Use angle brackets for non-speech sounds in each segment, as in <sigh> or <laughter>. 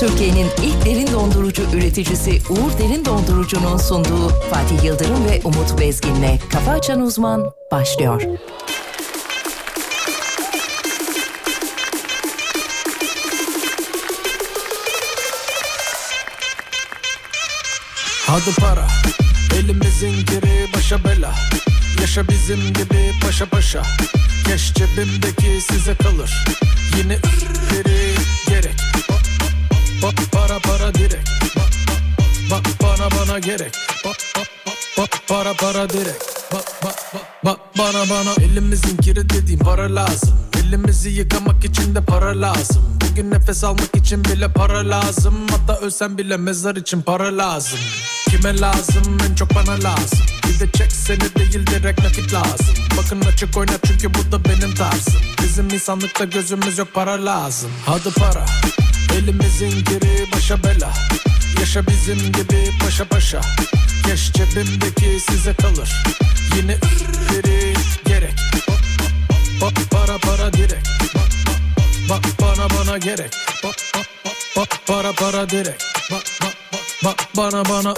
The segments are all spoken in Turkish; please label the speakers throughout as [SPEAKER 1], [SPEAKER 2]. [SPEAKER 1] Türkiye'nin ilk derin dondurucu üreticisi Uğur Derin Dondurucu'nun sunduğu Fatih Yıldırım ve Umut Bezgin'le Kafa Açan Uzman başlıyor.
[SPEAKER 2] Hadi para Elimizin giri başa bela Yaşa bizim gibi paşa paşa Keş cebimdeki size kalır Yine üfleri gerek Bak para para direkt Bak bak bana bana gerek Bak bak bak bak para para direkt Bak bak bak bak bana bana Elimizin kiri dediğim para lazım Elimizi yıkamak için de para lazım Bugün nefes almak için bile para lazım Hatta ölsem bile mezar için para lazım Kime lazım en çok bana lazım Bir de çek seni değil direkt nakit lazım Bakın açık oyna çünkü bu da benim tarzım Bizim insanlıkta gözümüz yok para lazım Hadi para Elimizin giri başa bela Yaşa bizim gibi paşa paşa Keş cebimdeki size kalır Yine üfleri gerek Bak para para direkt Bak bak bak bana bana gerek Bak bak bak bak para para direkt Bak bak bak bak bana bana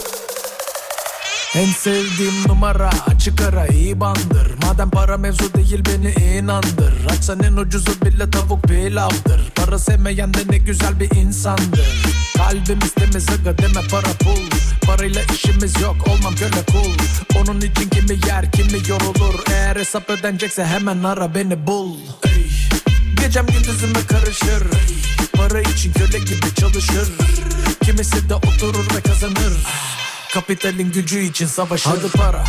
[SPEAKER 2] en sevdiğim numara açık ara iyi bandır Madem para mevzu değil beni inandır Açsan en ucuzu bile tavuk pilavdır Para sevmeyen de ne güzel bir insandır Kalbim istemez aga deme para pul Parayla işimiz yok olmam köle kul Onun için kimi yer kimi yorulur Eğer hesap ödenecekse hemen ara beni bul Ey. Gecem gündüzüme karışır Para için köle gibi çalışır Kimisi de oturur ve kazanır Kapitalin gücü için savaşır Hadi para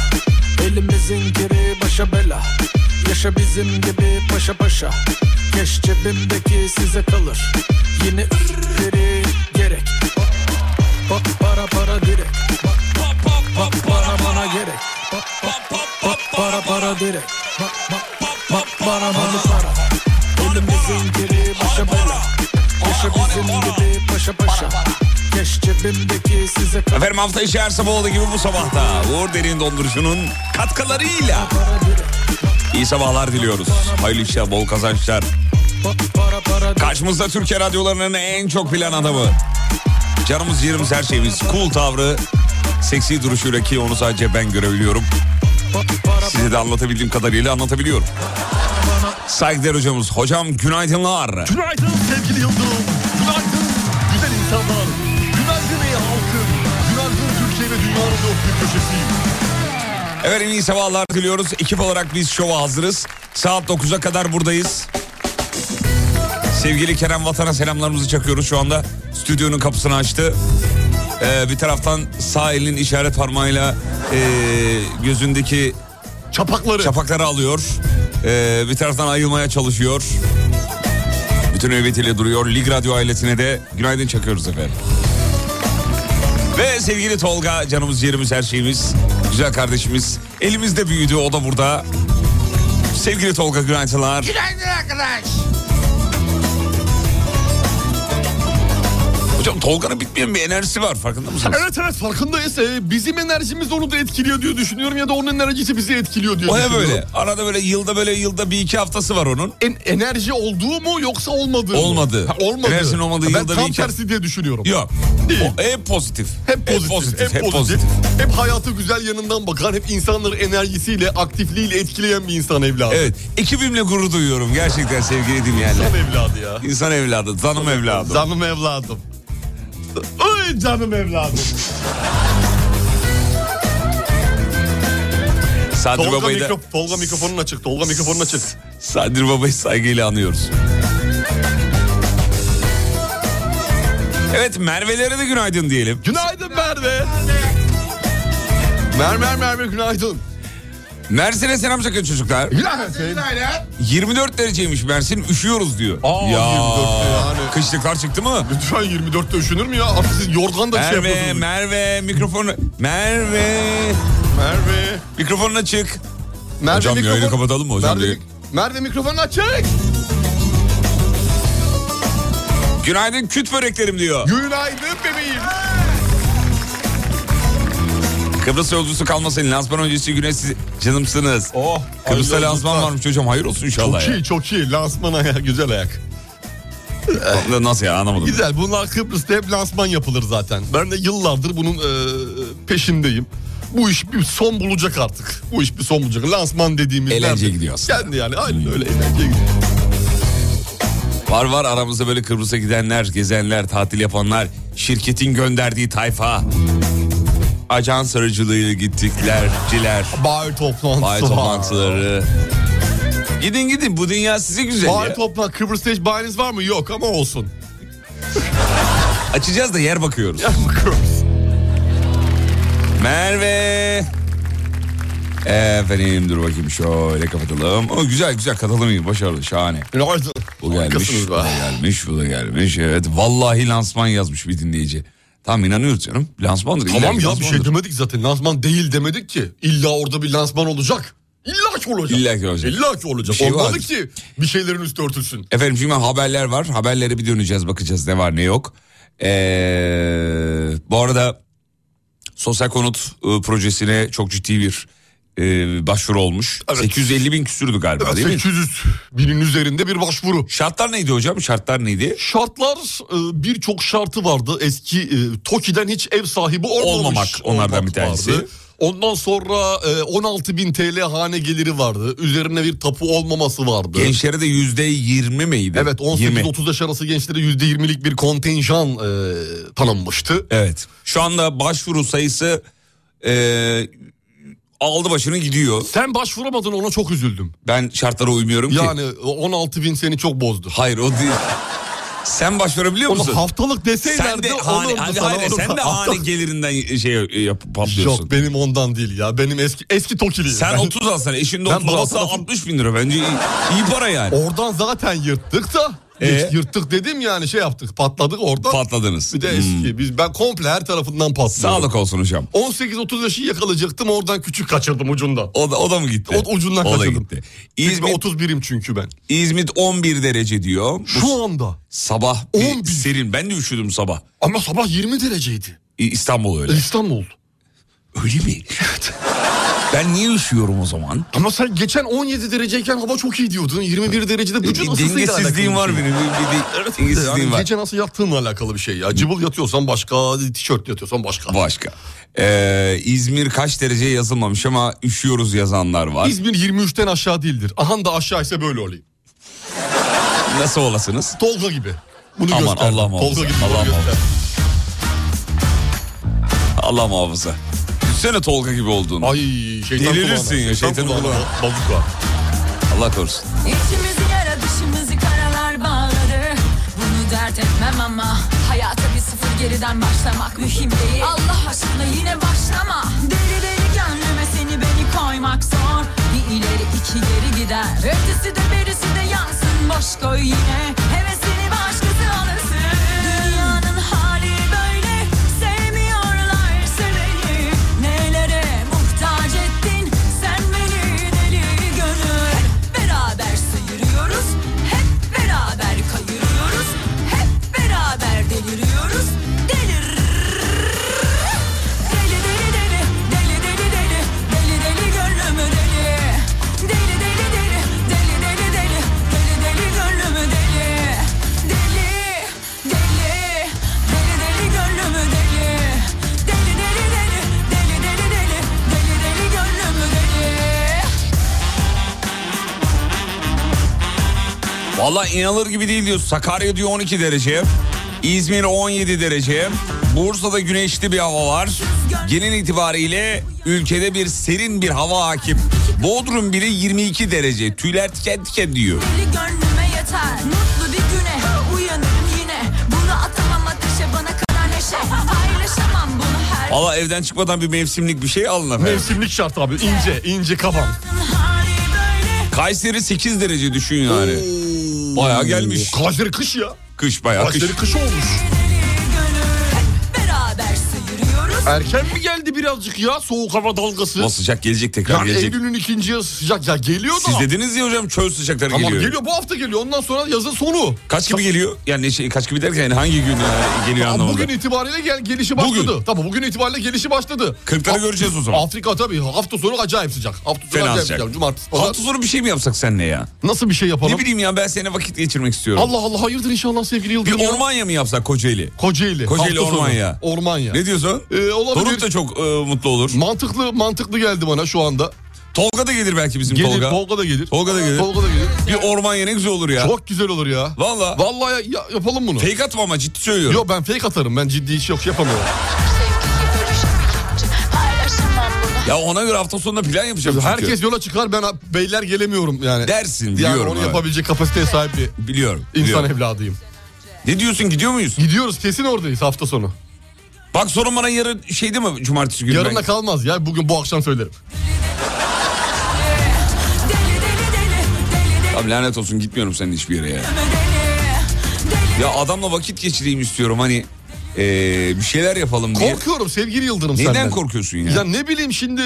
[SPEAKER 2] Elimizin geri başa bela Yaşa bizim gibi paşa paşa Keş cebimdeki size kalır Yine üfleri gerek Bak para para direkt Bak bak bak bak para bana gerek Bak bak bak bak para para direkt Bak bak bak bak para bana para Elimizin geri başa bela Yaşa bizim gibi paşa paşa Keş cebimdeki size kalır
[SPEAKER 3] Efendim hafta içi her sabah olduğu gibi bu sabahta Uğur Derin Dondurucu'nun katkılarıyla iyi sabahlar diliyoruz. Hayırlı işler, bol kazançlar.
[SPEAKER 2] Bak para para
[SPEAKER 3] Karşımızda Türkiye radyolarının en çok bilen adamı. Canımız ciğerimiz her şeyimiz. Cool tavrı, seksi duruşuyla ki onu sadece ben görebiliyorum.
[SPEAKER 2] bak para
[SPEAKER 3] Size de anlatabildiğim kadarıyla anlatabiliyorum. Saygıdeğer hocamız. Hocam günaydınlar.
[SPEAKER 4] Günaydın sevgili Yıldırım. Günaydın güzel insanlar. Günaydın ey halkım. Günaydın Türkiye ve dünyanın dört bir köşesi.
[SPEAKER 3] Efendim iyi sabahlar diliyoruz. Ekip olarak biz şova hazırız. Saat 9'a kadar buradayız. Sevgili Kerem Vatan'a selamlarımızı çakıyoruz şu anda. Stüdyonun kapısını açtı. Ee, bir taraftan sağ elinin işaret parmağıyla ee, gözündeki
[SPEAKER 4] Çapakları.
[SPEAKER 3] çapakları alıyor. Ee, bir taraftan ayılmaya çalışıyor. Bütün heybetiyle duruyor. Lig Radyo ailesine de günaydın çakıyoruz efendim. Ve sevgili Tolga canımız ciğerimiz her şeyimiz. Güzel kardeşimiz. Elimizde büyüdü o da burada. Sevgili Tolga günaydınlar.
[SPEAKER 5] Günaydın arkadaş.
[SPEAKER 3] Hocam Tolga'nın bitmeyen bir enerjisi var farkında mısınız?
[SPEAKER 4] Evet evet farkındayız. Ee, bizim enerjimiz onu da etkiliyor diye düşünüyorum ya da onun enerjisi bizi etkiliyor diye
[SPEAKER 3] O ne
[SPEAKER 4] düşünüyorum.
[SPEAKER 3] böyle? Arada böyle yılda böyle yılda bir iki haftası var onun.
[SPEAKER 4] En, enerji olduğu mu yoksa olmadığı mu?
[SPEAKER 3] Olmadı.
[SPEAKER 4] Ha, olmadı.
[SPEAKER 3] Enerjinin olmadığı
[SPEAKER 4] ben
[SPEAKER 3] yılda bir
[SPEAKER 4] tam
[SPEAKER 3] iki-
[SPEAKER 4] tersi diye düşünüyorum.
[SPEAKER 3] Yok.
[SPEAKER 4] Değil.
[SPEAKER 3] O hep pozitif.
[SPEAKER 4] Hep pozitif, hep pozitif,
[SPEAKER 3] Hep
[SPEAKER 4] hep,
[SPEAKER 3] pozitif.
[SPEAKER 4] hayatı güzel yanından bakan, hep insanları enerjisiyle, aktifliğiyle etkileyen bir insan evladı.
[SPEAKER 3] Evet. Ekibimle gurur duyuyorum gerçekten sevgili dinleyenler.
[SPEAKER 4] İnsan evladı ya.
[SPEAKER 3] İnsan evladı, tanım evladı.
[SPEAKER 4] Canım evladım. Ay canım evladım.
[SPEAKER 3] Sadri
[SPEAKER 4] Tolga,
[SPEAKER 3] Baba'yı da
[SPEAKER 4] mikrof- Tolga mikrofonun açık. Tolga mikrofonun açık.
[SPEAKER 3] Sadri Baba'yı saygıyla anıyoruz. Evet Merve'lere de günaydın diyelim.
[SPEAKER 4] Günaydın Merve. Mermer Merve günaydın.
[SPEAKER 3] Mersin'e selam çakın çocuklar.
[SPEAKER 4] Günaydın.
[SPEAKER 3] 24 dereceymiş Mersin üşüyoruz diyor.
[SPEAKER 4] Aa, 24'te yani.
[SPEAKER 3] Kışlıklar çıktı mı?
[SPEAKER 4] Lütfen 24'te üşünür mü ya? Abi siz yorgan da şey
[SPEAKER 3] Merve,
[SPEAKER 4] yapıyorsunuz.
[SPEAKER 3] Merve, mikrofonu... Merve,
[SPEAKER 4] Merve.
[SPEAKER 3] mikrofonun açık.
[SPEAKER 4] Merve
[SPEAKER 3] Hocam
[SPEAKER 4] mikrofon-
[SPEAKER 3] yayını kapatalım mı hocam
[SPEAKER 4] Merve,
[SPEAKER 3] diye.
[SPEAKER 4] mik- Merve mikrofonun açık.
[SPEAKER 3] Günaydın küt böreklerim diyor.
[SPEAKER 4] Günaydın bebeğim.
[SPEAKER 3] Kıbrıs yolcusu kalmasın. Lansman öncesi güneş siz- canımsınız.
[SPEAKER 4] Oh.
[SPEAKER 3] Kıbrıs'ta
[SPEAKER 4] hayırlı
[SPEAKER 3] lansman
[SPEAKER 4] olsun.
[SPEAKER 3] varmış hocam. Hayır olsun inşallah
[SPEAKER 4] Çok
[SPEAKER 3] ya.
[SPEAKER 4] iyi çok iyi. Lansman ayak güzel ayak.
[SPEAKER 3] Nasıl ya anlamadım.
[SPEAKER 4] Güzel bunlar Kıbrıs'ta hep lansman yapılır zaten. Ben de yıllardır bunun e, peşindeyim. Bu iş bir son bulacak artık. Bu iş bir son bulacak. Lansman dediğimiz...
[SPEAKER 3] Eğlenceye
[SPEAKER 4] nerede?
[SPEAKER 3] gidiyor aslında. Hmm.
[SPEAKER 4] Kendi yani aynen öyle eğlenceye gidiyor.
[SPEAKER 3] Var var aramızda böyle Kıbrıs'a gidenler, gezenler, tatil yapanlar, şirketin gönderdiği tayfa. Ajans aracılığıyla gittikler, ciler,
[SPEAKER 4] Bayi toplantısı
[SPEAKER 3] bayi
[SPEAKER 4] var.
[SPEAKER 3] toplantıları. Gidin gidin bu dünya size güzel
[SPEAKER 4] Bayi
[SPEAKER 3] ya.
[SPEAKER 4] toplan- Kıbrıs'ta hiç bayiniz var mı? Yok ama olsun.
[SPEAKER 3] Açacağız da yer bakıyoruz.
[SPEAKER 4] Kıbrıs.
[SPEAKER 3] Merve. Efendim dur bakayım şöyle kapatalım. O güzel güzel katalım başarılı şahane.
[SPEAKER 4] Günaydın.
[SPEAKER 3] Bu gelmiş,
[SPEAKER 4] Harikasınız
[SPEAKER 3] bu
[SPEAKER 4] be.
[SPEAKER 3] da gelmiş, bu da gelmiş. Evet, vallahi lansman yazmış bir dinleyici. Tamam inanıyoruz canım. Lansmandır. illa
[SPEAKER 4] Tamam
[SPEAKER 3] ki
[SPEAKER 4] ya bir şey
[SPEAKER 3] lansmandır.
[SPEAKER 4] demedik zaten. Lansman değil demedik ki. İlla orada bir lansman olacak. İlla ki olacak.
[SPEAKER 3] İlla ki olacak.
[SPEAKER 4] İlla ki olacak.
[SPEAKER 3] Bir şey
[SPEAKER 4] Olmalı
[SPEAKER 3] var.
[SPEAKER 4] ki bir şeylerin üstü örtülsün.
[SPEAKER 3] Efendim şimdi haberler var. Haberlere bir döneceğiz bakacağız ne var ne yok. Ee, bu arada sosyal konut e, projesine çok ciddi bir e, başvuru olmuş.
[SPEAKER 4] Evet.
[SPEAKER 3] 850 bin küsürdü galiba değil mi?
[SPEAKER 4] 800 binin üzerinde bir başvuru.
[SPEAKER 3] Şartlar neydi hocam? Şartlar neydi?
[SPEAKER 4] Şartlar e, birçok şartı vardı. Eski e, TOKİ'den hiç ev sahibi olmamış.
[SPEAKER 3] Olmamak onlardan
[SPEAKER 4] olmak
[SPEAKER 3] bir tanesi.
[SPEAKER 4] vardı. Ondan sonra e, 16 bin TL hane geliri vardı. Üzerine bir tapu olmaması vardı.
[SPEAKER 3] Gençlere de yüzde 20 miydi?
[SPEAKER 4] Evet
[SPEAKER 3] 20.
[SPEAKER 4] 18-30 yaş arası gençlere %20'lik bir kontenjan e, tanınmıştı.
[SPEAKER 3] Evet. Şu anda başvuru sayısı e, aldı başını gidiyor.
[SPEAKER 4] Sen başvuramadın ona çok üzüldüm.
[SPEAKER 3] Ben şartlara uymuyorum ki.
[SPEAKER 4] Yani 16 bin seni çok bozdu.
[SPEAKER 3] Hayır o değil. Sen başvurabiliyor musun?
[SPEAKER 4] Onu haftalık deseylerdi
[SPEAKER 3] sen de hane,
[SPEAKER 4] olurdu
[SPEAKER 3] hadi
[SPEAKER 4] sana,
[SPEAKER 3] hayır,
[SPEAKER 4] olurdu.
[SPEAKER 3] sen de hane
[SPEAKER 4] Haftalık-
[SPEAKER 3] gelirinden şey yapıp patlıyorsun.
[SPEAKER 4] Yok benim ondan değil ya. Benim eski eski tokiliyim.
[SPEAKER 3] Sen
[SPEAKER 4] ben.
[SPEAKER 3] 30 alsan eşin de
[SPEAKER 4] Ben
[SPEAKER 3] 30 alsa
[SPEAKER 4] babasına-
[SPEAKER 3] 60 bin lira bence iyi, iyi para yani.
[SPEAKER 4] Oradan zaten yırttık da.
[SPEAKER 3] Ee?
[SPEAKER 4] Yırttık dedim yani şey yaptık patladık oradan.
[SPEAKER 3] Patladınız.
[SPEAKER 4] bir de
[SPEAKER 3] Hmm.
[SPEAKER 4] eski. Biz, ben komple her tarafından patladım.
[SPEAKER 3] Sağlık olsun hocam.
[SPEAKER 4] 18-30 yaşı yakalayacaktım oradan küçük kaçırdım ucundan.
[SPEAKER 3] O da, o da mı gitti?
[SPEAKER 4] O- ucundan
[SPEAKER 3] o da
[SPEAKER 4] kaçırdım.
[SPEAKER 3] gitti.
[SPEAKER 4] İzmir
[SPEAKER 3] İzmit,
[SPEAKER 4] 31'im çünkü ben.
[SPEAKER 3] İzmit 11 derece diyor. Bu
[SPEAKER 4] Şu anda.
[SPEAKER 3] sabah bir
[SPEAKER 4] 11.
[SPEAKER 3] serin. Ben de üşüdüm sabah.
[SPEAKER 4] Ama sabah 20 dereceydi.
[SPEAKER 3] İ- İstanbul öyle.
[SPEAKER 4] İstanbul.
[SPEAKER 3] Öyle mi? ben niye üşüyorum o zaman?
[SPEAKER 4] Ama sen geçen 17 dereceyken hava çok iyi diyordun. 21 derecede
[SPEAKER 3] E, Bir
[SPEAKER 4] vücut ısısıyla
[SPEAKER 3] dengesizliğim
[SPEAKER 4] alakalı
[SPEAKER 3] var
[SPEAKER 4] bir şey.
[SPEAKER 3] benim. Bir, bir- bir dengesizliğim
[SPEAKER 4] Yani
[SPEAKER 3] var.
[SPEAKER 4] Gece nasıl yattığınla alakalı bir şey ya. Cıbıl yatıyorsan başka, tişört yatıyorsan başka.
[SPEAKER 3] Başka. Ee, İzmir kaç derece yazılmamış ama üşüyoruz yazanlar var.
[SPEAKER 4] İzmir 23'ten aşağı değildir. Ahan da aşağıysa böyle olayım.
[SPEAKER 3] Nasıl olasınız?
[SPEAKER 4] Tolga gibi. Bunu
[SPEAKER 3] Aman
[SPEAKER 4] göster.
[SPEAKER 3] Allah muhafaza,
[SPEAKER 4] Tolga gibi bunu
[SPEAKER 3] Allah
[SPEAKER 4] göster.
[SPEAKER 3] muhafaza. Allah muhafaza. Düşsene Tolga gibi oldun.
[SPEAKER 4] Ay şeytan
[SPEAKER 3] Delirirsin
[SPEAKER 4] kulağına,
[SPEAKER 3] ya, şeytanın
[SPEAKER 4] kulağına. Bazuka.
[SPEAKER 3] Allah korusun.
[SPEAKER 5] İçimizi yara dışımızı karalar bağladı Bunu dert etmem ama Hayata bir sıfır geriden başlamak mühim değil Allah aşkına yine başlama Deli deli gönlüme seni beni koymak zor Bir ileri iki geri gider Ötesi de berisi de yansın boş koy yine Hevesini başkası alırsın Dünyanın hali böyle Sevmiyorlar seni Nelere muhtaç ettin sen beni deli gönül Hep beraber sıyırıyoruz Hep beraber kayırıyoruz Hep beraber deliriyoruz Delir Deli deli deli Deli deli deli Deli deli gönlümü deli Deli deli deli Deli deli deli Deli deli gönlümü deli Deli Deli Deli deli gönlümü deli Deli deli deli Deli deli deli Deli deli gönlümü deli
[SPEAKER 3] Valla inanılır gibi değil diyor. Sakarya diyor 12 derece. İzmir 17 derece. Bursa'da güneşli bir hava var. Genel itibariyle ülkede bir serin bir hava hakim. Bodrum bile 22 derece. Tüyler tiken tiken diyor.
[SPEAKER 5] Deli gönlüme yeter Mutlu bir güne uyanırım yine Bunu atamam ateşe bana kadar neşe Paylaşamam bunu her
[SPEAKER 3] Valla evden çıkmadan bir mevsimlik bir şey alın efendim.
[SPEAKER 4] Mevsimlik şart abi. ince ince kafam.
[SPEAKER 5] hali böyle
[SPEAKER 3] Kayseri 8 derece düşün yani. Bayağı gelmiş.
[SPEAKER 4] Kayseri kış ya.
[SPEAKER 3] Kış bayağı kış.
[SPEAKER 4] Kayseri kış olmuş.
[SPEAKER 5] Deli gönül Hep beraber sıyırıyoruz
[SPEAKER 4] Erken mi geldi birazcık ya soğuk hava dalgası?
[SPEAKER 3] O sıcak gelecek tekrar
[SPEAKER 4] Ya
[SPEAKER 3] gelecek.
[SPEAKER 4] Eylül'ün ikinci yazı sıcak ya geliyor da.
[SPEAKER 3] Siz dediniz ya hocam çöl sıcakları
[SPEAKER 4] Tamam
[SPEAKER 3] geliyor.
[SPEAKER 4] geliyor. bu hafta geliyor ondan sonra yazın sonu.
[SPEAKER 3] Kaç gibi geliyor? Yani şey, kaç gibi derken yani hangi gün e, geliyor
[SPEAKER 4] Aa,
[SPEAKER 3] anlamında.
[SPEAKER 4] bugün itibariyle gel, gelişi başladı.
[SPEAKER 3] Bugün.
[SPEAKER 4] Tamam bugün itibariyle gelişi başladı.
[SPEAKER 3] Kırkları
[SPEAKER 4] Af-
[SPEAKER 3] göreceğiz o zaman.
[SPEAKER 4] Afrika tabii hafta sonu acayip sıcak. Hafta sonu
[SPEAKER 3] Fena
[SPEAKER 4] acayip
[SPEAKER 3] sıcak.
[SPEAKER 4] sıcak. Cumartesi pazar.
[SPEAKER 3] Hafta sonu bir şey mi yapsak seninle ya?
[SPEAKER 4] Nasıl bir şey yapalım?
[SPEAKER 3] Ne bileyim ya ben seninle vakit geçirmek istiyorum.
[SPEAKER 4] Allah Allah hayırdır inşallah sevgili Yıldırım.
[SPEAKER 3] Bir
[SPEAKER 4] ya.
[SPEAKER 3] Ormanya mı yapsak Kocaeli?
[SPEAKER 4] Kocaeli.
[SPEAKER 3] Kocaeli
[SPEAKER 4] hafta sonu.
[SPEAKER 3] orman ya.
[SPEAKER 4] Orman ya.
[SPEAKER 3] Ne diyorsun?
[SPEAKER 4] Ee, olabilir.
[SPEAKER 3] Doruk da çok e, mutlu olur.
[SPEAKER 4] Mantıklı mantıklı geldi bana şu anda.
[SPEAKER 3] Tolga da gelir belki bizim
[SPEAKER 4] Gelir Tolga,
[SPEAKER 3] Tolga.
[SPEAKER 4] da gelir.
[SPEAKER 3] Tolga da gelir.
[SPEAKER 4] Tolga da gelir.
[SPEAKER 3] Bir Ormanya ne güzel olur ya.
[SPEAKER 4] Çok güzel olur ya.
[SPEAKER 3] Valla.
[SPEAKER 4] Vallahi ya- ya- yapalım bunu.
[SPEAKER 3] Fake atma ama ciddi söylüyorum.
[SPEAKER 4] Yok ben fake atarım. Ben ciddi iş yok yapamıyorum.
[SPEAKER 5] Sevgiyi bölüşemeyince paylaşamam bunu
[SPEAKER 3] Ya ona göre hafta sonunda plan yapacağım. çünkü.
[SPEAKER 4] Herkes yola çıkar ben beyler gelemiyorum yani.
[SPEAKER 3] dersin
[SPEAKER 4] yani
[SPEAKER 3] biliyorum.
[SPEAKER 4] onu
[SPEAKER 3] evet.
[SPEAKER 4] yapabilecek kapasiteye sahip bir
[SPEAKER 3] Biliyorum.
[SPEAKER 4] insan
[SPEAKER 3] biliyorum.
[SPEAKER 4] evladıyım.
[SPEAKER 3] Ne diyorsun gidiyor muyuz?
[SPEAKER 4] Gidiyoruz kesin oradayız hafta sonu.
[SPEAKER 3] Bak sorun bana yarın şey değil mi cumartesi günü?
[SPEAKER 4] Yarına
[SPEAKER 3] ben-
[SPEAKER 4] kalmaz ya bugün bu akşam söylerim.
[SPEAKER 5] Deli deli deli deli deli
[SPEAKER 3] Abi lanet olsun gitmiyorum senin hiçbir yere ya.
[SPEAKER 5] deli deli
[SPEAKER 3] Ya adamla vakit geçireyim istiyorum hani eee, bir şeyler yapalım diye.
[SPEAKER 4] Korkuyorum sevgili Yıldırım
[SPEAKER 3] Neyden
[SPEAKER 4] senden.
[SPEAKER 3] korkuyorsun ya?
[SPEAKER 4] Ya ne bileyim şimdi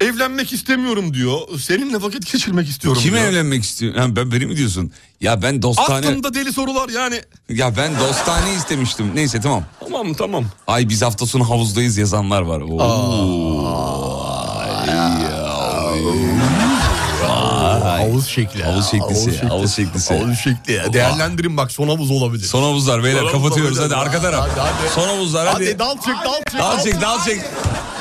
[SPEAKER 4] evlenmek istemiyorum diyor. Seninle vakit geçirmek istiyorum
[SPEAKER 3] Kim
[SPEAKER 4] diyor.
[SPEAKER 3] evlenmek istiyor? Ha, ben beni mi diyorsun? Ya ben dostane
[SPEAKER 4] Aklımda deli sorular yani.
[SPEAKER 3] ya ben dostane istemiştim. Neyse tamam.
[SPEAKER 4] Tamam tamam.
[SPEAKER 3] Ay biz hafta sonu havuzdayız yazanlar var. Oo.
[SPEAKER 4] Havuz şekli.
[SPEAKER 3] Havuz şeklisi, havuz şeklisi.
[SPEAKER 4] Havuz şekli. ya. Değerlendirin bak son havuz olabilir.
[SPEAKER 3] Son havuzlar beyler
[SPEAKER 4] Son havuz
[SPEAKER 3] kapatıyoruz hadi
[SPEAKER 4] olabilir.
[SPEAKER 3] arka taraf.
[SPEAKER 4] Hadi, hadi.
[SPEAKER 3] Son havuzlar hadi.
[SPEAKER 4] hadi. dal çek dal çek.
[SPEAKER 3] Dal çek dal çek.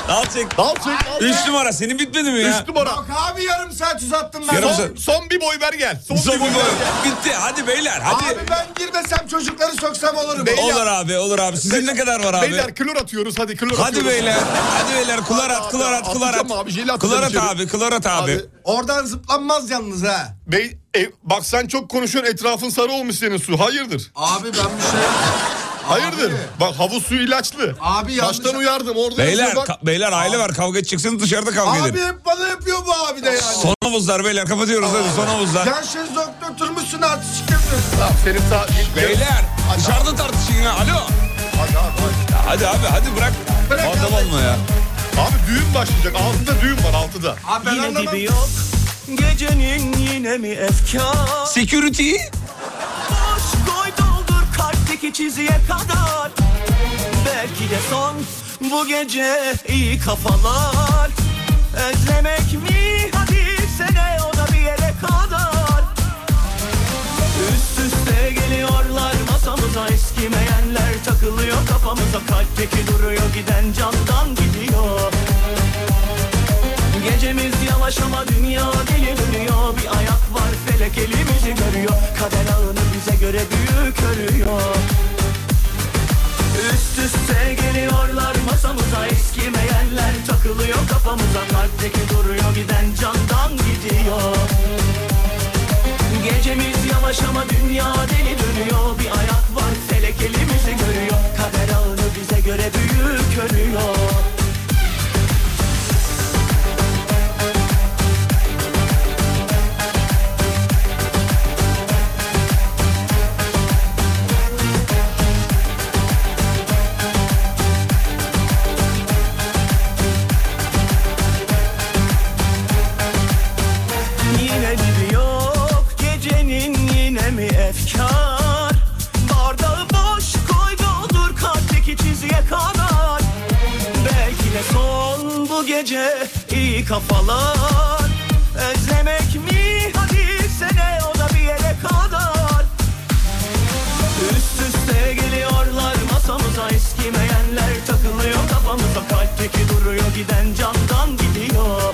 [SPEAKER 3] Dal çek.
[SPEAKER 4] Dal çek dal çek.
[SPEAKER 3] Üç numara senin bitmedi mi ya?
[SPEAKER 4] Üç numara.
[SPEAKER 6] Abi yarım saat uzattım ben.
[SPEAKER 3] Yarım
[SPEAKER 6] Son-
[SPEAKER 3] saat.
[SPEAKER 4] Son, son bir boy ver gel. Son,
[SPEAKER 3] Son
[SPEAKER 4] bir boy
[SPEAKER 3] bir
[SPEAKER 4] ver
[SPEAKER 3] gol.
[SPEAKER 4] gel.
[SPEAKER 3] Bitti hadi beyler hadi.
[SPEAKER 6] Abi ben girmesem çocukları soksam olurum.
[SPEAKER 4] Beyler-
[SPEAKER 3] olur abi olur abi. Sizin ne kadar var abi?
[SPEAKER 4] Beyler klor atıyoruz hadi klor
[SPEAKER 3] Hadi
[SPEAKER 4] atıyoruz.
[SPEAKER 3] beyler. Hadi beyler kular at kular at kular at.
[SPEAKER 4] Atacağım abi, jeli atacağım
[SPEAKER 3] Kular at
[SPEAKER 4] içeri.
[SPEAKER 3] abi kular at abi.
[SPEAKER 4] Abi.
[SPEAKER 6] Oradan zıplanmaz yalnız ha.
[SPEAKER 4] Bey, e, bak sen çok konuşuyorsun etrafın sarı olmuş senin su. Hayırdır?
[SPEAKER 6] Abi ben bir şey...
[SPEAKER 4] Hayırdır?
[SPEAKER 6] Abi.
[SPEAKER 4] Bak havuz suyu ilaçlı.
[SPEAKER 6] Abi yanlış-
[SPEAKER 4] Baştan uyardım orada
[SPEAKER 3] Beyler
[SPEAKER 4] yazıyor bak.
[SPEAKER 3] ka- beyler aile var kavga edeceksiniz dışarıda kavga
[SPEAKER 6] Abi
[SPEAKER 3] edin.
[SPEAKER 6] hep bana yapıyor bu abi de yani.
[SPEAKER 3] Son havuzlar beyler kapatıyoruz hadi son havuzlar.
[SPEAKER 6] Sen şezlongda oturmuşsun artist yapıyorsun.
[SPEAKER 4] Tamam, senin sağ...
[SPEAKER 3] Beyler dışarıda tartışın ya alo.
[SPEAKER 4] Hadi abi hadi.
[SPEAKER 3] Hadi abi hadi bırak.
[SPEAKER 6] Bırak
[SPEAKER 3] Adam
[SPEAKER 6] abi.
[SPEAKER 3] olma ya.
[SPEAKER 4] Abi düğün başlayacak. Altıda düğün var altıda.
[SPEAKER 6] Abi ben
[SPEAKER 7] Yine
[SPEAKER 6] anlamam.
[SPEAKER 7] dibi yok Gecenin yine mi efkar
[SPEAKER 3] Security.
[SPEAKER 7] Boş koy doldur kalpteki çizgiye kadar Belki de son bu gece iyi kafalar Özlemek mi hadi sene o da bir yere kadar Üst üste geliyorlar masamıza eskimeyenler takılıyor kafamıza Kalpteki duruyor giden candan gidiyor Gecemiz yavaş ama dünya deli dönüyor Bir ayak var felek elimizi görüyor Kader ağını bize göre büyük örüyor Üst üste geliyorlar masamıza eskimeyenler Takılıyor kafamıza kalpteki duruyor giden candan gidiyor Gecemiz yavaş ama dünya deli dönüyor Bir ayak var felek elimizi görüyor Kader ağını bize göre büyük örüyor Yine dibi yok gecenin yine mi efkar Bardağı boş koy doldur kalpteki çizgiye kadar Belki de son bu gece iyi kafalar Özlemek mi hadi sene o da bir yere kadar Üst üste geliyorlar masamıza eskimeyenler Takılıyor kafamıza kalpteki duruyor giden candan gidiyor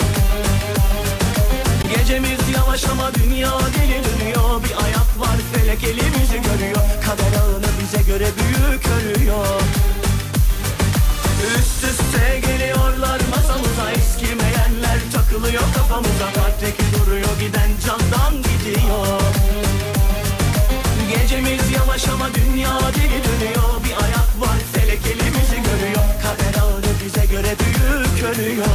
[SPEAKER 7] Gecemiz yavaş ama dünya deli dönüyor Bir ayak var felek elimizi görüyor Kader ağını bize göre büyük örüyor Üst üste geliyorlar masamıza eskimeyenler Takılıyor kafamıza kalpteki duruyor giden candan gidiyor Gecemiz yavaş ama dünya deli dönüyor Bir ayak var felek elimizi görüyor Kader ağını bize göre büyük örüyor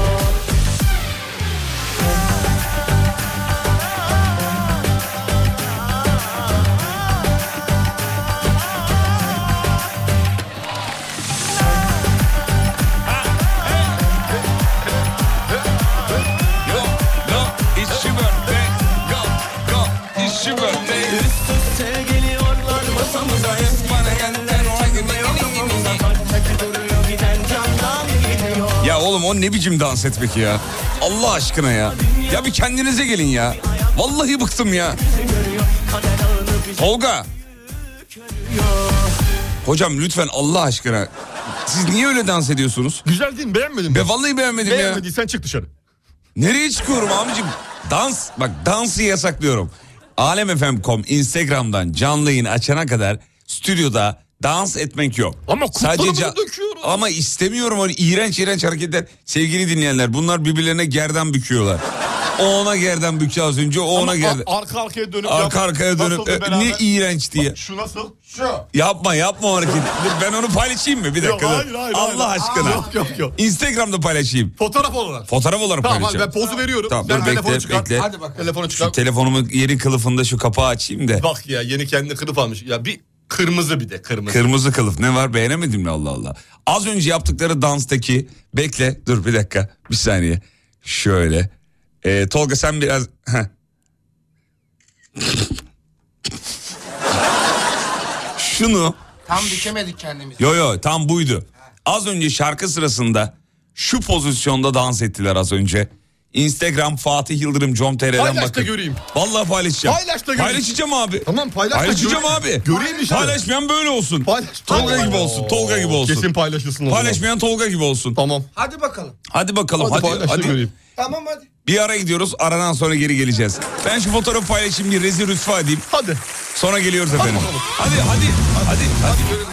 [SPEAKER 3] Oğlum o ne biçim dans etmek ya. Allah aşkına ya. Ya bir kendinize gelin ya. Vallahi bıktım ya. Tolga. Hocam lütfen Allah aşkına. Siz niye öyle dans ediyorsunuz?
[SPEAKER 4] Güzel değil mi? Beğenmedin mi?
[SPEAKER 3] Be vallahi beğenmedim ya.
[SPEAKER 4] Beğenmediysen çık dışarı.
[SPEAKER 3] Nereye çıkıyorum abicim? Dans, bak dansı yasaklıyorum. Alemfm.com Instagram'dan canlı yayın açana kadar stüdyoda dans etmek yok.
[SPEAKER 4] Ama kurtlarımızı
[SPEAKER 3] ca-
[SPEAKER 4] döküyoruz.
[SPEAKER 3] Ama istemiyorum o iğrenç iğrenç hareketler. Sevgili dinleyenler bunlar birbirlerine gerdan büküyorlar. O ona gerdan büktü az önce o ona
[SPEAKER 4] Ama
[SPEAKER 3] gerdan.
[SPEAKER 4] ar- arka arkaya dönüp
[SPEAKER 3] Arka
[SPEAKER 4] yap-
[SPEAKER 3] arkaya dönüp e,
[SPEAKER 4] Nasıl da
[SPEAKER 3] ö,
[SPEAKER 4] beraber-
[SPEAKER 3] ne iğrenç diye.
[SPEAKER 4] Bak, Şu nasıl?
[SPEAKER 8] Şu.
[SPEAKER 3] Yapma yapma o hareketi. Dur, ben onu paylaşayım mı? Bir
[SPEAKER 4] Yok,
[SPEAKER 3] dakika. dur.
[SPEAKER 4] hayır, hayır,
[SPEAKER 3] Allah
[SPEAKER 4] hayır.
[SPEAKER 3] aşkına.
[SPEAKER 4] Yok, yok, yok.
[SPEAKER 3] Instagram'da paylaşayım.
[SPEAKER 4] Fotoğraf olarak.
[SPEAKER 3] Fotoğraf olarak
[SPEAKER 4] Tamam abi
[SPEAKER 3] paylaşacağım.
[SPEAKER 4] ben pozu veriyorum.
[SPEAKER 3] Tamam,
[SPEAKER 4] ben
[SPEAKER 3] dur, bekle,
[SPEAKER 4] telefonu çıkart.
[SPEAKER 3] bekle.
[SPEAKER 4] Hadi bak telefonu
[SPEAKER 3] Şu
[SPEAKER 4] çıkart.
[SPEAKER 3] telefonumun yeri kılıfında şu kapağı açayım da.
[SPEAKER 4] Bak ya yeni kendini kılıf almış. Ya bir kırmızı bir de kırmızı.
[SPEAKER 3] Kırmızı kılıf ne var beğenemedin mi Allah Allah. Az önce yaptıkları danstaki bekle dur bir dakika bir saniye. Şöyle. Ee, Tolga sen biraz... Heh. <laughs> Şunu
[SPEAKER 8] Tam dikemedik kendimizi.
[SPEAKER 3] yo yo tam buydu. Az önce şarkı sırasında şu pozisyonda dans ettiler az önce. Instagram Fatih Yıldırım com.tr'den bakın.
[SPEAKER 4] Paylaş da göreyim.
[SPEAKER 3] Vallahi paylaşacağım.
[SPEAKER 4] Paylaş da göreyim.
[SPEAKER 3] Paylaşacağım abi.
[SPEAKER 4] Tamam paylaş. da
[SPEAKER 3] Paylaşacağım
[SPEAKER 4] göreyim.
[SPEAKER 3] abi.
[SPEAKER 4] Göreyim işte.
[SPEAKER 3] Paylaşmayan böyle olsun.
[SPEAKER 4] Paylaş.
[SPEAKER 3] Tolga
[SPEAKER 4] Hadi.
[SPEAKER 3] gibi olsun. Tolga gibi olsun.
[SPEAKER 4] Kesin paylaşılsın. o zaman.
[SPEAKER 3] Paylaşmayan Tolga gibi olsun.
[SPEAKER 4] Tamam.
[SPEAKER 8] Hadi bakalım.
[SPEAKER 3] Hadi bakalım
[SPEAKER 4] Hadi,
[SPEAKER 3] hadi.
[SPEAKER 4] paylaş da
[SPEAKER 3] hadi.
[SPEAKER 4] göreyim.
[SPEAKER 8] Tamam hadi.
[SPEAKER 3] Bir ara gidiyoruz. Aradan sonra geri geleceğiz. Ben şu fotoğrafı paylaşayım bir rezil rüsva edeyim.
[SPEAKER 4] Hadi.
[SPEAKER 3] Sonra geliyoruz efendim. Hadi hadi hadi hadi.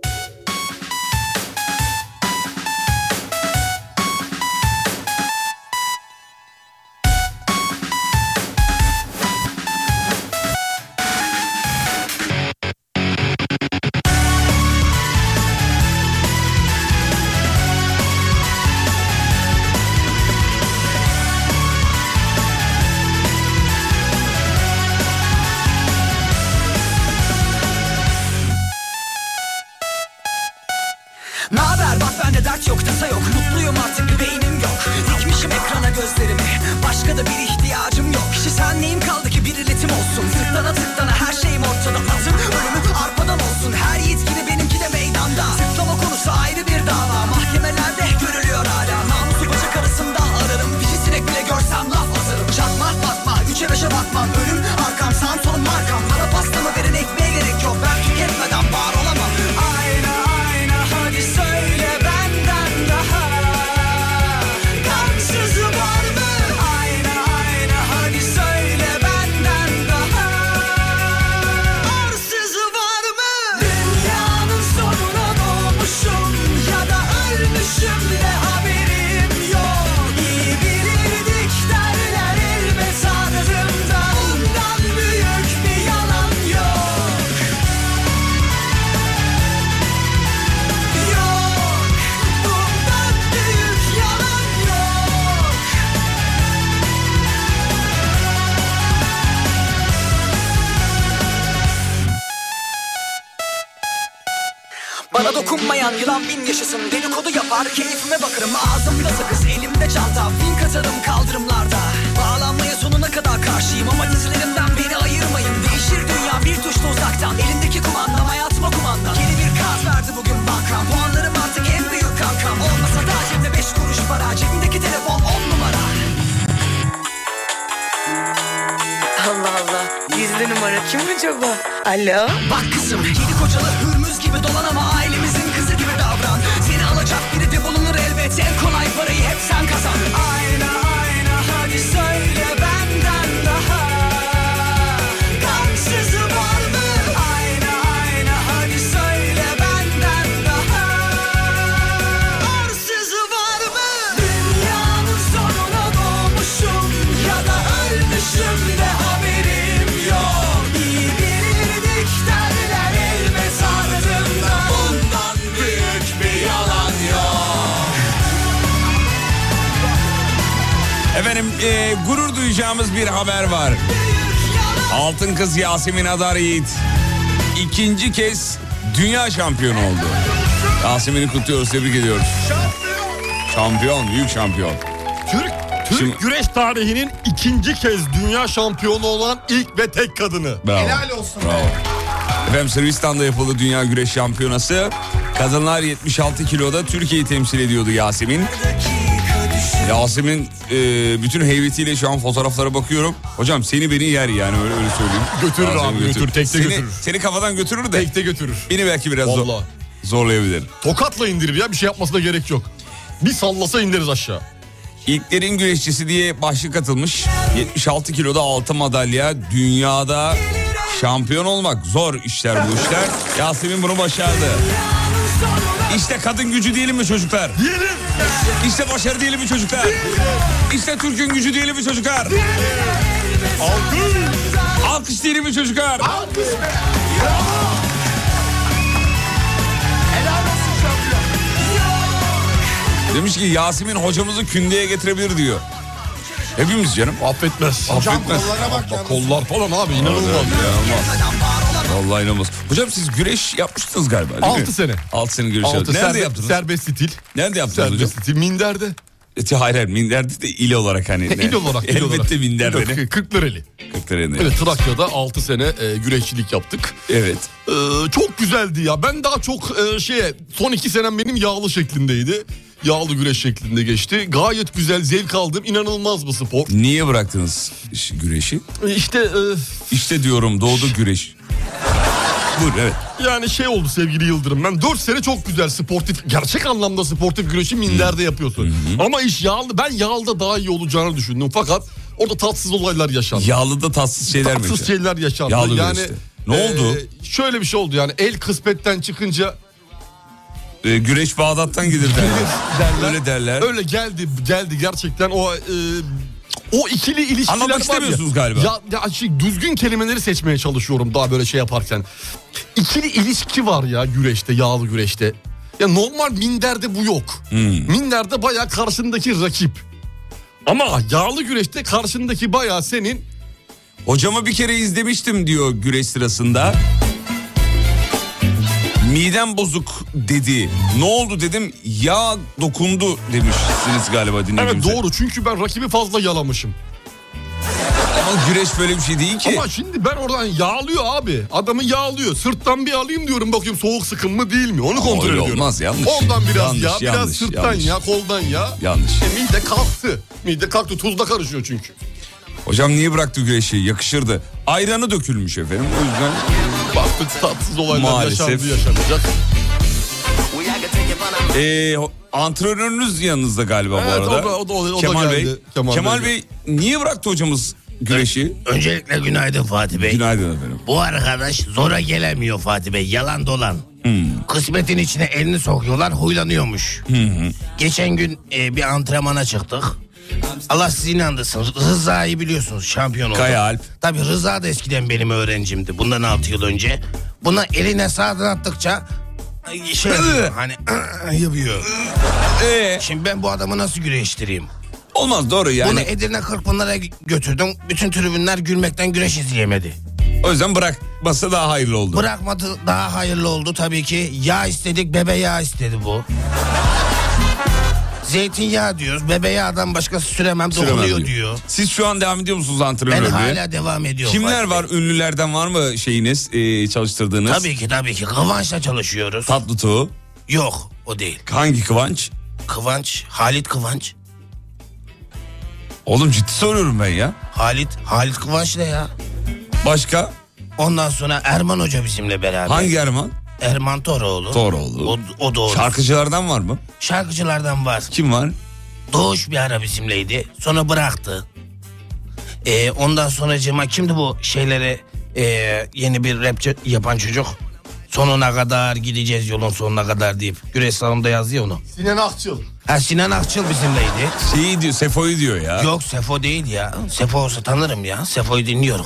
[SPEAKER 9] Naber bak bende dert yok tasa yok Mutluyum artık bir beynim yok Dikmişim ekrana gözlerimi Başka da bir ihtiyacım yok Kişisel neyim kaldı ki bir iletim olsun Tıklana tıklana her şeyim ortada Atım ölümü arpadan olsun Her yiğit gibi benimki de meydanda Tıklama konusu ayrı bir dava Mahkemelerde görülüyor hala Namusu bacak arasında ararım İki sinek bile görsem laf hazırım Çakma batma üçe beşe bakmam Ölüm arkam sağım solum markam Para pastamı verin ekmeğe gerek yok Ben tüketmeden var olamam Ayna ayna hadi söyle benden daha Kansızı var mı? Ayna ayna hadi söyle benden daha Arsızı var mı? Dünyanın sonuna doğmuşum ya da ölmüşüm de haberim yok İyi bilirdik derler elbet ardımda Bundan büyük bir yalan yok Yok, bundan büyük yalan yok. Bana dokunmayan yılan bin yaşasın Dedikodu yapar keyfime bakarım Ağzımda sakız elimde çanta Fin katarım kaldırımlarda Bağlanmaya sonuna kadar karşıyım Ama dizilerimden beni ayırmayın Değişir dünya bir tuşla uzaktan Elindeki kumandam hayatıma kumanda Yeni bir kart verdi bugün bankam Puanlarım artık en büyük kankam Olmasa da cebimde beş kuruş para Cebimdeki telefon on numara
[SPEAKER 10] Allah Allah. Gizli numara kim acaba? Alo?
[SPEAKER 9] Bak kızım yedi kocalı hürmüz gibi dolan ama ailemizin kızı gibi davran Seni alacak biri de bulunur elbet en kolay parayı hep sen kazan Ayna ayna hadi söyle benden daha Kansızı var mı? Ayna ayna hadi söyle benden daha Arsızı var mı? Dünyanın sonuna doğmuşum ya da ölmüşüm de haberim yok. İyi bilirdik derler elbet ardında bundan büyük bir yalan yok.
[SPEAKER 3] Efendim e, gurur duyacağımız bir haber var. Altın kız Yasemin Adar Yiğit ikinci kez dünya şampiyonu oldu. Yasemin'i kutluyoruz, tebrik ediyoruz. Şampiyon, büyük şampiyon.
[SPEAKER 4] Türk Türk güreş tarihinin ikinci kez dünya şampiyonu olan ilk ve tek kadını.
[SPEAKER 3] Bravo. Helal olsun. Bravo. Efendim Sırbistan'da yapıldı Dünya Güreş Şampiyonası. Kadınlar 76 kiloda Türkiye'yi temsil ediyordu Yasemin. Yasemin e, bütün heybetiyle şu an fotoğraflara bakıyorum. Hocam seni beni yer yani öyle öyle söyleyeyim.
[SPEAKER 4] Götürür abi, götür, tekte
[SPEAKER 3] seni,
[SPEAKER 4] götürür.
[SPEAKER 3] Seni kafadan götürür de.
[SPEAKER 4] Tekte götürür.
[SPEAKER 3] Beni belki biraz zor-
[SPEAKER 4] Vallahi.
[SPEAKER 3] zorlayabilir.
[SPEAKER 4] Tokatla indirir ya bir şey yapmasına gerek yok. Bir sallasa ineriz aşağı.
[SPEAKER 3] İlklerin güreşçisi diye başlık atılmış. 76 kiloda altın madalya. Dünyada şampiyon olmak zor işler bu işler. Yasemin bunu başardı. İşte kadın gücü diyelim mi çocuklar? Diyelim. İşte başarı diyelim mi çocuklar? İşte Türk'ün gücü diyelim mi çocuklar? Alkış. Alkış diyelim mi çocuklar? Alkış Demiş ki Yasemin hocamızı kündeye getirebilir diyor. Hepimiz canım.
[SPEAKER 4] Affetmez.
[SPEAKER 3] Affetmez.
[SPEAKER 4] kollara bak Kollar falan abi inanılmaz.
[SPEAKER 3] Vallahi inanılmaz. Hocam siz güreş yapmıştınız galiba değil
[SPEAKER 4] 6 sene.
[SPEAKER 3] 6 sene güreş
[SPEAKER 4] Altı
[SPEAKER 3] yaptınız. Nerede
[SPEAKER 4] serbest-
[SPEAKER 3] yaptınız?
[SPEAKER 4] Serbest stil.
[SPEAKER 3] Nerede yaptınız
[SPEAKER 4] Serbest
[SPEAKER 3] hocam?
[SPEAKER 4] stil minderde.
[SPEAKER 3] E, hayır hayır Minder'de de il olarak
[SPEAKER 4] <laughs>
[SPEAKER 3] hani.
[SPEAKER 4] E, il olarak. il olarak.
[SPEAKER 3] Elbette Minder'de ne?
[SPEAKER 4] 40'lı
[SPEAKER 3] Kırklareli.
[SPEAKER 4] Evet Trakya'da 6 sene e, güreşçilik yaptık.
[SPEAKER 3] Evet.
[SPEAKER 4] Ee, çok güzeldi ya. Ben daha çok e, şeye son iki senem benim yağlı şeklindeydi. Yağlı güreş şeklinde geçti. Gayet güzel zevk aldım. İnanılmaz bir spor.
[SPEAKER 3] Niye bıraktınız iş- güreşi?
[SPEAKER 4] E, İşte e,
[SPEAKER 3] İşte diyorum doğdu güreş. Buyur evet.
[SPEAKER 4] yani şey oldu sevgili Yıldırım. Ben 4 sene çok güzel sportif gerçek anlamda sportif güreşi minderde yapıyorsun. Ama iş yağlı. Ben yağlıda daha iyi olacağını düşündüm. Fakat orada tatsız olaylar yaşandı.
[SPEAKER 3] Yağlıda tatsız şeyler mi?
[SPEAKER 4] tatsız şeyler yaşandı.
[SPEAKER 3] Yağlı
[SPEAKER 4] yani e,
[SPEAKER 3] güreşte. Ne oldu?
[SPEAKER 4] Şöyle bir şey oldu yani el kısmetten çıkınca
[SPEAKER 3] E, güreş Bağdat'tan gelir derler. Öyle derler.
[SPEAKER 4] Öyle geldi geldi gerçekten o e, o ikili ilişkiler
[SPEAKER 3] Anlamak
[SPEAKER 4] var ya.
[SPEAKER 3] istemiyorsunuz galiba.
[SPEAKER 4] Ya, ya şey, düzgün kelimeleri seçmeye çalışıyorum daha böyle şey yaparken. İkili ilişki var ya güreşte yağlı güreşte. Ya normal minderde bu yok.
[SPEAKER 3] Hmm.
[SPEAKER 4] Minderde baya karşındaki rakip. Ama yağlı güreşte karşındaki baya senin
[SPEAKER 3] Hocamı bir kere izlemiştim diyor güreş sırasında. Midem bozuk dedi. Ne oldu dedim. Yağ dokundu demişsiniz galiba
[SPEAKER 4] evet
[SPEAKER 3] dinleyicimize.
[SPEAKER 4] doğru çünkü ben rakibi fazla yalamışım.
[SPEAKER 3] Ama güreş böyle bir şey değil ki.
[SPEAKER 4] Ama şimdi ben oradan yağlıyor abi. Adamı yağlıyor. Sırttan bir alayım diyorum bakıyorum soğuk sıkım mı değil mi? Onu kontrol
[SPEAKER 3] öyle
[SPEAKER 4] ediyorum.
[SPEAKER 3] olmaz, yanlış.
[SPEAKER 4] Koldan biraz
[SPEAKER 3] Yanlış,
[SPEAKER 4] ya, biraz
[SPEAKER 3] yanlış,
[SPEAKER 4] sırttan
[SPEAKER 3] yanlış.
[SPEAKER 4] ya, koldan ya.
[SPEAKER 3] Yanlış.
[SPEAKER 4] E, mide kalktı. Mide kalktı. Tuzla karışıyor çünkü.
[SPEAKER 3] Hocam niye bıraktı güreşi? Yakışırdı. Ayranı dökülmüş efendim. O yüzden
[SPEAKER 4] Baktık tatsız olaylar
[SPEAKER 3] Maalesef.
[SPEAKER 4] yaşandı yaşanacak.
[SPEAKER 3] Ee, antrenörünüz yanınızda galiba bu
[SPEAKER 4] Evet,
[SPEAKER 3] arada.
[SPEAKER 4] o da- o da- o da
[SPEAKER 3] Kemal
[SPEAKER 4] geldi.
[SPEAKER 3] Bey. Kemal,
[SPEAKER 4] Kemal
[SPEAKER 3] Bey.
[SPEAKER 4] Bey
[SPEAKER 3] niye bıraktı hocamız güreşi?
[SPEAKER 8] Öncelikle günaydın Fatih Bey.
[SPEAKER 3] Günaydın efendim.
[SPEAKER 8] Bu arkadaş zora gelemiyor Fatih Bey. Yalan dolan. Hmm. Kısmetin içine elini sokuyorlar huylanıyormuş. Geçen gün e, bir antrenmana çıktık. Allah sizi inandırsın. Rıza'yı biliyorsunuz şampiyon oldu.
[SPEAKER 3] Kaya Alp.
[SPEAKER 8] Tabii Rıza da eskiden benim öğrencimdi. Bundan 6 yıl önce. Buna eline sağdan attıkça e, şey yapıyor, hani yapıyor.
[SPEAKER 3] Ee,
[SPEAKER 8] Şimdi ben bu adamı nasıl güreştireyim?
[SPEAKER 3] olmaz doğru
[SPEAKER 8] Bunu
[SPEAKER 3] yani.
[SPEAKER 8] Edirne Kırkpınar'a götürdüm. Bütün tribünler gülmekten güreş izleyemedi.
[SPEAKER 3] O yüzden bırakması daha hayırlı oldu.
[SPEAKER 8] Bırakmadı daha hayırlı oldu tabii ki. Yağ istedik bebe yağı istedi bu. <laughs> Zeytinyağı diyoruz. Bebe yağdan başkası süremem
[SPEAKER 3] Süremem
[SPEAKER 8] dokunuyor diyor.
[SPEAKER 3] Siz şu an devam ediyor musunuz
[SPEAKER 8] Ben
[SPEAKER 3] antrenörlüğe?
[SPEAKER 8] hala devam ediyorum.
[SPEAKER 3] Kimler
[SPEAKER 8] Fatih
[SPEAKER 3] var ünlülerden var mı şeyiniz e, çalıştırdığınız?
[SPEAKER 8] Bey. Tabii ki tabii ki. Kıvanç'la çalışıyoruz.
[SPEAKER 3] Tatlı Tuğ.
[SPEAKER 8] Yok o değil.
[SPEAKER 3] Hangi Kıvanç?
[SPEAKER 8] Kıvanç, Halit Kıvanç.
[SPEAKER 3] Oğlum ciddi soruyorum ben ya.
[SPEAKER 8] Halit, Halit Kıvanç ne ya?
[SPEAKER 3] Başka?
[SPEAKER 8] Ondan sonra Erman Hoca bizimle beraber.
[SPEAKER 3] Hangi Er- Erman?
[SPEAKER 8] Erman Toroğlu.
[SPEAKER 3] Toroğlu.
[SPEAKER 8] O, o doğru.
[SPEAKER 3] Şarkıcılardan var mı?
[SPEAKER 8] Şarkıcılardan var.
[SPEAKER 3] Kim var?
[SPEAKER 8] Doğuş bir ara bizimleydi. Sonra bıraktı. Ee, ondan sonra Cema kimdi bu şeylere ee, yeni bir rapçi yapan çocuk? Sonuna kadar gideceğiz yolun sonuna kadar deyip. Güreş salonunda yazdı ya onu.
[SPEAKER 6] Sinan Akçıl.
[SPEAKER 8] Ha Sinan Akçıl bizimleydi.
[SPEAKER 3] Şeyi Şey diyor, Sefo'yu diyor ya.
[SPEAKER 8] Yok Sefo değil ya. Sefo olsa tanırım ya. Sefo'yu dinliyorum.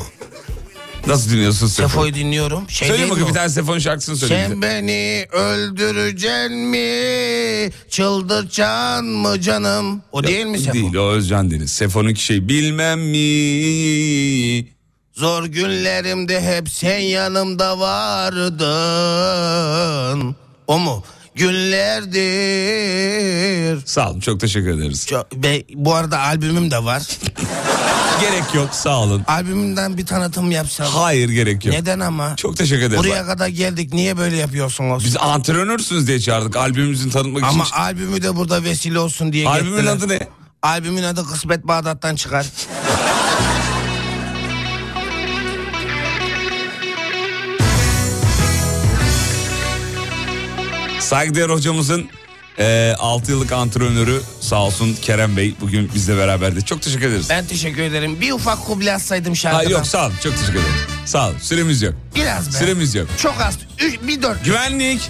[SPEAKER 3] Nasıl dinliyorsun Sefo'yu?
[SPEAKER 8] Sefo'yu dinliyorum. Şey
[SPEAKER 3] Söyle
[SPEAKER 8] değil
[SPEAKER 3] bakayım
[SPEAKER 8] mi
[SPEAKER 3] bir
[SPEAKER 8] o?
[SPEAKER 3] tane Sefo'nun şarkısını söyle. bize.
[SPEAKER 8] Sen beni öldüreceksin mi? Çıldırcan mı canım? O değil mi Sefo?
[SPEAKER 3] Değil o Özcan Deniz. Sefo'nunki şey bilmem mi?
[SPEAKER 8] Zor günlerimde hep sen yanımda vardın. O mu? günlerdir.
[SPEAKER 3] Sağ olun çok teşekkür ederiz.
[SPEAKER 8] Ve bu arada albümüm de var.
[SPEAKER 3] <laughs> Gerek yok sağ olun.
[SPEAKER 8] Albümümden bir tanıtım yapsam.
[SPEAKER 3] Hayır gerek yok.
[SPEAKER 8] Neden ama?
[SPEAKER 3] Çok teşekkür ederim.
[SPEAKER 8] Buraya kadar geldik niye böyle yapıyorsunuz?
[SPEAKER 3] Biz antrenörsünüz diye çağırdık albümümüzün tanıtmak için.
[SPEAKER 8] Ama albümü de burada vesile olsun diye
[SPEAKER 3] Albümün
[SPEAKER 8] getirdiler.
[SPEAKER 3] adı ne?
[SPEAKER 8] Albümün adı Kısmet Bağdat'tan çıkar.
[SPEAKER 3] Saygıdeğer hocamızın eee 6 yıllık antrenörü sağ olsun Kerem Bey bugün bizle beraberdi. Çok teşekkür ederiz.
[SPEAKER 8] Ben teşekkür ederim. Bir ufak kuble atsaydım şarkıdan.
[SPEAKER 3] Ha, yok sağ olun çok teşekkür ederiz. Sağ olun süremiz yok.
[SPEAKER 8] Biraz be.
[SPEAKER 3] Süremiz yok.
[SPEAKER 8] Çok az. Üç, bir dört.
[SPEAKER 3] Güvenlik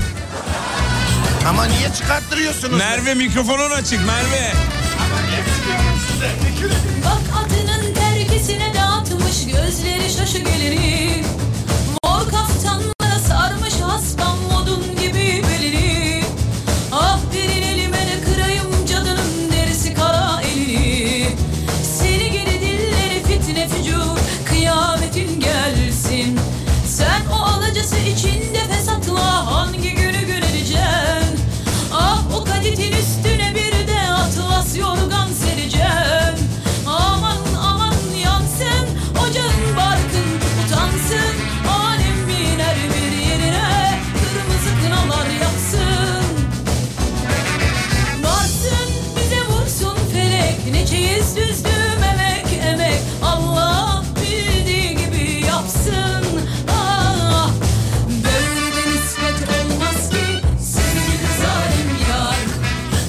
[SPEAKER 8] Ama niye çıkarttırıyorsunuz?
[SPEAKER 3] Merve mikrofonun açık Merve.
[SPEAKER 11] Bak adının dergisine dağıtmış gözleri şaşı geliri Mor kaftanlara sarmış aslan modun gibi belini Ah verin elime de kırayım cadının derisi kara elini Seni geri dilleri fitne fücur kıyametin gelsin Sen o alacası içinde fesatla hangi günü göreceksin Ah o kaditin üstüne bir de atlas yorgan sereceğim Aman aman yansın ocağın barkın utansın Alem biner bir yerine kırmızı kınalar yaksın Varsın bize vursun felek Ne çeyiz düzdüm emek emek Allah bildiği gibi yapsın Ah böyle de nispet olmaz ki Senin gibi zalim yar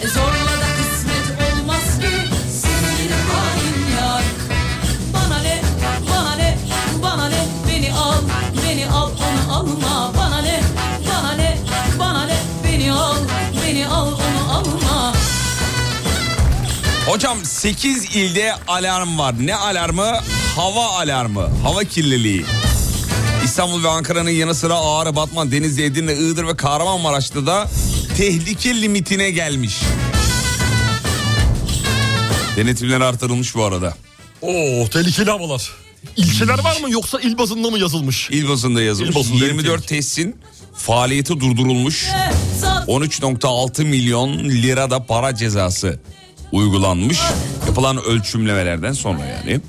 [SPEAKER 11] E, Zorla da kısmet olmaz ki Senin gibi hain yar Bana ne bana ne bana ne Beni al beni al onu alma Bana ne bana ne bana ne Beni al beni al onu alma
[SPEAKER 3] Hocam 8 ilde alarm var. Ne alarmı? Hava alarmı. Hava kirliliği. İstanbul ve Ankara'nın yanı sıra Ağrı, Batman, Denizli, Edirne, Iğdır ve Kahramanmaraş'ta da tehlike limitine gelmiş. Denetimler artırılmış bu arada.
[SPEAKER 4] Oo tehlikeli havalar. İlçeler var mı yoksa il bazında mı yazılmış?
[SPEAKER 3] İl basında yazılmış.
[SPEAKER 4] İl basında
[SPEAKER 3] 24 tesisin faaliyeti durdurulmuş.
[SPEAKER 11] Zat
[SPEAKER 3] 13.6 milyon lira da para cezası uygulanmış. Yapılan ölçümlemelerden sonra yani.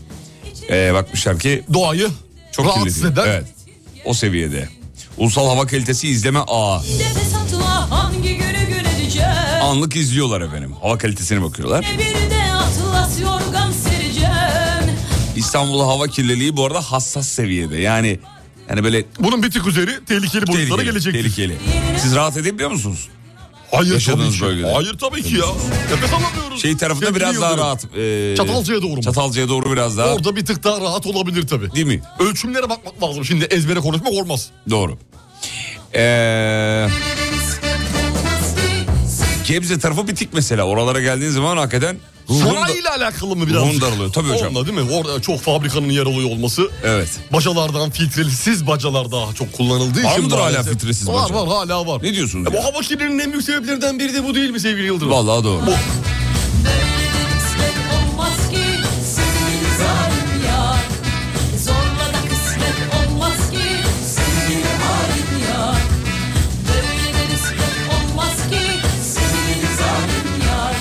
[SPEAKER 3] Ee, bakmışlar ki
[SPEAKER 4] Doğayı
[SPEAKER 3] Çok
[SPEAKER 4] rahatsız
[SPEAKER 3] kirletiyor.
[SPEAKER 4] eder.
[SPEAKER 3] Evet. O seviyede. Ulusal Hava Kalitesi izleme A.
[SPEAKER 11] nefes atla hangi günü göreceğim
[SPEAKER 3] Anlık izliyorlar efendim. Hava kalitesine bakıyorlar.
[SPEAKER 11] Bir de atlas yorgan sereceğim
[SPEAKER 3] İstanbul hava kirliliği bu arada hassas seviyede. Yani yani böyle
[SPEAKER 4] Bunun bir tık üzeri tehlikeli boyutlara
[SPEAKER 3] tehlikeli,
[SPEAKER 4] gelecek.
[SPEAKER 3] tehlikeli. Siz rahat edebiliyor musunuz?
[SPEAKER 4] Hayır
[SPEAKER 3] Yaşadığınız
[SPEAKER 4] tabii ki.
[SPEAKER 3] bölgede.
[SPEAKER 4] Hayır tabii ki ya. Nefes alamıyoruz.
[SPEAKER 3] Şey tarafında
[SPEAKER 4] Sevgili
[SPEAKER 3] biraz daha
[SPEAKER 4] Yıldırım.
[SPEAKER 3] rahat. ee,
[SPEAKER 4] Çatalca'ya doğru mu?
[SPEAKER 3] Çatalca'ya doğru biraz daha.
[SPEAKER 4] Orada bir tık daha rahat olabilir tabii.
[SPEAKER 3] Değil mi?
[SPEAKER 4] Ölçümlere bakmak lazım. Şimdi ezbere konuşmak olmaz.
[SPEAKER 3] Doğru. Ee,
[SPEAKER 11] Olmaz ki
[SPEAKER 3] Gebze tarafı bitik mesela. Oralara geldiğin zaman hakikaten ruhun da-
[SPEAKER 4] Sanayiyle alakalı mı biraz?
[SPEAKER 3] Ruhun daralıyor, tabii hocam.
[SPEAKER 4] Onunla değil mi? Orada çok fabrikanın yer alıyor olması.
[SPEAKER 3] Evet.
[SPEAKER 4] Bacalardan filtresiz bacalar daha çok kullanıldığı
[SPEAKER 3] Var
[SPEAKER 4] için.
[SPEAKER 3] mıdır hala
[SPEAKER 4] maalesef-
[SPEAKER 3] filtresiz
[SPEAKER 4] var,
[SPEAKER 3] baca?
[SPEAKER 4] Var hala var.
[SPEAKER 3] Ne diyorsunuz
[SPEAKER 4] E,
[SPEAKER 3] ya?
[SPEAKER 4] bu hava kirliliğinin en büyük sebeplerinden biri de bu değil mi sevgili Yıldırım?
[SPEAKER 3] Vallahi doğru.
[SPEAKER 4] Bu-
[SPEAKER 11] böyle de kısmet olmaz ki Sevgili zalim yar Zorla da kısmet olmaz ki Sevgili hain yar Böyle de kısmet olmaz ki Sevgili zalim yar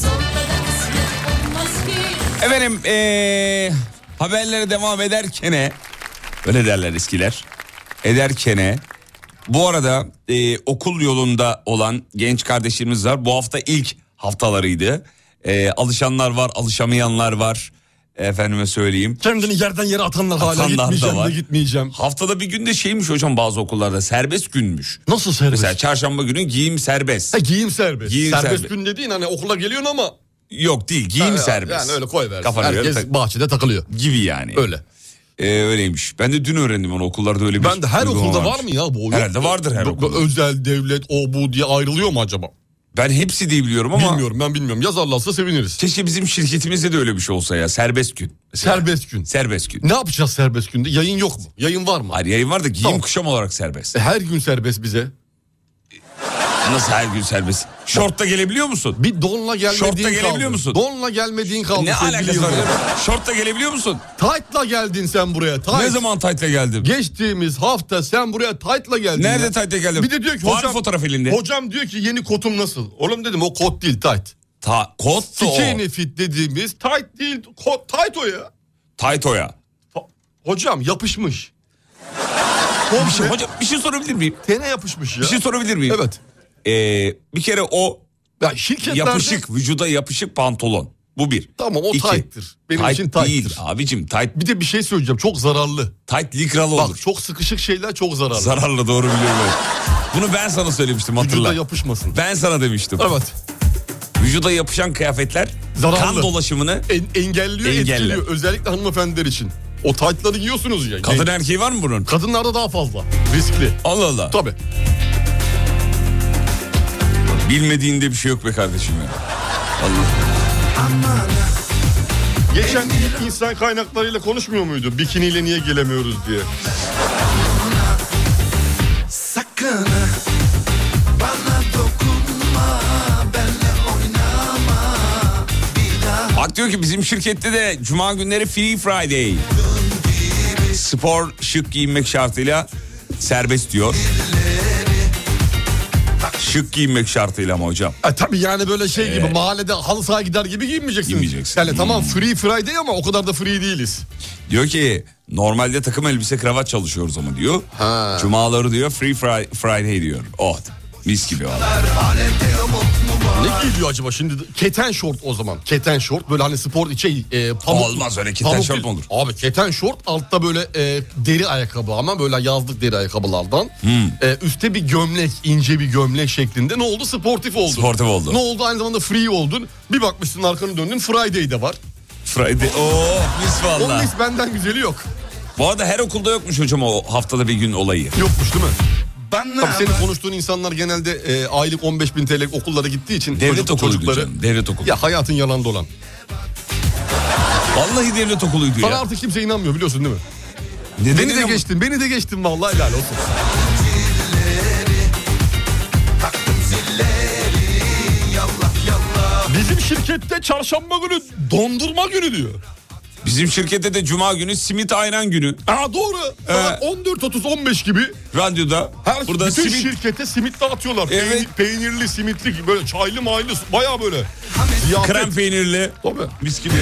[SPEAKER 11] Zorla da kısmet olmaz ki
[SPEAKER 3] Efendim ee, haberlere devam ederkene öyle derler eskiler ederkene bu arada ee, okul yolunda olan genç kardeşlerimiz var. Bu hafta ilk haftalarıydı. E, alışanlar var alışamayanlar var efendime söyleyeyim.
[SPEAKER 4] Kendini yerden yere atanlar hala
[SPEAKER 3] Atanlar da
[SPEAKER 4] gitmeyeceğim
[SPEAKER 3] var.
[SPEAKER 4] de gitmeyeceğim.
[SPEAKER 3] Haftada bir günde şeymiş hocam bazı okullarda serbest günmüş.
[SPEAKER 4] Nasıl serbest? E,
[SPEAKER 3] Mesela çarşamba günü giyim serbest.
[SPEAKER 4] Ha, giyim serbest.
[SPEAKER 3] Giyim
[SPEAKER 4] serbest,
[SPEAKER 3] serbest.
[SPEAKER 4] gün dediğin hani okula geliyorsun ama.
[SPEAKER 3] Yok değil giyim
[SPEAKER 4] Ha,
[SPEAKER 3] serbest.
[SPEAKER 4] Yani öyle koy versin.
[SPEAKER 3] Kafana göre
[SPEAKER 4] Herkes
[SPEAKER 3] tak-
[SPEAKER 4] bahçede takılıyor.
[SPEAKER 3] gibi yani.
[SPEAKER 4] Öyle.
[SPEAKER 3] Ee, öyleymiş. Ben de dün öğrendim onu okullarda öyle bir
[SPEAKER 4] Ben de her
[SPEAKER 3] uygulama
[SPEAKER 4] okulda
[SPEAKER 3] varmış.
[SPEAKER 4] var mı ya bu? Yok.
[SPEAKER 3] Herhalde vardır her
[SPEAKER 4] Bu- bu
[SPEAKER 3] okulda.
[SPEAKER 4] Özel, devlet, o bu diye ayrılıyor mu acaba?
[SPEAKER 3] Ben hepsi diye biliyorum ama
[SPEAKER 4] Bilmiyorum ben bilmiyorum. Yazarlarsa seviniriz.
[SPEAKER 3] keşke bizim şirketimizde de öyle bir şey olsa ya. Serbest gün. Mesela.
[SPEAKER 4] Serbest gün.
[SPEAKER 3] Serbest gün.
[SPEAKER 4] Ne yapacağız serbest günde? Yayın yok mu? Yayın var mı? E,
[SPEAKER 3] Hayır yayın var da giyim
[SPEAKER 4] Tamam.
[SPEAKER 3] kuşam olarak serbest.
[SPEAKER 4] Her gün serbest bize.
[SPEAKER 3] Nasıl her gün serbest? Şortla gelebiliyor musun?
[SPEAKER 4] Bir donla gelmediğin
[SPEAKER 3] Şortla gelebiliyor
[SPEAKER 4] kaldı.
[SPEAKER 3] musun?
[SPEAKER 4] Donla gelmediğin kaldı.
[SPEAKER 3] ne
[SPEAKER 4] sevgili
[SPEAKER 3] alakası var?
[SPEAKER 4] Yıldırım.
[SPEAKER 3] Şortla gelebiliyor musun?
[SPEAKER 4] Tight'la geldin sen buraya. Tight.
[SPEAKER 3] Ne zaman taytla geldim?
[SPEAKER 4] Geçtiğimiz hafta sen buraya tight'la geldin.
[SPEAKER 3] Nerede
[SPEAKER 4] ya.
[SPEAKER 3] taytla geldim?
[SPEAKER 4] Bir de diyor ki
[SPEAKER 3] Var
[SPEAKER 4] hocam,
[SPEAKER 3] fotoğraf elinde.
[SPEAKER 4] hocam diyor ki yeni kotum nasıl? Oğlum dedim o kot değil tight.
[SPEAKER 3] Ta, kot da o.
[SPEAKER 4] Skinny fit dediğimiz tight değil kot, tight o ya.
[SPEAKER 3] Tayt o ya.
[SPEAKER 4] Ho- Hocam yapışmış.
[SPEAKER 3] <laughs> Bir şey, hocam bir şey sorabilir miyim?
[SPEAKER 4] Tene yapışmış ya.
[SPEAKER 3] Bir şey sorabilir miyim?
[SPEAKER 4] Evet.
[SPEAKER 3] Ee, bir kere o
[SPEAKER 4] Ya şirketlerde...
[SPEAKER 3] yapışık, vücuda yapışık pantolon. Bu bir.
[SPEAKER 4] Tamam o
[SPEAKER 3] İki.
[SPEAKER 4] tight'tir. Benim
[SPEAKER 3] Tight
[SPEAKER 4] için tight'tir.
[SPEAKER 3] değil abicim. Tight,
[SPEAKER 4] Bir de bir şey söyleyeceğim çok zararlı.
[SPEAKER 3] tight likralı
[SPEAKER 4] Bak
[SPEAKER 3] olur.
[SPEAKER 4] çok sıkışık şeyler çok zararlı.
[SPEAKER 3] Zararlı doğru biliyorum. evet. Bunu ben sana söylemiştim hatırla.
[SPEAKER 4] Vücuda yapışmasın.
[SPEAKER 3] Ben sana demiştim.
[SPEAKER 4] Evet.
[SPEAKER 3] Vücuda yapışan kıyafetler
[SPEAKER 4] Zararlı.
[SPEAKER 3] kan dolaşımını
[SPEAKER 4] En, engelliyor,
[SPEAKER 3] Engelle.
[SPEAKER 4] etkiliyor. Özellikle hanımefendiler için. O taytları giyiyorsunuz ya.
[SPEAKER 3] Kadın
[SPEAKER 4] Gen-
[SPEAKER 3] erkeği var mı bunun?
[SPEAKER 4] Kadınlarda daha fazla. Riskli.
[SPEAKER 3] Allah Allah.
[SPEAKER 4] Tabii.
[SPEAKER 3] Bilmediğinde bir şey yok be kardeşim ya.
[SPEAKER 4] Geçen insan kaynaklarıyla konuşmuyor muydu? Bikiniyle niye gelemiyoruz diye.
[SPEAKER 7] Sakın bana dokunma benle oynama
[SPEAKER 3] Bak diyor ki bizim şirkette de cuma günleri Free Friday. Spor şık giyinmek şartıyla serbest diyor. Şık giyinmek şartıyla mı hocam?
[SPEAKER 4] E, tabii yani böyle şey gibi mahallede halı saha gider gibi giyinmeyeceksiniz.
[SPEAKER 3] Giyinmeyeceksin.
[SPEAKER 4] Yani tamam free friday ama o kadar da free değiliz.
[SPEAKER 3] Diyor ki normalde takım elbise kravat çalışıyoruz ama diyor. Cumaları diyor Free Fri- Friday diyor. Oh mis gibi valla.
[SPEAKER 4] Ne giyiliyor acaba şimdi? Keten şort o zaman. Keten şort böyle hani spor şey e, pamuk.
[SPEAKER 3] Olmaz öyle keten
[SPEAKER 4] pamuk
[SPEAKER 3] şort
[SPEAKER 4] değil.
[SPEAKER 3] mu olur?
[SPEAKER 4] Abi keten şort altta böyle e, deri ayakkabı ama böyle yazlık deri ayakkabılardan.
[SPEAKER 3] Hmm.
[SPEAKER 4] E, üstte bir gömlek ince bir gömlek şeklinde ne oldu? Sportif oldu.
[SPEAKER 3] Sportif oldu.
[SPEAKER 4] Ne oldu aynı zamanda free oldun. Bir bakmışsın arkanı döndün Friday de var.
[SPEAKER 3] Friday. Oh mis
[SPEAKER 4] Onun
[SPEAKER 3] valla.
[SPEAKER 4] hiç benden güzeli yok.
[SPEAKER 3] Bu arada her okulda yokmuş hocam o haftada bir gün olayı.
[SPEAKER 4] Yokmuş değil mi?
[SPEAKER 7] Bana
[SPEAKER 4] Tabii senin konuştuğun insanlar genelde e, aylık 15 bin TL okullara gittiği için
[SPEAKER 3] Devlet
[SPEAKER 4] çocuk-
[SPEAKER 3] okuluydu
[SPEAKER 4] çocukları-
[SPEAKER 3] canım, devlet okulu.
[SPEAKER 4] Ya hayatın yalan dolan.
[SPEAKER 3] Vallahi devlet okuluydu
[SPEAKER 4] Bana
[SPEAKER 3] ya.
[SPEAKER 4] artık kimse inanmıyor biliyorsun değil mi?
[SPEAKER 3] Nedeni ne
[SPEAKER 4] Beni de
[SPEAKER 3] bu?
[SPEAKER 4] geçtin, beni de geçtin vallahi helal olsun. Bizim şirkette çarşamba günü dondurma günü diyor.
[SPEAKER 3] Bizim şirkette de cuma günü simit ayran günü. Ee,
[SPEAKER 4] Aa doğru. Saat 14.30-15 gibi
[SPEAKER 3] Radyoda.
[SPEAKER 4] her
[SPEAKER 3] burada
[SPEAKER 4] bütün
[SPEAKER 3] simit.
[SPEAKER 4] şirkete simit dağıtıyorlar.
[SPEAKER 3] Evet.
[SPEAKER 4] Peynir- peynirli, simitli böyle çaylı maylı baya böyle. Ziyafet.
[SPEAKER 3] Krem peynirli.
[SPEAKER 4] Tabii.
[SPEAKER 3] Mis gibi.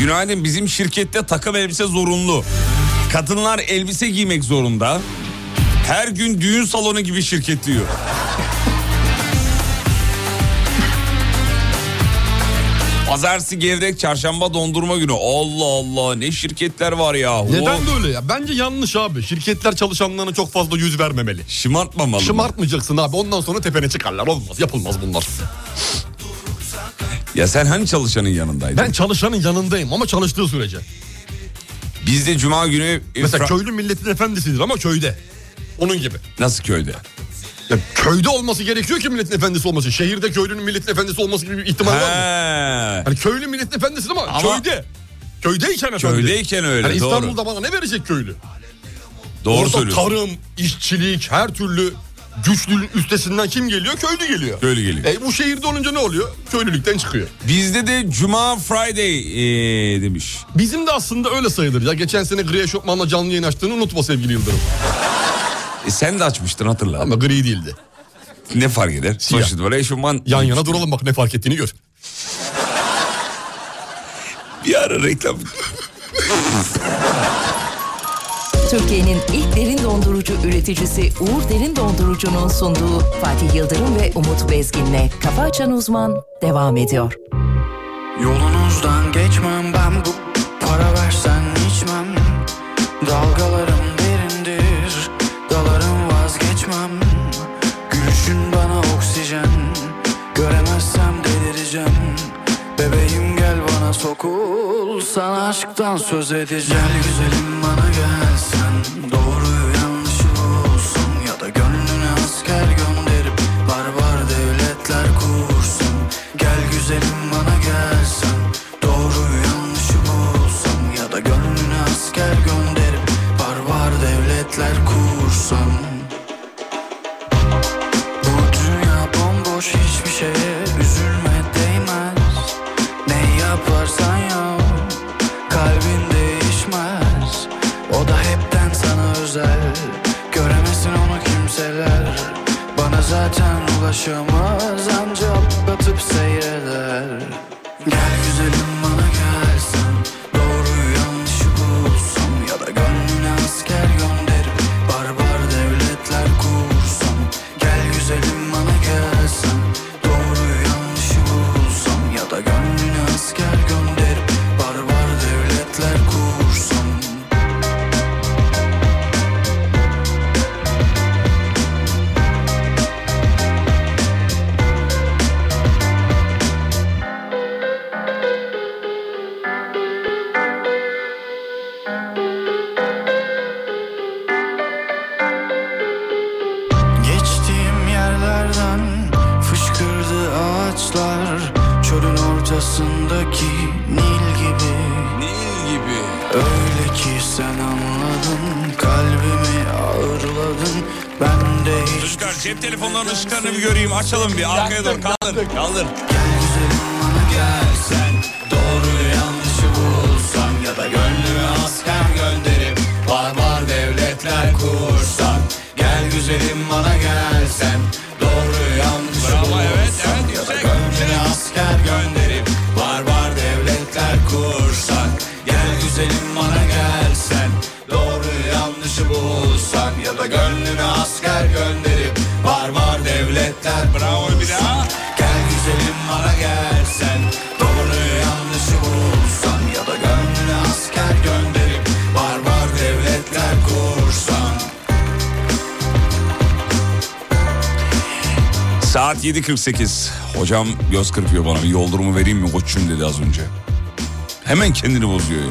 [SPEAKER 3] Günaydın bizim şirkette takım elbise zorunlu. Kadınlar elbise giymek zorunda. Her gün düğün salonu gibi şirket diyor. Pazartesi gevrek, çarşamba dondurma günü. Allah Allah ne şirketler var ya.
[SPEAKER 4] Neden böyle ya? Bence yanlış abi. Şirketler çalışanlarına çok fazla yüz vermemeli.
[SPEAKER 3] Şımartmamalı mı?
[SPEAKER 4] Şımartmayacaksın abi. Ondan sonra tepene çıkarlar. Olmaz. Yapılmaz bunlar.
[SPEAKER 3] Ya sen hani çalışanın yanındaydın?
[SPEAKER 4] Ben çalışanın yanındayım ama çalıştığı sürece.
[SPEAKER 3] Biz de cuma günü... e,
[SPEAKER 4] Mesela
[SPEAKER 3] Fra-
[SPEAKER 4] köylü milletin efendisidir ama köyde. Onun gibi.
[SPEAKER 3] Nasıl köyde?
[SPEAKER 4] Ya köyde olması gerekiyor ki milletin efendisi olması. Şehirde köylünün milletin efendisi olması gibi bir ihtimal var mı?
[SPEAKER 3] He.
[SPEAKER 4] Hani köylü milletin efendisi ama,
[SPEAKER 3] Ama-
[SPEAKER 4] köyde. Köydeyken efendi.
[SPEAKER 3] Köydeyken öyle
[SPEAKER 4] Hani
[SPEAKER 3] doğru.
[SPEAKER 4] İstanbul'da bana ne verecek köylü?
[SPEAKER 3] doğru
[SPEAKER 4] Orada
[SPEAKER 3] söylüyorsun.
[SPEAKER 4] tarım, işçilik, her türlü güçlünün üstesinden kim geliyor? Köylü geliyor.
[SPEAKER 3] Köylü geliyor.
[SPEAKER 4] E, bu şehirde olunca ne oluyor? Köylülükten çıkıyor.
[SPEAKER 3] Bizde de cuma Friday e, demiş.
[SPEAKER 4] Bizim de aslında öyle sayılır ya. Geçen sene Gri Eşofman'la canlı yayın açtığını unutma sevgili Yıldırım.
[SPEAKER 3] E, sen de açmıştın hatırla.
[SPEAKER 4] Ama gri değildi.
[SPEAKER 3] ne fark eder?
[SPEAKER 4] Siyah.
[SPEAKER 3] Sonuçta böyle eşofman...
[SPEAKER 4] Yan yana duralım bak ne fark ettiğini gör.
[SPEAKER 3] Bir ara reklam.
[SPEAKER 1] Türkiye'nin ilk derin dondurucu üreticisi Uğur Derin Dondurucu'nun sunduğu Fatih Yıldırım ve Umut Bezgin'le Kafa Açan Uzman devam ediyor.
[SPEAKER 7] Yolunuzdan geçmem ben bu Para versen içmem Dalgalarım derindir Dalarım vazgeçmem Gülüşün bana oksijen Göremezsem delireceğim Bebeğim gel bana sokul Sana aşktan söz edeceğim Gel güzelim bana gelsen Doğru yanlışı olsun Ya da gönlüne asker gönderip Barbar devletler kursun Gel güzelim bana gelsen Doğru yanlışı bulsam
[SPEAKER 12] Başımız ancak batıp seyreder Gel güzelim bana gelsen Doğru yanlışı bulsam Ya da gönlüne asker gönderip Barbar devletler kursam Gel güzelim bana gelsen Doğru yanlışı bulsam Ya da gönlüne asker gönderip Barbar devletler kursam Geçtiğim yerlerden fışkırdı ağaçlar Çölün ortasındaki Nil gibi Nil gibi Öyle ki sen anladın kalbimi ağırladın Ben de hiç
[SPEAKER 3] Işıklar cep telefonlarının ışıklarını bir göreyim. Açalım bir arkaya doğru kaldır. Kaldır.
[SPEAKER 12] gelsen Doğru yanlışı bulsan Ya da gönlüme asker gönderip Barbar devletler kursan Gel güzelim bana gelsen Doğru yanlışı bulsan Ya da gönlüne asker gönderip Barbar devletler kursan Gel güzelim bana gelsen Doğru yanlışı bulsan Ya da gönlüne asker gönderip Barbar devletler Bravo bir daha Gel güzelim bana gelsen Doğru yanlışı bulsan Ya da gönlüne asker gönderip Barbar devletler kursan
[SPEAKER 3] Saat 7.48. Hocam göz kırpıyor bana. Bir yoldurumu vereyim mi koçum dedi az önce. Hemen kendini bozuyor ya.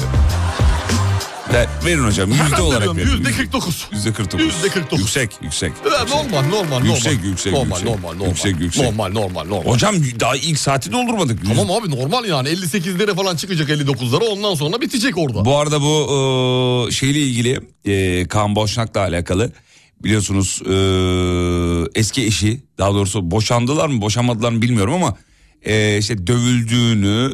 [SPEAKER 3] Ver, verin hocam
[SPEAKER 4] Hemen
[SPEAKER 3] yüzde olarak
[SPEAKER 4] veriyorum,
[SPEAKER 3] verin.
[SPEAKER 4] yüzde
[SPEAKER 3] 49. Yüzde 49. Yüksek yüksek.
[SPEAKER 4] Evet, Ee, normal, normal,
[SPEAKER 3] Yüksek
[SPEAKER 4] normal.
[SPEAKER 3] yüksek
[SPEAKER 4] Normal,
[SPEAKER 3] yüksek.
[SPEAKER 4] normal, normal.
[SPEAKER 3] Yüksek yüksek.
[SPEAKER 4] Normal, normal, normal.
[SPEAKER 3] Hocam daha ilk saati doldurmadık.
[SPEAKER 4] Tamam abi normal yani 58'lere falan çıkacak 59'lara ondan sonra bitecek orada.
[SPEAKER 3] Bu arada bu e, şeyle ilgili e, Kaan Boşnak'la alakalı biliyorsunuz e, eski eşi daha doğrusu boşandılar mı boşanmadılar mı bilmiyorum ama e, işte dövüldüğünü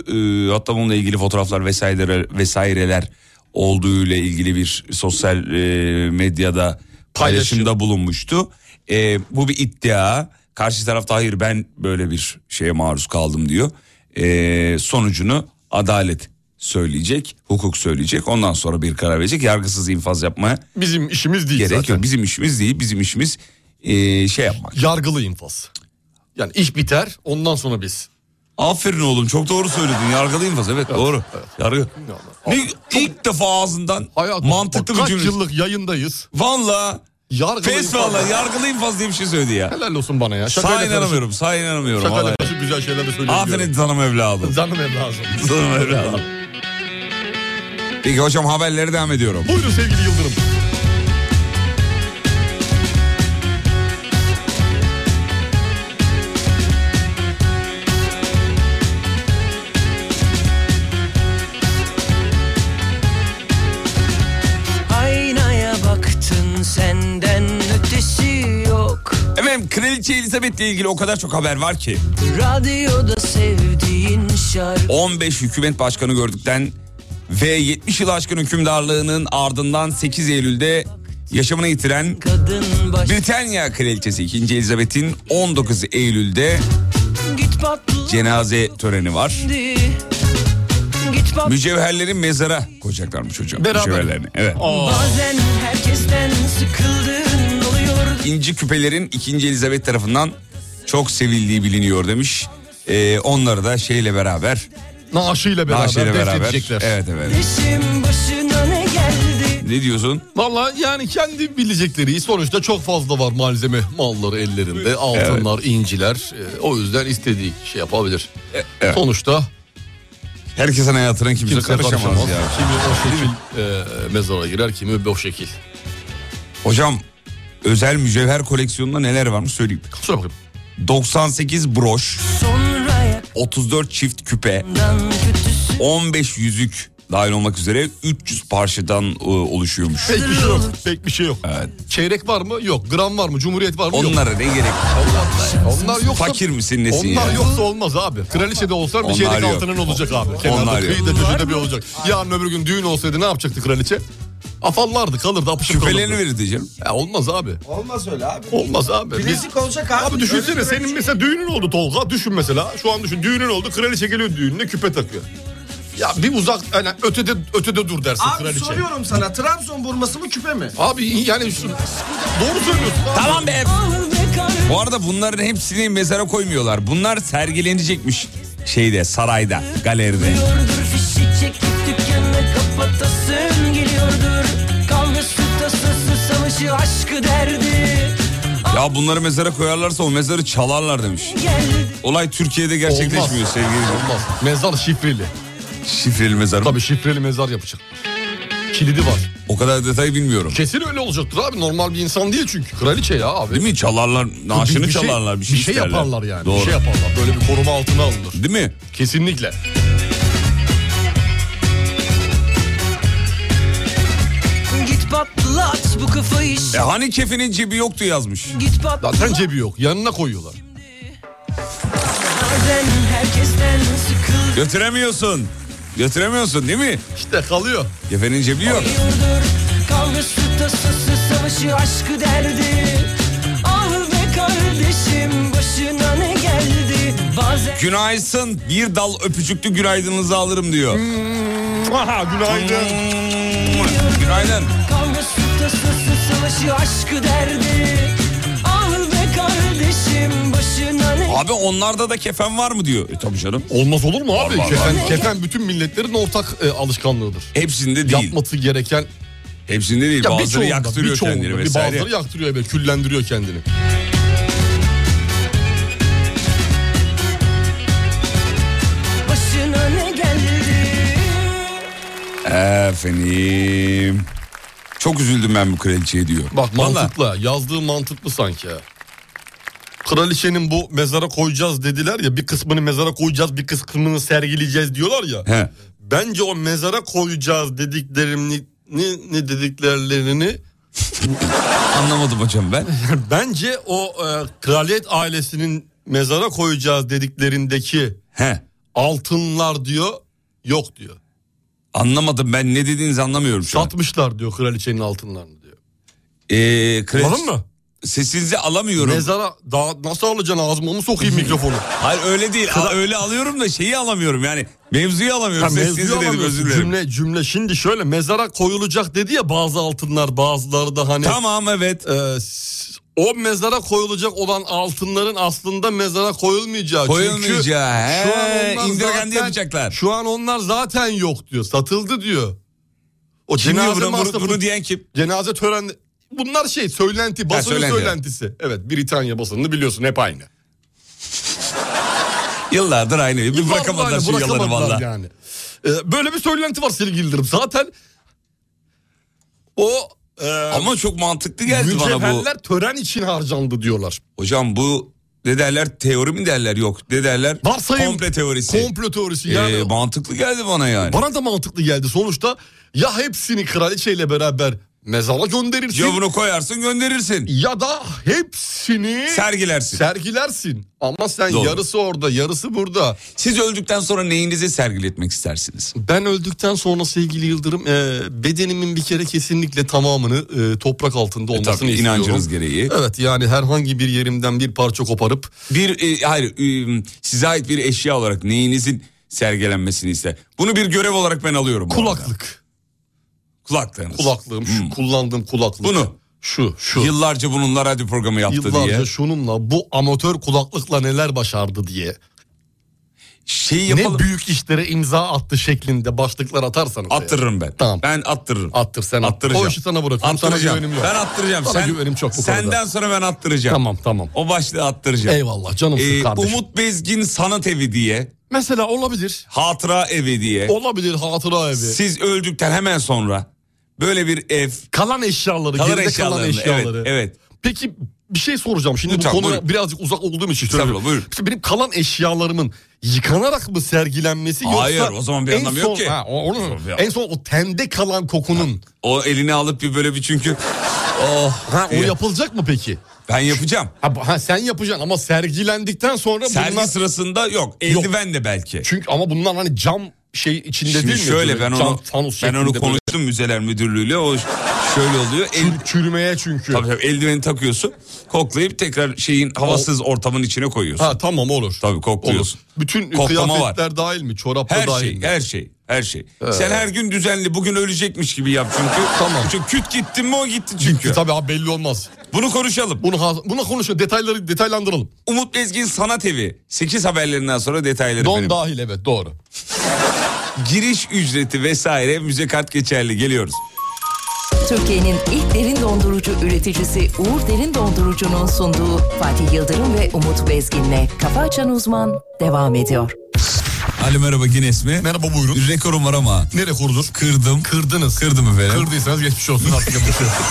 [SPEAKER 3] e, hatta bununla ilgili fotoğraflar vesaireler, vesaireler olduğu ile ilgili bir sosyal e, medyada paylaşımda bulunmuştu. E, bu bir iddia. Karşı tarafta hayır ben böyle bir şeye maruz kaldım diyor. E, sonucunu adalet söyleyecek, hukuk söyleyecek. Ondan sonra bir karar verecek. Yargısız infaz yapmaya
[SPEAKER 4] Bizim işimiz değil
[SPEAKER 3] gerek
[SPEAKER 4] zaten.
[SPEAKER 3] yok. Bizim işimiz değil. Bizim işimiz e, şey yapmak.
[SPEAKER 4] Yargılı infaz. Yani iş biter ondan sonra biz.
[SPEAKER 3] Aferin oğlum çok doğru söyledin. Yargılı infaz evet, doğru. Yargı. Bir, ilk defa ağzından mantıklı bir
[SPEAKER 4] Kaç
[SPEAKER 3] cümle.
[SPEAKER 4] yıllık yayındayız.
[SPEAKER 3] Valla.
[SPEAKER 4] Yargılı
[SPEAKER 3] Pes
[SPEAKER 4] infaz.
[SPEAKER 3] valla yargılı infaz diye bir şey söyledi ya.
[SPEAKER 4] Helal olsun bana ya. Şakayla
[SPEAKER 3] Sağ
[SPEAKER 4] karışık-
[SPEAKER 3] inanamıyorum, sağ inanamıyorum.
[SPEAKER 4] Şakayla
[SPEAKER 3] vallahi.
[SPEAKER 4] karışık güzel şeyler de söylüyorum.
[SPEAKER 3] Aferin canım evladım.
[SPEAKER 4] Canım evladım.
[SPEAKER 3] Canım evladım. Peki hocam haberlere devam ediyorum.
[SPEAKER 4] Buyurun sevgili Yıldırım.
[SPEAKER 10] Aynaya baktın senden ötesi yok
[SPEAKER 3] Efendim Kraliçe Elizabeth ile ilgili o kadar çok haber var ki.
[SPEAKER 10] Radyoda sevdiğin şarkı
[SPEAKER 3] 15 hükümet başkanı gördükten ve 70 yıl aşkın hükümdarlığının ardından 8 Eylül'de yaşamını yitiren Britanya Kraliçesi 2. Elizabeth'in 19 Eylül'de
[SPEAKER 10] git patlandı
[SPEAKER 3] cenaze töreni var.
[SPEAKER 10] Git patlandı
[SPEAKER 3] Mücevherleri mezara koyacaklarmış hocam.
[SPEAKER 10] Beraber.
[SPEAKER 3] Mücevherlerini. Evet.
[SPEAKER 10] Bazen herkesten sıkıldığın oluyor
[SPEAKER 3] İnci küpelerin 2. Elizabeth tarafından çok sevildiği biliniyor demiş. Ee, onları da şeyle beraber
[SPEAKER 4] Naaşıyla beraber
[SPEAKER 3] naaşıyla
[SPEAKER 4] defnedecekler.
[SPEAKER 3] Evet evet.
[SPEAKER 10] Eşim başına ne geldi
[SPEAKER 3] Ne diyorsun?
[SPEAKER 4] Valla yani kendi bilecekleri sonuçta çok fazla var malzeme malları ellerinde altınlar inciler E, o yüzden istediği şey yapabilir. Sonuçta
[SPEAKER 3] E, herkesin hayatına kimse, karışamaz ya.
[SPEAKER 4] Kimi o şekil e, mezara girer kimi o şekil.
[SPEAKER 3] Hocam özel mücevher koleksiyonunda neler varmış söyleyeyim.
[SPEAKER 4] Kusura bakın.
[SPEAKER 3] 98 broş,
[SPEAKER 10] sonra
[SPEAKER 3] 34 çift küpe,
[SPEAKER 10] yaptan kötüsü
[SPEAKER 3] 15 yüzük dahil olmak üzere 300 parçadan e, oluşuyormuş.
[SPEAKER 4] Pek bir şey yok. Pek bir şey yok. Çeyrek var mı? Yok. Gram var mı? Cumhuriyet var mı? Yok.
[SPEAKER 3] Onlara ne gerek?
[SPEAKER 4] Onlar, onlar yoksa...
[SPEAKER 3] Fakir misin nesin
[SPEAKER 4] Onlar
[SPEAKER 3] ya?
[SPEAKER 4] yoksa olmaz abi. Kraliçe de olsa
[SPEAKER 3] Onlar
[SPEAKER 4] bir çeyrek
[SPEAKER 3] yok.
[SPEAKER 4] altının olacak abi. Kenarda
[SPEAKER 3] Onlar yok.
[SPEAKER 4] kıyıda köşede bir olacak. Yarın öbür gün düğün olsaydı ne yapacaktı kraliçe? Afallardı kalırdı apışıp
[SPEAKER 3] Şüphelerini
[SPEAKER 4] kalırdı.
[SPEAKER 3] verirdi canım.
[SPEAKER 4] Ya olmaz abi.
[SPEAKER 13] Olmaz öyle abi.
[SPEAKER 4] Olmaz abi.
[SPEAKER 13] Bilezik olacak abi.
[SPEAKER 4] Abi düşünsene
[SPEAKER 13] Öyle
[SPEAKER 4] senin mesela düğünün oldu Tolga. Düşün mesela şu an düşün düğünün oldu kraliçe geliyor düğününe küpe takıyor. Ya bir uzak yani ötede ötede dur dersin
[SPEAKER 13] Abi
[SPEAKER 4] kraliçe.
[SPEAKER 13] soruyorum sana Trabzon burması mı küpe mi?
[SPEAKER 4] Abi yani şu, doğru söylüyorsun. Abi.
[SPEAKER 3] Tamam be. Bu arada bunların hepsini mezara koymuyorlar. Bunlar sergilenecekmiş şeyde sarayda galeride.
[SPEAKER 7] Geliyordur fişi çekip dükkanı kapatasın geliyordur Kavgası tasası savaşı aşkı derdi
[SPEAKER 3] Ya bunları mezara koyarlarsa o mezarı çalarlar demiş. Olay Türkiye'de gerçekleşmiyor
[SPEAKER 4] Olmaz.
[SPEAKER 3] sevgili.
[SPEAKER 4] Olmaz. Mezar şifreli.
[SPEAKER 3] Şifreli mezar
[SPEAKER 4] Tabii şifreli mezar yapacak. Kilidi var.
[SPEAKER 3] O kadar detay bilmiyorum.
[SPEAKER 4] Kesin öyle olacaktır abi. Normal bir insan değil çünkü. Kraliçe ya abi.
[SPEAKER 3] Değil mi? Çalarlar, naaşını
[SPEAKER 4] Bir- bir şey-
[SPEAKER 3] çalarlar, bir şey
[SPEAKER 4] Bir şey
[SPEAKER 3] isterler.
[SPEAKER 4] yaparlar yani.
[SPEAKER 3] Doğru.
[SPEAKER 4] Bir şey yaparlar. Böyle bir koruma altına alınır.
[SPEAKER 3] Değil mi?
[SPEAKER 4] Kesinlikle.
[SPEAKER 7] Git patlat bu kafayı
[SPEAKER 3] E hani kefinin cebi yoktu yazmış.
[SPEAKER 7] Git patlat
[SPEAKER 4] Zaten cebi yok. Yanına koyuyorlar.
[SPEAKER 7] bazen herkesten sıkıl
[SPEAKER 3] Götüremiyorsun. Götüremiyorsun değil mi?
[SPEAKER 4] İşte kalıyor.
[SPEAKER 3] Kefenin cebi yok.
[SPEAKER 7] Geliyordur kavgası tasası savaşı aşkı derdi Ah be kardeşim başına ne geldi bazen
[SPEAKER 3] Günaysın bir dal öpücüklü günaydınınızı alırım diyor.
[SPEAKER 4] Hmm. Aha, günaydın.
[SPEAKER 3] Günaydın.
[SPEAKER 7] Kavgası tasası savaşı aşkı derdi Ah be kardeşim başına ne
[SPEAKER 3] Abi onlarda da kefen var mı diyor. E tabii canım.
[SPEAKER 4] Olmaz olur mu abi?
[SPEAKER 3] Var, var,
[SPEAKER 4] kefen,
[SPEAKER 3] var.
[SPEAKER 4] kefen bütün milletlerin ortak e, alışkanlığıdır.
[SPEAKER 3] Hepsinde değil.
[SPEAKER 4] Yapması gereken...
[SPEAKER 3] Hepsinde değil.
[SPEAKER 4] Ya
[SPEAKER 3] bazıları
[SPEAKER 4] birçoğunda,
[SPEAKER 3] yaktırıyor
[SPEAKER 4] birçoğunda,
[SPEAKER 3] kendini
[SPEAKER 4] bir
[SPEAKER 3] vesaire.
[SPEAKER 4] Bazıları yaktırıyor evet, küllendiriyor kendini.
[SPEAKER 7] başına ne geldi
[SPEAKER 3] Efendim. Çok üzüldüm ben bu kraliçeye diyor.
[SPEAKER 4] Bak
[SPEAKER 3] Vallahi.
[SPEAKER 4] mantıklı. Yazdığı mantıklı sanki ya. Kraliçenin bu mezara koyacağız dediler ya bir kısmını mezara koyacağız bir kısmını sergileyeceğiz diyorlar ya.
[SPEAKER 3] He.
[SPEAKER 4] Bence o mezara koyacağız dediklerini ne, ne dediklerini
[SPEAKER 3] <laughs> Anlamadım hocam ben.
[SPEAKER 4] <laughs> bence o e, kraliyet ailesinin mezara koyacağız dediklerindeki
[SPEAKER 3] He.
[SPEAKER 4] altınlar diyor yok diyor.
[SPEAKER 3] Anlamadım ben ne dediğinizi anlamıyorum şu an.
[SPEAKER 4] Satmışlar diyor kraliçenin altınlarını diyor.
[SPEAKER 3] Ee, kraliçe-
[SPEAKER 4] Anladın mı?
[SPEAKER 3] Sesinizi alamıyorum.
[SPEAKER 4] Mezara daha nasıl alacaksın ağzıma
[SPEAKER 3] <laughs>
[SPEAKER 4] mı sokayım mikrofonu?
[SPEAKER 3] Hayır öyle değil. Aa, öyle alıyorum da şeyi alamıyorum yani. Mevzuyu alamıyorum.
[SPEAKER 4] Ha,
[SPEAKER 3] Sesinizi
[SPEAKER 4] mevzuyu
[SPEAKER 3] dedim
[SPEAKER 4] alamıyorsun.
[SPEAKER 3] özür dilerim.
[SPEAKER 4] Cümle cümle şimdi şöyle mezara koyulacak dedi ya bazı altınlar bazıları da hani
[SPEAKER 3] Tamam evet.
[SPEAKER 4] e, s- o mezara koyulacak olan altınların aslında mezara koyulmayacağı. Çünkü
[SPEAKER 3] Koyulmayacağı, he,
[SPEAKER 4] onlar
[SPEAKER 3] indirgendi
[SPEAKER 4] zaten-
[SPEAKER 3] yapacaklar.
[SPEAKER 4] Şu an onlar zaten yok diyor. Satıldı diyor. O
[SPEAKER 3] Kim diyor
[SPEAKER 4] cenaze
[SPEAKER 3] bunu, bunu-
[SPEAKER 4] masrafı-
[SPEAKER 3] bunu diyen kim?
[SPEAKER 4] cenaze tören bunlar şey söylenti basın
[SPEAKER 3] söylenti.
[SPEAKER 4] söylentisi. Evet Britanya basınını biliyorsun hep aynı.
[SPEAKER 3] Yıllardır aynı. Bir bırakamadılar şu yalanı
[SPEAKER 4] bırakamadılar
[SPEAKER 3] valla.
[SPEAKER 4] Yani. Ee, böyle bir söylenti var sevgili Yıldırım. Zaten o e,
[SPEAKER 3] Ama çok mantıklı geldi bana bu.
[SPEAKER 4] mücevherler tören için harcandı diyorlar.
[SPEAKER 3] Hocam bu ne derler teori mi derler yok ne derler
[SPEAKER 4] Varsayım,
[SPEAKER 3] komple teorisi.
[SPEAKER 4] Komplo teorisi
[SPEAKER 3] Ee,
[SPEAKER 4] yani.
[SPEAKER 3] mantıklı geldi bana yani.
[SPEAKER 4] bana da mantıklı geldi. Sonuçta ya hepsini kraliçeyle beraber mezara gönderirsin
[SPEAKER 3] Ya bunu koyarsın gönderirsin.
[SPEAKER 4] ya da hepsini
[SPEAKER 3] Sergilersin.
[SPEAKER 4] sergilersin. Ama sen
[SPEAKER 3] Doğru.
[SPEAKER 4] yarısı orada yarısı burada.
[SPEAKER 3] Siz öldükten sonra neyinizi sergiletmek istersiniz?
[SPEAKER 4] Ben öldükten sonra sevgili Yıldırım e, bedenimin bir kere kesinlikle tamamını e, toprak altında
[SPEAKER 3] E,
[SPEAKER 4] olmasını
[SPEAKER 3] tabii,
[SPEAKER 4] istiyorum.
[SPEAKER 3] inancınız gereği.
[SPEAKER 4] Evet yani herhangi bir yerimden bir parça koparıp
[SPEAKER 3] Bir e, hayır e, size ait bir eşya olarak neyinizin sergilenmesini ister. Bunu bir görev olarak ben alıyorum. bu arada.
[SPEAKER 4] kulaklık.
[SPEAKER 3] Kulaklığınız. Hmm.
[SPEAKER 4] Kulaklığım şu kullandığım kulaklık.
[SPEAKER 3] Bunu.
[SPEAKER 4] Şu şu.
[SPEAKER 3] Yıllarca bununla radyo programı yaptı
[SPEAKER 4] Yıllarca
[SPEAKER 3] diye.
[SPEAKER 4] şununla bu amatör kulaklıkla neler başardı diye.
[SPEAKER 3] Şeyi Şey yapalım.
[SPEAKER 4] Ne büyük işlere imza attı şeklinde başlıklar atarsanız. eğer.
[SPEAKER 3] Attırırım ben.
[SPEAKER 4] Tamam.
[SPEAKER 3] Ben attırırım.
[SPEAKER 4] Attır sen at.
[SPEAKER 3] Attıracağım.
[SPEAKER 4] O işi sana bırakıyorum. Sana
[SPEAKER 3] Attıracağım.
[SPEAKER 4] güvenim yok.
[SPEAKER 3] Ben attıracağım.
[SPEAKER 4] Sana
[SPEAKER 3] Sen-
[SPEAKER 4] güvenim çok bu konuda.
[SPEAKER 3] Senden sonra ben attıracağım.
[SPEAKER 4] Tamam tamam.
[SPEAKER 3] O başlığı attıracağım.
[SPEAKER 4] Eyvallah canımsın
[SPEAKER 3] Ee,
[SPEAKER 4] kardeşim.
[SPEAKER 3] Umut Bezgin Sanat Evi diye,
[SPEAKER 4] Mesela olabilir.
[SPEAKER 3] Hatıra Evi diye.
[SPEAKER 4] Olabilir hatıra evi.
[SPEAKER 3] Siz öldükten hemen sonra böyle bir ev,
[SPEAKER 4] Kalan eşyaları,
[SPEAKER 3] kalır
[SPEAKER 4] geride kalan
[SPEAKER 3] eşyalarını.
[SPEAKER 4] eşyaları.
[SPEAKER 3] Evet, evet.
[SPEAKER 4] Peki bir şey soracağım. Şimdi
[SPEAKER 3] Lütfen,
[SPEAKER 4] bu konu
[SPEAKER 3] buyurun.
[SPEAKER 4] birazcık uzak olduğum için
[SPEAKER 3] Estağfurullah,
[SPEAKER 4] söylüyorum.
[SPEAKER 3] buyurun.
[SPEAKER 4] İşte benim kalan eşyalarımın yıkanarak mı sergilenmesi
[SPEAKER 3] Hayır,
[SPEAKER 4] yoksa
[SPEAKER 3] o zaman bir
[SPEAKER 4] en
[SPEAKER 3] anlamı
[SPEAKER 4] son,
[SPEAKER 3] yok ki.
[SPEAKER 4] Ha, o- onu-
[SPEAKER 3] Tabii ya.
[SPEAKER 4] en son o tende kalan kokunun
[SPEAKER 3] O elini alıp bir böyle bir çünkü oh
[SPEAKER 4] ha, o
[SPEAKER 3] diye.
[SPEAKER 4] yapılacak mı peki?
[SPEAKER 3] ben yapacağım.
[SPEAKER 4] Ha, bu- ha, sen yapacaksın ama sergilendikten sonra
[SPEAKER 3] Sergi
[SPEAKER 4] bunlar
[SPEAKER 3] sırasında yok. Eldiven de belki.
[SPEAKER 4] çünkü ama bunlar hani cam şey içinde
[SPEAKER 3] Şimdi
[SPEAKER 4] değil mi?
[SPEAKER 3] şöyle ben
[SPEAKER 4] Böyle cam
[SPEAKER 3] onu
[SPEAKER 4] fanus
[SPEAKER 3] ben onu
[SPEAKER 4] şeklinde böyle.
[SPEAKER 3] konuştum müzeler müdürlüğüyle o şöyle oluyor. El,
[SPEAKER 4] çürümeye çünkü.
[SPEAKER 3] Tabii tabii eldiveni takıyorsun. Koklayıp tekrar şeyin havasız ortamın içine koyuyorsun.
[SPEAKER 4] Ha tamam olur.
[SPEAKER 3] Tabii kokluyorsun.
[SPEAKER 4] Bütün
[SPEAKER 3] Koklama var.
[SPEAKER 4] kıyafetler dahil mi? Çorap da
[SPEAKER 3] Her
[SPEAKER 4] dahil
[SPEAKER 3] şey,
[SPEAKER 4] mi?
[SPEAKER 3] her şey, her şey.
[SPEAKER 4] Ee.
[SPEAKER 3] Sen her gün düzenli, bugün ölecekmiş gibi yap çünkü. Tamam. Çünkü küt gittin mi o gitti çünkü.
[SPEAKER 4] Gitti tabii abi belli olmaz.
[SPEAKER 3] Bunu konuşalım.
[SPEAKER 4] Bunu ha- bunu konuşalım. Detayları detaylandıralım.
[SPEAKER 3] Umut Bezgin Sanat Evi 8 haberlerinden sonra detayları
[SPEAKER 4] Don
[SPEAKER 3] benim.
[SPEAKER 4] dahil evet doğru.
[SPEAKER 3] Giriş ücreti vesaire müze kart geçerli geliyoruz.
[SPEAKER 1] Türkiye'nin ilk derin dondurucu üreticisi Uğur Derin Dondurucu'nun sunduğu Fatih Yıldırım ve Umut Bezgin'le Kafa Açan Uzman devam ediyor.
[SPEAKER 3] Alo merhaba yine ismi.
[SPEAKER 4] Merhaba buyurun.
[SPEAKER 3] Rekorum var ama.
[SPEAKER 4] Ne rekorudur?
[SPEAKER 3] Kırdım.
[SPEAKER 4] Kırdınız.
[SPEAKER 3] Kırdım efendim.
[SPEAKER 4] Kırdıysanız geçmiş olsun artık yapacak bir şey yok.
[SPEAKER 3] <laughs>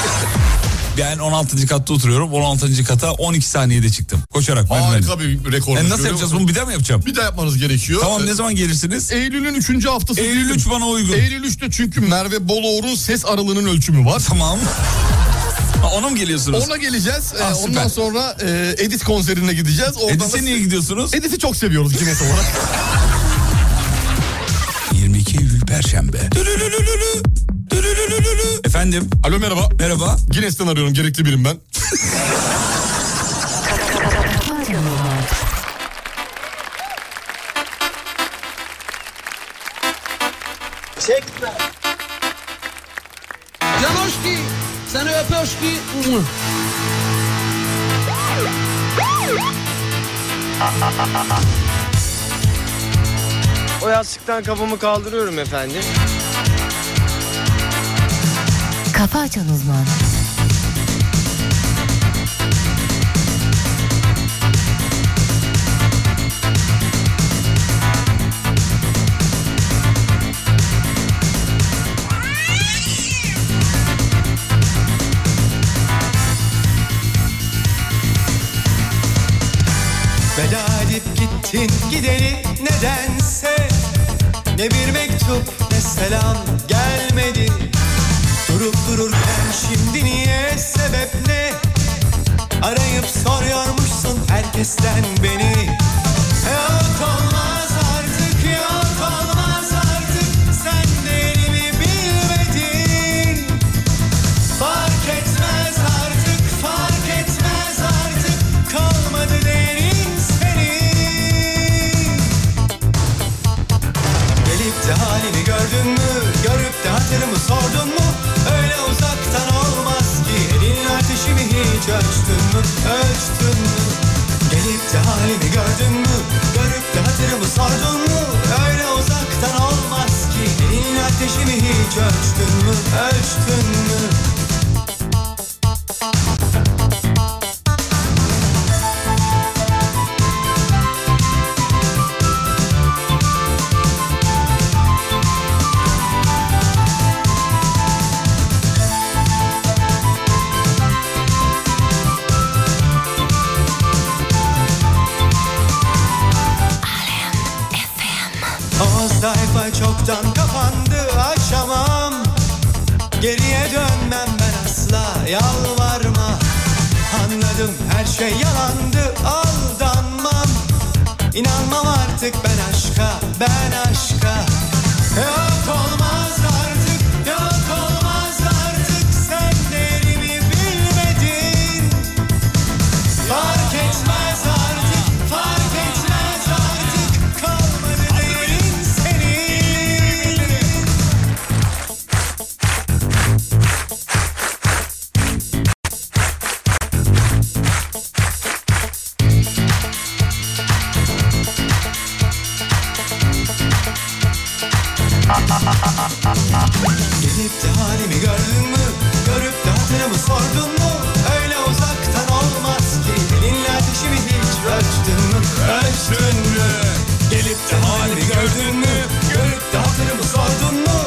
[SPEAKER 3] Ben 16. katta oturuyorum. 16. kata 12 saniyede çıktım. Koşarak.
[SPEAKER 4] Harika bir rekor.
[SPEAKER 3] E nasıl yapacağız bunu bir daha mı yapacağım?
[SPEAKER 4] Bir daha yapmanız gerekiyor.
[SPEAKER 3] Tamam
[SPEAKER 4] Ee,
[SPEAKER 3] ne zaman gelirsiniz?
[SPEAKER 4] Eylül'ün 3. haftası.
[SPEAKER 3] Eylül
[SPEAKER 4] diyelim.
[SPEAKER 3] 3 bana uygun.
[SPEAKER 4] Eylül 3'te çünkü Merve Boloğur'un ses aralığının ölçümü var.
[SPEAKER 3] Tamam. Ha, ona mı geliyorsunuz?
[SPEAKER 4] Ona geleceğiz. Ee,
[SPEAKER 3] Ah, süper.
[SPEAKER 4] Ondan sonra e, Edis konserine gideceğiz. Oradan
[SPEAKER 3] Edis'e
[SPEAKER 4] da-
[SPEAKER 3] niye gidiyorsunuz?
[SPEAKER 4] Edis'i çok seviyoruz kimet olarak. <laughs>
[SPEAKER 3] 22 Eylül Perşembe. Dülülülülülü. Dülülülülülü. Efendim?
[SPEAKER 4] Alo merhaba.
[SPEAKER 3] Merhaba.
[SPEAKER 4] Guinness'ten arıyorum gerekli birim ben.
[SPEAKER 14] Çekme. Canoşki, seni öpöşki.
[SPEAKER 15] O yastıktan kafamı kaldırıyorum efendim.
[SPEAKER 1] Kafa Açan Uzman.
[SPEAKER 16] Veda edip gittin gideri nedense Ne bir mektup ne selam gelmedi Durup dururken şimdi niye sebep ne Arayıp soruyormuşsun herkesten beni Yok olmaz artık yok olmaz artık Sen de elimi bilmedin Fark etmez artık, fark etmez artık Kalmadı derin senin Gelip de halini gördün mü? Görüp de hatırımı sordun mu? Öyle uzaktan olmaz ki Elinin ateşimi hiç ölçtün mü? Ölçtün mü? Gelip de halini gördün mü? Görüp de hatırımı sordun mu? Öyle uzaktan olmaz ki Elinin ateşimi hiç ölçtün mü? Ölçtün mü? O sayfa çoktan kapandı aşamam Geriye dönmem ben asla yalvarma Anladım her şey yalandı aldanmam İnanmam artık ben aşka ben aşka Yok olmaz artık yok olmaz artık Sen değerimi bilmedin Fark etmez artık, fark etmez artık Kalmadı değerin senin Gelip de halimi gördün mü? Görüp de hatırımı sordun mu? Öyle uzaktan olmaz ki Elinle ateşimi hiç ölçtün mü? Ölçtün mü? Gelip de halimi gördün mü? Görüp de hatırımı sordun mu?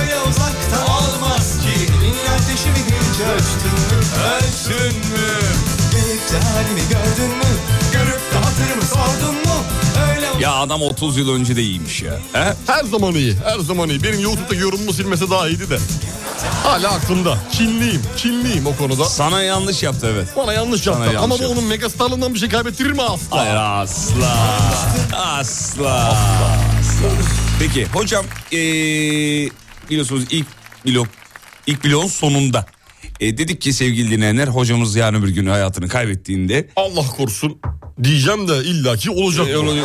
[SPEAKER 16] Öyle uzaktan olmaz ki Elinle ateşimi hiç ölçtün mü? Ölçtün mü? Gelip de halimi gördün mü? Görüp de hatırımı sordun mu? Öyle
[SPEAKER 3] Ya adam 30 yıl önce de iyiymiş ya. He?
[SPEAKER 4] Her zaman iyi, her zaman iyi. Benim YouTube'daki yorumumu silmese daha iyiydi de. Hala aklımda. Kinliyim, kinliyim o konuda.
[SPEAKER 3] Sana yanlış yaptı evet.
[SPEAKER 4] Bana yanlış yaptı.
[SPEAKER 3] yanlış
[SPEAKER 4] Ama bu
[SPEAKER 3] yaptı.
[SPEAKER 4] <laughs> onun megastarlığından bir şey kaybettirir mi asla?
[SPEAKER 3] Hayır asla. Asla. Asla. Peki hocam ee, biliyorsunuz ilk blok ilk bloğun sonunda e, dedik ki sevgili dinleyenler hocamız yarın öbür gün hayatını kaybettiğinde Allah korusun diyeceğim de illaki olacak. olacak yani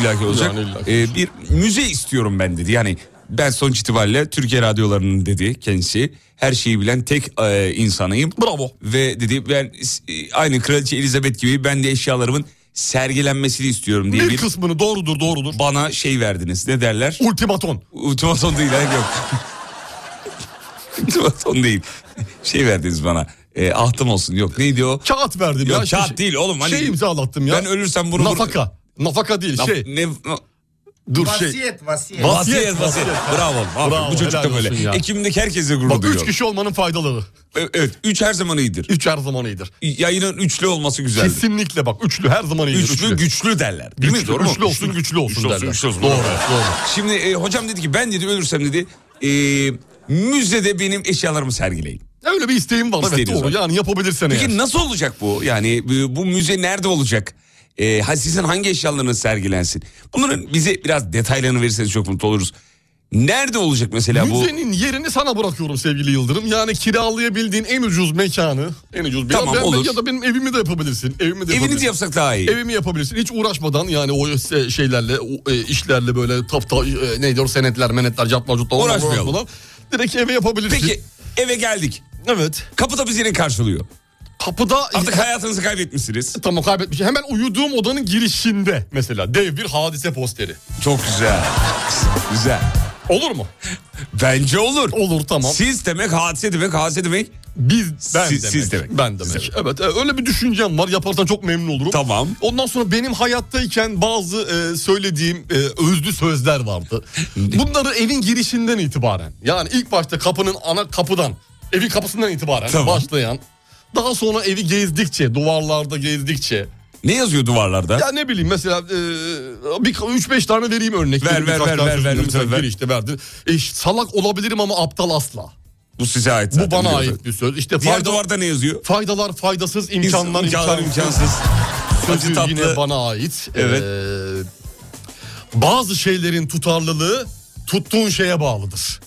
[SPEAKER 3] illaki olacak.
[SPEAKER 4] Yani illaki
[SPEAKER 3] E, bir müze istiyorum ben dedi. Yani ben sonuç itibariyle Türkiye radyolarının dedi kendisi her şeyi bilen tek e, insanıyım. Bravo. Ve dedi ben e, aynı kraliçe Elizabeth gibi ben de eşyalarımın sergilenmesini istiyorum diye
[SPEAKER 4] Bir kısmını doğrudur doğrudur.
[SPEAKER 3] bana şey verdiniz. Ne derler?
[SPEAKER 4] Ultimaton.
[SPEAKER 3] Ultimaton değil hayır
[SPEAKER 4] <laughs>
[SPEAKER 3] yok. Ultimaton değil. Şey verdiniz bana. E, ahtım olsun yok neydi o?
[SPEAKER 4] Kağıt verdim
[SPEAKER 3] Yok,
[SPEAKER 4] ya.
[SPEAKER 3] kağıt
[SPEAKER 4] Şey-
[SPEAKER 3] değil oğlum, hani-
[SPEAKER 4] şey imzalattım ya.
[SPEAKER 3] Ben ölürsem bunu-
[SPEAKER 4] Nafaka. Nafaka değil
[SPEAKER 3] Naf-
[SPEAKER 4] şey. Dur şey.
[SPEAKER 13] Vasiyet, vasiyet.
[SPEAKER 3] Vasiyet vasiyet. Bravo. Aferin,
[SPEAKER 4] Bravo,
[SPEAKER 3] bu çocuk
[SPEAKER 4] helal
[SPEAKER 3] da böyle.
[SPEAKER 4] olsun ya.
[SPEAKER 3] Ekibimdeki herkese gurur
[SPEAKER 4] Bak
[SPEAKER 3] duyuyorum.
[SPEAKER 4] üç kişi olmanın faydaları.
[SPEAKER 3] E, Evet. Üç er- her zaman iyidir.
[SPEAKER 4] Üç her zaman iyidir.
[SPEAKER 3] Yayının üçlü olması güzel.
[SPEAKER 4] Kesinlikle bak üçlü her zaman iyidir.
[SPEAKER 3] Üçlü, güçlü derler. Değil mi?
[SPEAKER 4] Güçlü,
[SPEAKER 3] Doğru mu?
[SPEAKER 4] üçlü olsun, güçlü olsun derler.
[SPEAKER 3] Güçlü olsun.
[SPEAKER 4] Doğru,
[SPEAKER 3] doğru. Şimdi e, hocam dedi ki ben dedi ölürsem dedi e, müzede benim eşyalarımı sergileyin.
[SPEAKER 4] Öyle bir isteğim var.
[SPEAKER 3] İsteğiniz
[SPEAKER 4] evet doğru
[SPEAKER 3] var.
[SPEAKER 4] yani yapabilirsen
[SPEAKER 3] Peki
[SPEAKER 4] eğer.
[SPEAKER 3] nasıl olacak bu? Yani e, bu, bu müze nerede olacak? E, ha, sizin hangi eşyalarınız sergilensin? Bunların bize biraz detaylarını verirseniz çok mutlu oluruz. Nerede olacak mesela bu?
[SPEAKER 4] Müzenin yerini sana bırakıyorum sevgili Yıldırım. Yani kiralayabildiğin en ucuz mekanı. En ucuz. bir-
[SPEAKER 3] Tamam,
[SPEAKER 4] ya, ben-
[SPEAKER 3] olur.
[SPEAKER 4] Ya da benim evimi de yapabilirsin. Evimi de
[SPEAKER 3] Evinizi
[SPEAKER 4] yapabilirsin.
[SPEAKER 3] yapsak daha iyi.
[SPEAKER 4] Evimi yapabilirsin. Hiç uğraşmadan yani o se- şeylerle, o, e, işlerle böyle tapta e, neydi o senetler, menetler, catlar, cutlar. onlar
[SPEAKER 3] Uğraşmayalım.
[SPEAKER 4] uğraşmadan Direkt eve yapabilirsin.
[SPEAKER 3] Peki eve geldik.
[SPEAKER 4] Evet.
[SPEAKER 3] Kapıda bizi yine karşılıyor.
[SPEAKER 4] Kapıda... E,
[SPEAKER 3] Artık hayatınızı kaybetmişsiniz.
[SPEAKER 4] Tamam kaybetmiş. Hemen uyuduğum odanın girişinde mesela dev bir hadise posteri.
[SPEAKER 3] Çok güzel. güzel.
[SPEAKER 4] Olur mu?
[SPEAKER 3] Bence olur.
[SPEAKER 4] Olur tamam.
[SPEAKER 3] Siz demek hadise demek hadise demek.
[SPEAKER 4] Biz ben
[SPEAKER 3] siz,
[SPEAKER 4] demek.
[SPEAKER 3] Siz demek.
[SPEAKER 4] Ben demek. Evet e, öyle bir düşüncem var yaparsan çok memnun olurum.
[SPEAKER 3] Tamam.
[SPEAKER 4] Ondan sonra benim hayattayken bazı e, söylediğim e, özlü sözler
[SPEAKER 3] <laughs>
[SPEAKER 4] vardı. Bunları evin girişinden itibaren yani ilk başta kapının ana kapıdan evin kapısından itibaren
[SPEAKER 3] Tamam.
[SPEAKER 4] başlayan daha sonra evi gezdikçe duvarlarda gezdikçe
[SPEAKER 3] Ne yazıyor duvarlarda?
[SPEAKER 4] ya ne bileyim mesela e, bir 3-5 tane vereyim örnek.
[SPEAKER 3] Ver,
[SPEAKER 4] Dedim,
[SPEAKER 3] ver,
[SPEAKER 4] birkaç
[SPEAKER 3] ver,
[SPEAKER 4] tane
[SPEAKER 3] ver,
[SPEAKER 4] sözünü
[SPEAKER 3] ver,
[SPEAKER 4] mesela
[SPEAKER 3] lütfen ver.
[SPEAKER 4] Girişte verdin. E, salak olabilirim ama aptal asla.
[SPEAKER 3] Bu size ait
[SPEAKER 4] Bu
[SPEAKER 3] zaten,
[SPEAKER 4] bana
[SPEAKER 3] biliyorum.
[SPEAKER 4] ait bir söz. İşte
[SPEAKER 3] Diğer
[SPEAKER 4] fayda-
[SPEAKER 3] duvarda ne yazıyor?
[SPEAKER 4] Faydalar faydasız, imkanlar
[SPEAKER 3] imkanlar,
[SPEAKER 4] imkan-
[SPEAKER 3] imkansız.
[SPEAKER 4] Sözü
[SPEAKER 3] Acı tatlı.
[SPEAKER 4] yine bana ait.
[SPEAKER 3] Evet.
[SPEAKER 4] Ee, bazı şeylerin tutarlılığı tuttuğun şeye bağlıdır.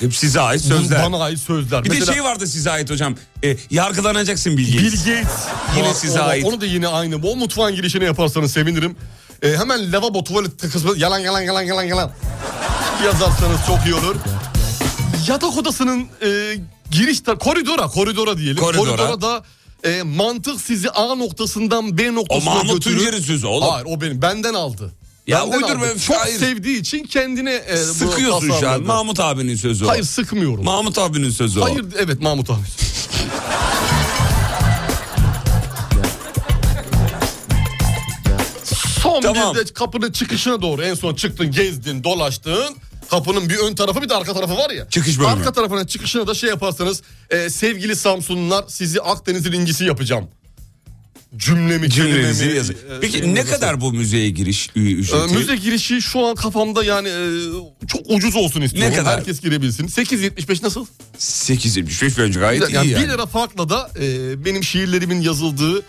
[SPEAKER 3] Hep size ait
[SPEAKER 4] Bu
[SPEAKER 3] sözler.
[SPEAKER 4] Bana ait sözler.
[SPEAKER 3] Bir de
[SPEAKER 4] Mesela
[SPEAKER 3] şey vardı size ait hocam. E, yargılanacaksın Bill Gates.
[SPEAKER 4] Bill Gates.
[SPEAKER 3] Yine
[SPEAKER 4] var,
[SPEAKER 3] size
[SPEAKER 4] o var.
[SPEAKER 3] ait.
[SPEAKER 4] Onu da yine aynı. Bu mutfağın girişine yaparsanız sevinirim. Ee, hemen lavabo tuvalet kısmı yalan yalan yalan yalan yalan <laughs> yazarsanız çok iyi olur. Yatak odasının e, giriş ta- koridora koridora diyelim.
[SPEAKER 3] Koridora.
[SPEAKER 4] da e, mantık sizi A noktasından B
[SPEAKER 3] O
[SPEAKER 4] noktasına
[SPEAKER 3] Mahmut
[SPEAKER 4] götürür.
[SPEAKER 3] Tuncer'in sözü oğlum.
[SPEAKER 4] Hayır o benim benden aldı.
[SPEAKER 3] Ya
[SPEAKER 4] Benden
[SPEAKER 3] uydurma,
[SPEAKER 4] aldı. Çok
[SPEAKER 3] hayır.
[SPEAKER 4] sevdiği için kendine e, bu
[SPEAKER 3] Sıkıyorsun şu an.
[SPEAKER 4] tasarladı.
[SPEAKER 3] Mahmut abinin sözü o.
[SPEAKER 4] Hayır sıkmıyorum.
[SPEAKER 3] Mahmut abinin sözü o.
[SPEAKER 4] Hayır evet Mahmut abi. son
[SPEAKER 3] Tamam.
[SPEAKER 4] bir de kapının çıkışına doğru en son çıktın gezdin dolaştın. Kapının bir ön tarafı bir de arka tarafı var ya.
[SPEAKER 3] Çıkış bölümü.
[SPEAKER 4] Arka tarafına çıkışına da şey yaparsanız e, sevgili Samsunlular sizi Akdeniz incisi yapacağım. Cümlemi
[SPEAKER 3] Cümlenizi
[SPEAKER 4] kelimemi,
[SPEAKER 3] yazın.
[SPEAKER 4] e,
[SPEAKER 3] Peki
[SPEAKER 4] şeyimi
[SPEAKER 3] ne
[SPEAKER 4] yazın.
[SPEAKER 3] kadar bu müzeye giriş ü-
[SPEAKER 4] Ee,
[SPEAKER 3] ücreti?
[SPEAKER 4] müze girişi şu an kafamda yani e, çok ucuz olsun istiyorum.
[SPEAKER 3] Ne kadar?
[SPEAKER 4] Herkes girebilsin. 8.75 nasıl?
[SPEAKER 3] 8.75 bence gayet
[SPEAKER 4] yani
[SPEAKER 3] iyi yani.
[SPEAKER 4] 1 lira farkla da e, benim şiirlerimin yazıldığı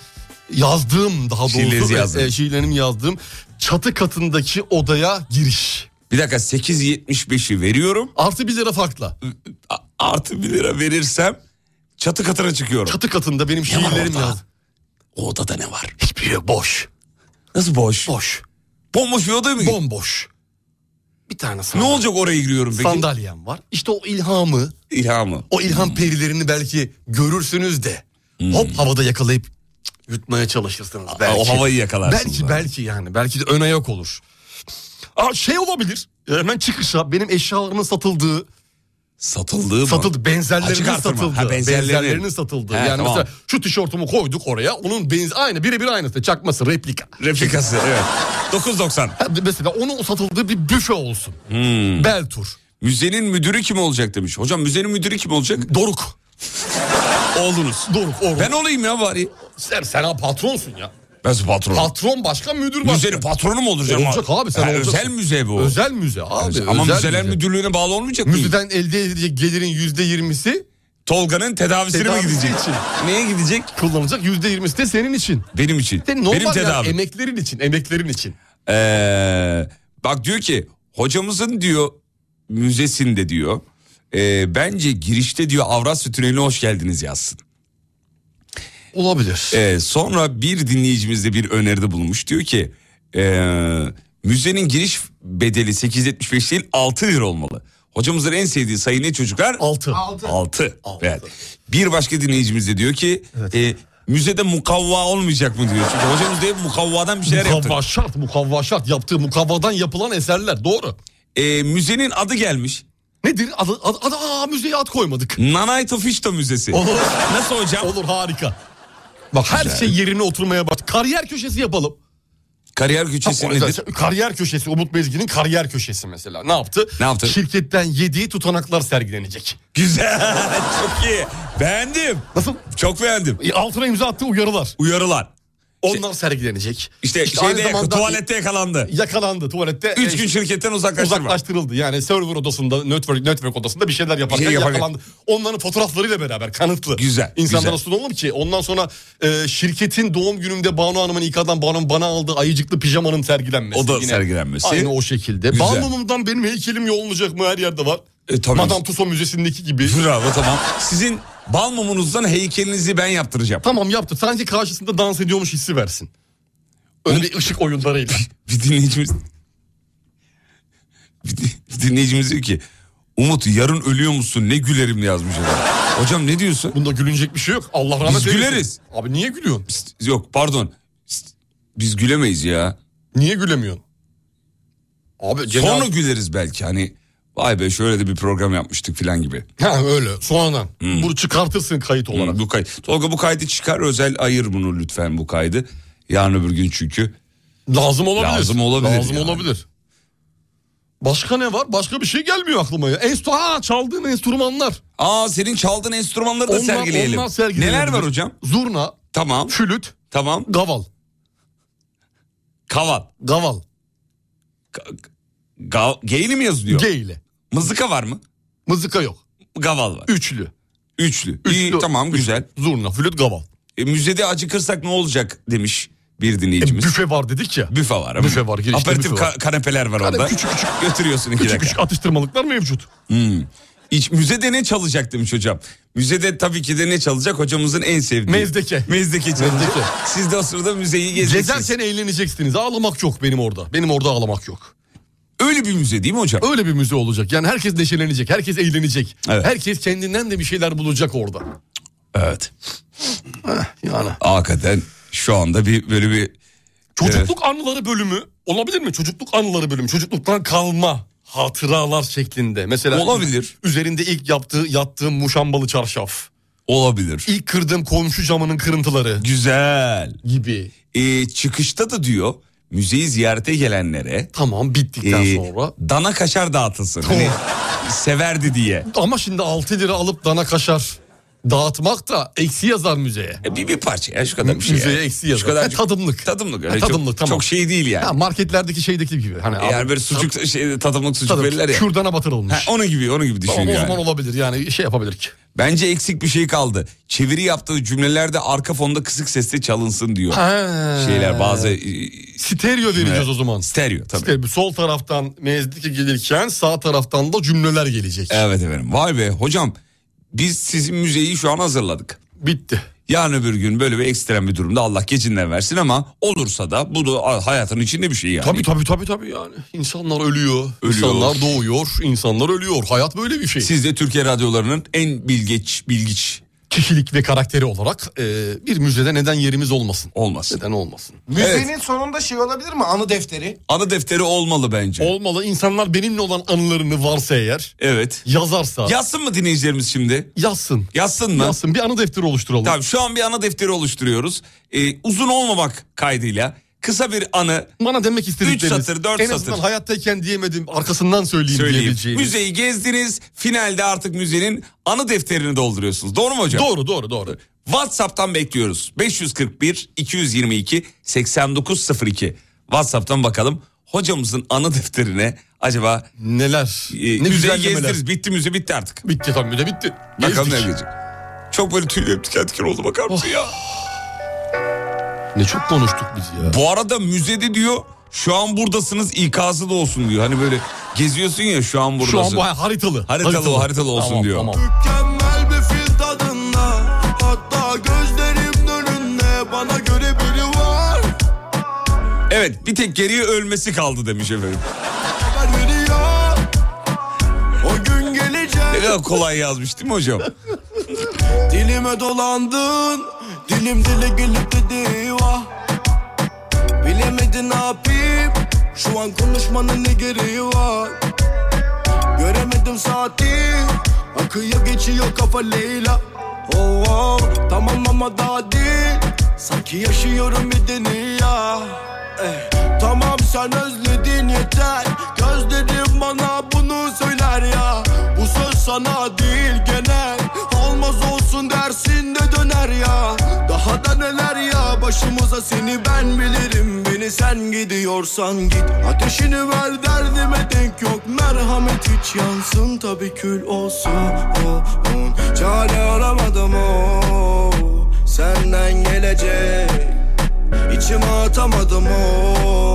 [SPEAKER 4] yazdığım daha
[SPEAKER 3] Şiirlerinizi
[SPEAKER 4] doğrusu e,
[SPEAKER 3] yazdın.
[SPEAKER 4] şiirlerimi yazdığım çatı katındaki odaya giriş.
[SPEAKER 3] Bir dakika 8.75'i veriyorum.
[SPEAKER 4] Artı 1 lira farkla.
[SPEAKER 3] A- Artı 1 lira verirsem çatı katına çıkıyorum.
[SPEAKER 4] Çatı katında benim şiirlerim
[SPEAKER 3] orada?
[SPEAKER 4] yazdı.
[SPEAKER 3] O odada ne var?
[SPEAKER 4] Hiçbir şey yok, boş.
[SPEAKER 3] Nasıl boş?
[SPEAKER 4] Boş.
[SPEAKER 3] Bomboş bir odaya mı gir-
[SPEAKER 4] Bomboş. Bir tane
[SPEAKER 3] Ne
[SPEAKER 4] sandalye.
[SPEAKER 3] olacak oraya giriyorum peki?
[SPEAKER 4] Sandalyem var. İşte o ilhamı,
[SPEAKER 3] İlhamı.
[SPEAKER 4] o ilham perilerini belki görürsünüz de hop havada yakalayıp yutmaya çalışırsınız belki.
[SPEAKER 3] Hmm. o havayı yakalarsınız
[SPEAKER 4] Belki
[SPEAKER 3] abi.
[SPEAKER 4] belki yani belki de ön ayak olur. Aa, şey olabilir. Hemen çıkışa benim eşyalarımın satıldığı
[SPEAKER 3] Satıldığı mı?
[SPEAKER 4] satıldı benzerlerinin
[SPEAKER 3] Açık artırma.
[SPEAKER 4] satıldığı.
[SPEAKER 3] Ha, benzerlerinin.
[SPEAKER 4] benzerlerinin satıldığı.
[SPEAKER 3] He,
[SPEAKER 4] yani
[SPEAKER 3] tamam.
[SPEAKER 4] mesela şu tişörtümü koyduk oraya. Onun benzi aynı birebir aynısı. Çakması replika.
[SPEAKER 3] Replikası
[SPEAKER 4] <laughs>
[SPEAKER 3] evet. 9.90.
[SPEAKER 4] Ha, Mesela onun satıldığı bir büfe olsun.
[SPEAKER 3] Hmm.
[SPEAKER 4] Beltur.
[SPEAKER 3] Müzenin müdürü kim olacak demiş. Hocam müzenin müdürü kim olacak?
[SPEAKER 4] Doruk.
[SPEAKER 3] Oğlunuz.
[SPEAKER 4] Doruk. Oruk.
[SPEAKER 3] Ben olayım ya bari.
[SPEAKER 4] E, Sen, sen ha patronsun ya.
[SPEAKER 3] Ben size patronum.
[SPEAKER 4] Patron başka müdür başka.
[SPEAKER 3] Müzenin patronu mu olur canım?
[SPEAKER 4] Olacak abi sen
[SPEAKER 3] Ha,
[SPEAKER 4] olacaksın.
[SPEAKER 3] Özel müze bu.
[SPEAKER 4] Özel müze abi.
[SPEAKER 3] Ama
[SPEAKER 4] özel
[SPEAKER 3] müzeler
[SPEAKER 4] müze.
[SPEAKER 3] müdürlüğüne bağlı olmayacak mı?
[SPEAKER 4] Müzeden elde edilecek gelirin yüzde yirmisi
[SPEAKER 3] Tolga'nın tedavisine mi
[SPEAKER 4] Tedavisi
[SPEAKER 3] gidecek?
[SPEAKER 4] için.
[SPEAKER 3] Neye gidecek?
[SPEAKER 4] kullanılacak yüzde yirmisi de senin için.
[SPEAKER 3] Benim için.
[SPEAKER 4] De normal
[SPEAKER 3] Benim
[SPEAKER 4] yani
[SPEAKER 3] tedavim.
[SPEAKER 4] emeklerin için, emeklerin için.
[SPEAKER 3] Ee, bak diyor ki Hocamızın diyor müzesinde diyor e, bence girişte diyor Avrasya Tüneli'ne hoş geldiniz yazsın.
[SPEAKER 4] Olabilir.
[SPEAKER 3] E, sonra bir dinleyicimiz de bir öneride bulunmuş. Diyor ki e, müzenin giriş bedeli 8.75 değil 6 lira olmalı. Hocamızın en sevdiği sayı ne çocuklar? 6. 6. 6. Evet. Bir başka dinleyicimiz de diyor ki e, müzede mukavva olmayacak mı diyor. Çünkü hocamız da hep mukavvadan bir şeyler yaptı.
[SPEAKER 4] Mukavva şart, mukavva şart. Yaptığı mukavvadan yapılan eserler doğru.
[SPEAKER 3] E, müzenin adı gelmiş.
[SPEAKER 4] Nedir? Adı, adı, adı aa, müzeye ad koymadık.
[SPEAKER 3] Nanaito Fişto Müzesi.
[SPEAKER 4] Olur.
[SPEAKER 3] Nasıl hocam?
[SPEAKER 4] Olur harika. Bak her
[SPEAKER 3] Güzel.
[SPEAKER 4] şey yerine oturmaya bak. Kariyer köşesi yapalım.
[SPEAKER 3] Kariyer köşesi
[SPEAKER 4] Ha, o yüzden
[SPEAKER 3] nedir?
[SPEAKER 4] Kariyer köşesi Umut Bezgin'in kariyer köşesi mesela. Ne yaptı?
[SPEAKER 3] Ne yaptı?
[SPEAKER 4] Şirketten yediği tutanaklar sergilenecek.
[SPEAKER 3] Güzel. <laughs> Çok iyi. Beğendim.
[SPEAKER 4] Nasıl?
[SPEAKER 3] Çok beğendim.
[SPEAKER 4] Altına imza attığı uyarılar.
[SPEAKER 3] Uyarılar.
[SPEAKER 4] Onlar sergilenecek.
[SPEAKER 3] İşte
[SPEAKER 4] aynı
[SPEAKER 3] şeyde
[SPEAKER 4] zamanda-
[SPEAKER 3] tuvalette yakalandı.
[SPEAKER 4] Yakalandı tuvalette.
[SPEAKER 3] Üç
[SPEAKER 4] E,
[SPEAKER 3] gün şirketten uzaklaştırma.
[SPEAKER 4] Uzaklaştırıldı yani server odasında, network, network odasında bir şeyler yaparken
[SPEAKER 3] şey yaparken.
[SPEAKER 4] yakalandı. Onların fotoğraflarıyla beraber kanıtlı.
[SPEAKER 3] Güzel,
[SPEAKER 4] İnsanlara
[SPEAKER 3] güzel.
[SPEAKER 4] sunalım ki ondan sonra e, şirketin doğum günümde Banu Hanım'ın İK'dan Banu Hanım bana aldığı ayıcıklı pijamanın sergilenmesi.
[SPEAKER 3] O da
[SPEAKER 4] yine.
[SPEAKER 3] sergilenmesi.
[SPEAKER 4] Aynı o şekilde.
[SPEAKER 3] Güzel.
[SPEAKER 4] Banu Hanım'dan benim heykelim yolunacak mı her yerde var.
[SPEAKER 3] E, tabii.
[SPEAKER 4] Madame Tussauds Müzesi'ndeki gibi.
[SPEAKER 3] Bravo tamam.
[SPEAKER 4] <laughs>
[SPEAKER 3] Sizin bal mumunuzdan heykelinizi ben yaptıracağım.
[SPEAKER 4] Tamam yaptı. Sanki karşısında dans ediyormuş hissi versin. Öyle bir ışık oyunlarıyla.
[SPEAKER 3] <laughs> Bir dinleyicimiz... Bir di- bir dinleyicimiz diyor ki... Umut yarın ölüyor musun ne gülerim yazmış. adam. Hocam ne diyorsun?
[SPEAKER 4] Bunda gülünecek bir şey yok. Allah rahmet
[SPEAKER 3] Biz
[SPEAKER 4] eylesin.
[SPEAKER 3] güleriz.
[SPEAKER 4] Abi niye gülüyorsun?
[SPEAKER 3] Yok pardon. Pst, Biz gülemeyiz ya.
[SPEAKER 4] Niye gülemiyorsun? Abi cenaze-
[SPEAKER 3] Sonra güleriz belki hani vay be şöyle de bir program yapmıştık falan gibi. Hmm.
[SPEAKER 4] Ha öyle sonradan. Bunu çıkartırsın kayıt olarak.
[SPEAKER 3] Bu kay Tolga bu kaydı çıkar özel ayır bunu lütfen bu kaydı. Yarın öbür gün çünkü.
[SPEAKER 4] Lazım olabilir.
[SPEAKER 3] Lazım olabilir.
[SPEAKER 4] Lazım
[SPEAKER 3] yani.
[SPEAKER 4] olabilir. Başka ne var? Başka bir şey gelmiyor aklıma ya. Enstü ha çaldığın enstrümanlar.
[SPEAKER 3] Aa senin çaldığın enstrümanları da sergileyelim.
[SPEAKER 4] onlar sergilenebilir.
[SPEAKER 3] Neler var hocam?
[SPEAKER 4] Zurna,
[SPEAKER 3] Tamam.
[SPEAKER 4] flüt,
[SPEAKER 3] Tamam.
[SPEAKER 4] gaval.
[SPEAKER 3] Kaval.
[SPEAKER 4] Gaval.
[SPEAKER 3] Ga- Geyli mi yazılıyor?
[SPEAKER 4] Geyli.
[SPEAKER 3] Mızıka var mı?
[SPEAKER 4] Mızıka yok.
[SPEAKER 3] Gaval var.
[SPEAKER 4] Üçlü.
[SPEAKER 3] Üçlü. İyi tamam güzel.
[SPEAKER 4] Zurna, flüt, gaval.
[SPEAKER 3] E, müzede acıkırsak ne olacak demiş bir dinleyicimiz.
[SPEAKER 4] E, Büfe var dedik ya.
[SPEAKER 3] Büfe var.
[SPEAKER 4] Büfe var, girişte
[SPEAKER 3] Aperatif
[SPEAKER 4] büfe var.
[SPEAKER 3] ka- kanepeler var
[SPEAKER 4] Kane-
[SPEAKER 3] orada.
[SPEAKER 4] küçük küçük.
[SPEAKER 3] Götürüyorsun iki
[SPEAKER 4] Küçük
[SPEAKER 3] dakika.
[SPEAKER 4] küçük atıştırmalıklar mevcut.
[SPEAKER 3] Hmm. İç, müzede ne çalacak demiş hocam. Müzede tabii ki de ne çalacak hocamızın en sevdiği.
[SPEAKER 4] Mezdeke.
[SPEAKER 3] Mezdeke çalacak.
[SPEAKER 4] Mezdeke.
[SPEAKER 3] Siz de o sırada müzeyi gezeceksiniz.
[SPEAKER 4] Gezerken eğleneceksiniz. Ağlamak yok benim orada. Benim orada ağlamak yok.
[SPEAKER 3] Öyle bir müze değil mi hocam?
[SPEAKER 4] Öyle bir müze olacak. Yani herkes neşelenecek, herkes eğlenecek.
[SPEAKER 3] Evet.
[SPEAKER 4] Herkes kendinden de bir şeyler bulacak orada.
[SPEAKER 3] Evet.
[SPEAKER 4] Eh, yani.
[SPEAKER 3] Hakikaten şu anda bir böyle bir...
[SPEAKER 4] Çocukluk anıları bölümü olabilir mi? Çocukluk anıları bölümü. Çocukluktan kalma hatıralar şeklinde. Mesela
[SPEAKER 3] Olabilir.
[SPEAKER 4] Üzerinde ilk yaptığı yattığım muşambalı çarşaf.
[SPEAKER 3] Olabilir.
[SPEAKER 4] İlk kırdığım komşu camının kırıntıları.
[SPEAKER 3] Güzel.
[SPEAKER 4] Gibi.
[SPEAKER 3] Ee, çıkışta da diyor müzeyi ziyarete gelenlere...
[SPEAKER 4] Tamam bittikten
[SPEAKER 3] ee,
[SPEAKER 4] sonra.
[SPEAKER 3] Dana kaşar dağıtılsın. Hani severdi diye.
[SPEAKER 4] Ama şimdi 6 lira alıp dana kaşar dağıtmak da eksi yazar müzeye.
[SPEAKER 3] E, Bir, bir parça ya şu kadar bir şey.
[SPEAKER 4] Müzeye
[SPEAKER 3] ya.
[SPEAKER 4] eksi
[SPEAKER 3] Şu
[SPEAKER 4] yazar.
[SPEAKER 3] kadar
[SPEAKER 4] Ha, tadımlık.
[SPEAKER 3] tadımlık. Öyle
[SPEAKER 4] Ha, tadımlık,
[SPEAKER 3] çok,
[SPEAKER 4] tamam.
[SPEAKER 3] çok şey değil yani.
[SPEAKER 4] Ha, marketlerdeki şeydeki gibi. Hani
[SPEAKER 3] Yani
[SPEAKER 4] abi-
[SPEAKER 3] böyle sucuk şey, tadımlık sucuk
[SPEAKER 4] Tabii,
[SPEAKER 3] verirler ya.
[SPEAKER 4] Kürdana batırılmış.
[SPEAKER 3] Ha, onu gibi onu gibi düşün
[SPEAKER 4] Tamam, o
[SPEAKER 3] yani.
[SPEAKER 4] zaman olabilir yani şey yapabilir.
[SPEAKER 3] Bence eksik bir şey kaldı. Çeviri yaptığı cümlelerde arka fonda kısık sesle çalınsın diyor.
[SPEAKER 4] Ha.
[SPEAKER 3] Şeyler bazı... e,
[SPEAKER 4] Stereo vereceğiz
[SPEAKER 3] Evet.
[SPEAKER 4] o zaman.
[SPEAKER 3] Stereo tabii.
[SPEAKER 4] Stereo. Sol taraftan mezdike gelirken sağ taraftan da cümleler gelecek.
[SPEAKER 3] Evet efendim. Vay be hocam biz sizin müzeyi şu an hazırladık.
[SPEAKER 4] Bitti.
[SPEAKER 3] Yarın öbür gün böyle bir ekstrem bir durumda Allah gecinden versin ama olursa da bu da hayatın içinde bir şey yani.
[SPEAKER 4] Tabii tabii tabii tabii yani. İnsanlar ölüyor,
[SPEAKER 3] Ölüyor.
[SPEAKER 4] insanlar doğuyor, insanlar ölüyor. Hayat böyle bir şey.
[SPEAKER 3] Siz de Türkiye radyolarının en bilgeç bilgiç
[SPEAKER 4] Kişilik ve karakteri olarak e, bir müzede neden yerimiz olmasın?
[SPEAKER 3] olmasın.
[SPEAKER 4] Neden olmasın?
[SPEAKER 13] Müzenin sonunda şey olabilir mi? Anı defteri.
[SPEAKER 3] Anı defteri olmalı bence.
[SPEAKER 4] Olmalı. İnsanlar benimle olan anılarını varsa eğer
[SPEAKER 3] evet.
[SPEAKER 4] yazarsa
[SPEAKER 3] Yazsın mı dinleyicilerimiz şimdi?
[SPEAKER 4] yazsın.
[SPEAKER 3] Yazsın mı?
[SPEAKER 4] Yazsın bir anı defteri oluşturalım.
[SPEAKER 3] Tamam şu an bir ana defteri oluşturuyoruz. Ee, uzun olmamak kaydıyla kısa bir anı
[SPEAKER 4] Bana demek istedikleriniz.
[SPEAKER 3] Üç satır, dört
[SPEAKER 4] en
[SPEAKER 3] satır.
[SPEAKER 4] azından hayattayken diyemedim arkasından söyleyeyim,
[SPEAKER 3] söyleyeyim.
[SPEAKER 4] diyebileceğiniz.
[SPEAKER 3] Müzeyi gezdiniz finalde artık müzenin anı defterini dolduruyorsunuz. Doğru mu hocam?
[SPEAKER 4] Doğru doğru doğru.
[SPEAKER 3] WhatsApp'tan bekliyoruz. 541 222 8902. WhatsApp'tan bakalım hocamızın anı defterine acaba
[SPEAKER 4] Neler?
[SPEAKER 3] e,
[SPEAKER 4] ne
[SPEAKER 3] müzeyi
[SPEAKER 4] güzel
[SPEAKER 3] gezdiniz.
[SPEAKER 4] gezdiniz.
[SPEAKER 3] Bitti müze bitti artık.
[SPEAKER 4] Bitti tam müze bitti.
[SPEAKER 3] Bakalım ne
[SPEAKER 4] Gezdik.
[SPEAKER 3] gelecek. Çok böyle tüylerim diken diken oldu bakar mısın ya?
[SPEAKER 4] Ne çok konuştuk biz ya.
[SPEAKER 3] Bu arada müzede diyor şu an buradasınız ikazı da olsun diyor. Hani böyle Geziyorsun ya şu an buradasın.
[SPEAKER 4] Şu an bu haritalı.
[SPEAKER 3] Haritalı,
[SPEAKER 4] Haritalı.
[SPEAKER 3] o, haritalı olsun
[SPEAKER 4] Tamam,
[SPEAKER 3] diyor.
[SPEAKER 4] tamam.
[SPEAKER 6] Mükemmel bir fil tadında Hatta gözlerim önünde Bana göre biri var
[SPEAKER 3] Evet bir tek geriye ölmesi kaldı demiş efendim.
[SPEAKER 6] Haber veriyor O gün gelecek
[SPEAKER 3] Ne kadar kolay yazmış değil mi hocam?
[SPEAKER 6] Dilime dolandın Dilim dile gelip dedi vah Bilemedin ne yapayım Şu an konuşmanın ne gereği var Göremedim saati Akıyor geçiyor kafa Leyla Oh, oh tamam ama daha değil Sanki yaşıyorum bir dünya Eh, Tamam sen özledin yeter Gözlerim bana bunu söyler ya Bu söz sana değil genel Olmaz olsun dersin de döner ya Daha da neler ya başımıza seni ben bilirim Beni sen gidiyorsan git Ateşini ver derdime denk yok Merhamet hiç yansın tabi kül olsun oh, oh. Çare aramadım oh. Senden gelecek İçime atamadım o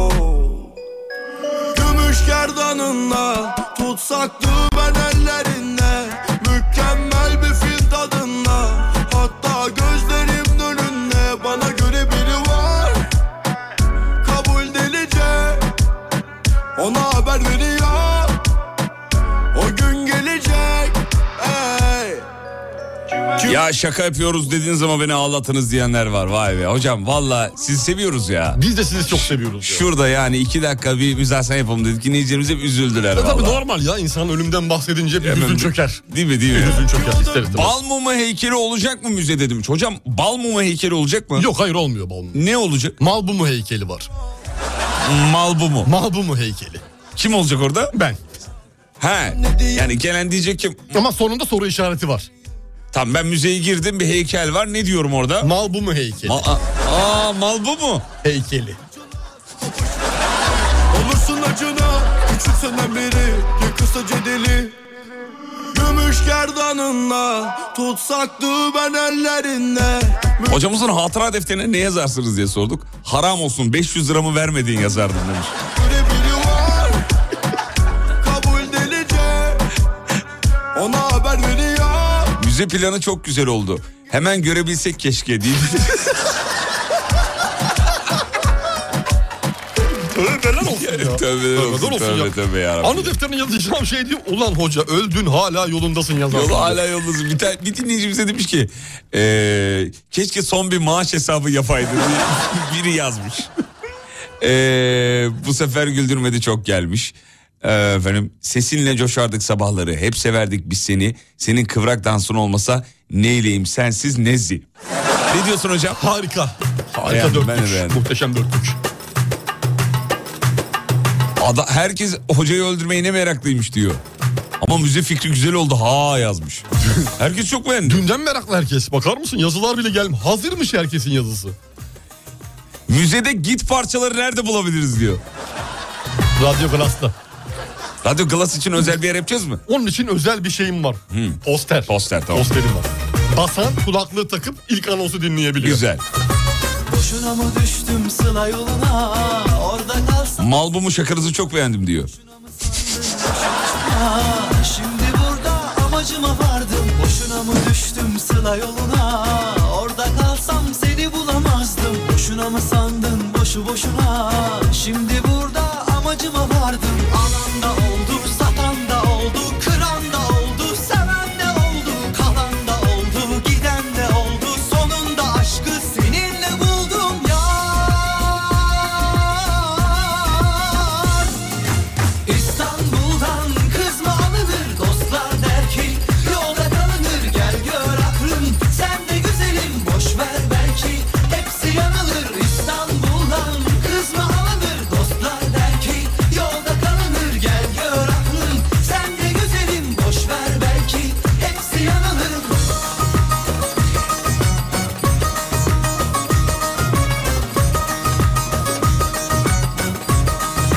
[SPEAKER 6] Gümüş gerdanında Tutsaktı ben ellerinde Mükemmel bir fil tadında Hatta gözlerim önünde Bana göre biri var Kabul delice Ona haber veriyor O gün gelecek Ey.
[SPEAKER 3] Ya şaka yapıyoruz dediğiniz zaman beni ağlatınız diyenler var vay be. Hocam valla sizi seviyoruz ya.
[SPEAKER 4] Biz de sizi çok seviyoruz.
[SPEAKER 3] Şurada yani iki dakika bir müzakere yapalım dedik. Dinleyicilerimiz hep üzüldüler
[SPEAKER 4] Ya
[SPEAKER 3] valla.
[SPEAKER 4] E, tabii normal ya insan ölümden bahsedince bir hüzün çöker.
[SPEAKER 3] Değil mi değil mi?
[SPEAKER 4] Bir hüzün çöker ister istemez.
[SPEAKER 3] Bal mumu heykeli olacak mı müzede demiş. Hocam bal mumu heykeli olacak mı?
[SPEAKER 4] Yok hayır olmuyor bal mumu.
[SPEAKER 3] Ne olacak?
[SPEAKER 4] Malbumu heykeli var.
[SPEAKER 3] Malbumu.
[SPEAKER 4] Malbumu heykeli.
[SPEAKER 3] Kim olacak orada?
[SPEAKER 4] Ben.
[SPEAKER 3] He yani gelen diyecek ki
[SPEAKER 4] Ama sonunda soru işareti var.
[SPEAKER 3] Tam ben müzeye girdim bir heykel var ne diyorum orada?
[SPEAKER 4] Mal bu mu heykeli?
[SPEAKER 3] aa, mal bu mu?
[SPEAKER 4] Heykeli.
[SPEAKER 6] Olursun acına küçük senden biri Yakırsa cedeli Gümüş gerdanınla Tutsaktı ben ellerinde
[SPEAKER 3] Hocamızın hatıra defterine ne yazarsınız diye sorduk. Haram olsun 500 liramı vermediğin yazardım demiş.
[SPEAKER 6] Kabul delice Ona haber veriyor
[SPEAKER 3] Müze planı çok güzel oldu. Hemen görebilsek keşke <laughs> değil mi?
[SPEAKER 4] Tövbeler
[SPEAKER 3] <laughs>
[SPEAKER 4] olsun ya.
[SPEAKER 3] Tövbeler olsun, tövbe, tövbe yarabbim.
[SPEAKER 4] Anı defterine yazacağım şey diyor. Ulan hoca öldün hala yolundasın yazar.
[SPEAKER 3] Yolu hala yolundasın. Bir, tane, bir dinleyici bize demiş ki eee, keşke son bir maaş hesabı yapaydı. diye <laughs> Biri yazmış. Eee, bu sefer güldürmedi çok gelmiş. Eee, efendim sesinle coşardık sabahları. Hep severdik biz seni. Senin kıvrak dansın olmasa neyleyim sensiz nezzi. Ne diyorsun hocam?
[SPEAKER 4] Harika. Harika
[SPEAKER 3] Beğendim, ben de
[SPEAKER 4] dörtlük.
[SPEAKER 3] beğendim.
[SPEAKER 4] Muhteşem dörtlük.
[SPEAKER 3] Ada, herkes hocayı öldürmeye ne meraklıymış diyor. Ama müze fikri güzel oldu ha yazmış. <laughs> herkes çok beğendi.
[SPEAKER 4] Dünden meraklı herkes. Bakar mısın yazılar bile gelmiş. Hazırmış herkesin yazısı.
[SPEAKER 3] Müzede git parçaları nerede bulabiliriz diyor.
[SPEAKER 4] Radyo Glass'ta.
[SPEAKER 3] Radyo Glass için özel bir yer yapacağız mı? Hmm.
[SPEAKER 4] Onun için özel bir şeyim var. Poster.
[SPEAKER 3] Poster tamam.
[SPEAKER 4] Posterim var. Basan kulaklığı takıp ilk anonsu dinleyebiliyor.
[SPEAKER 3] Güzel.
[SPEAKER 17] Boşuna mı düştüm sıla yoluna Orada kalsam
[SPEAKER 3] Malbumu şakanızı çok beğendim diyor.
[SPEAKER 17] ya Şimdi burada amacıma vardım Boşuna mı düştüm sıla yoluna Orada kalsam seni bulamazdım Boşuna mı sandın boşu boşuna Şimdi burada amacıma vardım Alan da oldu satan da oldu Kıran da oldu seven de oldu Kalan da oldu giden de oldu Sonunda aşkı seninle buldum ya İstanbul'dan kız mı alınır Dostlar der ki yolda kalınır Gel gör aklım sen de güzelim Boş ver belki hepsi yanılır İstanbul'dan kız mı alınır Dostlar der ki yolda kalınır Gel gör aklım sen de güzelim Boş ver belki hepsi yanılır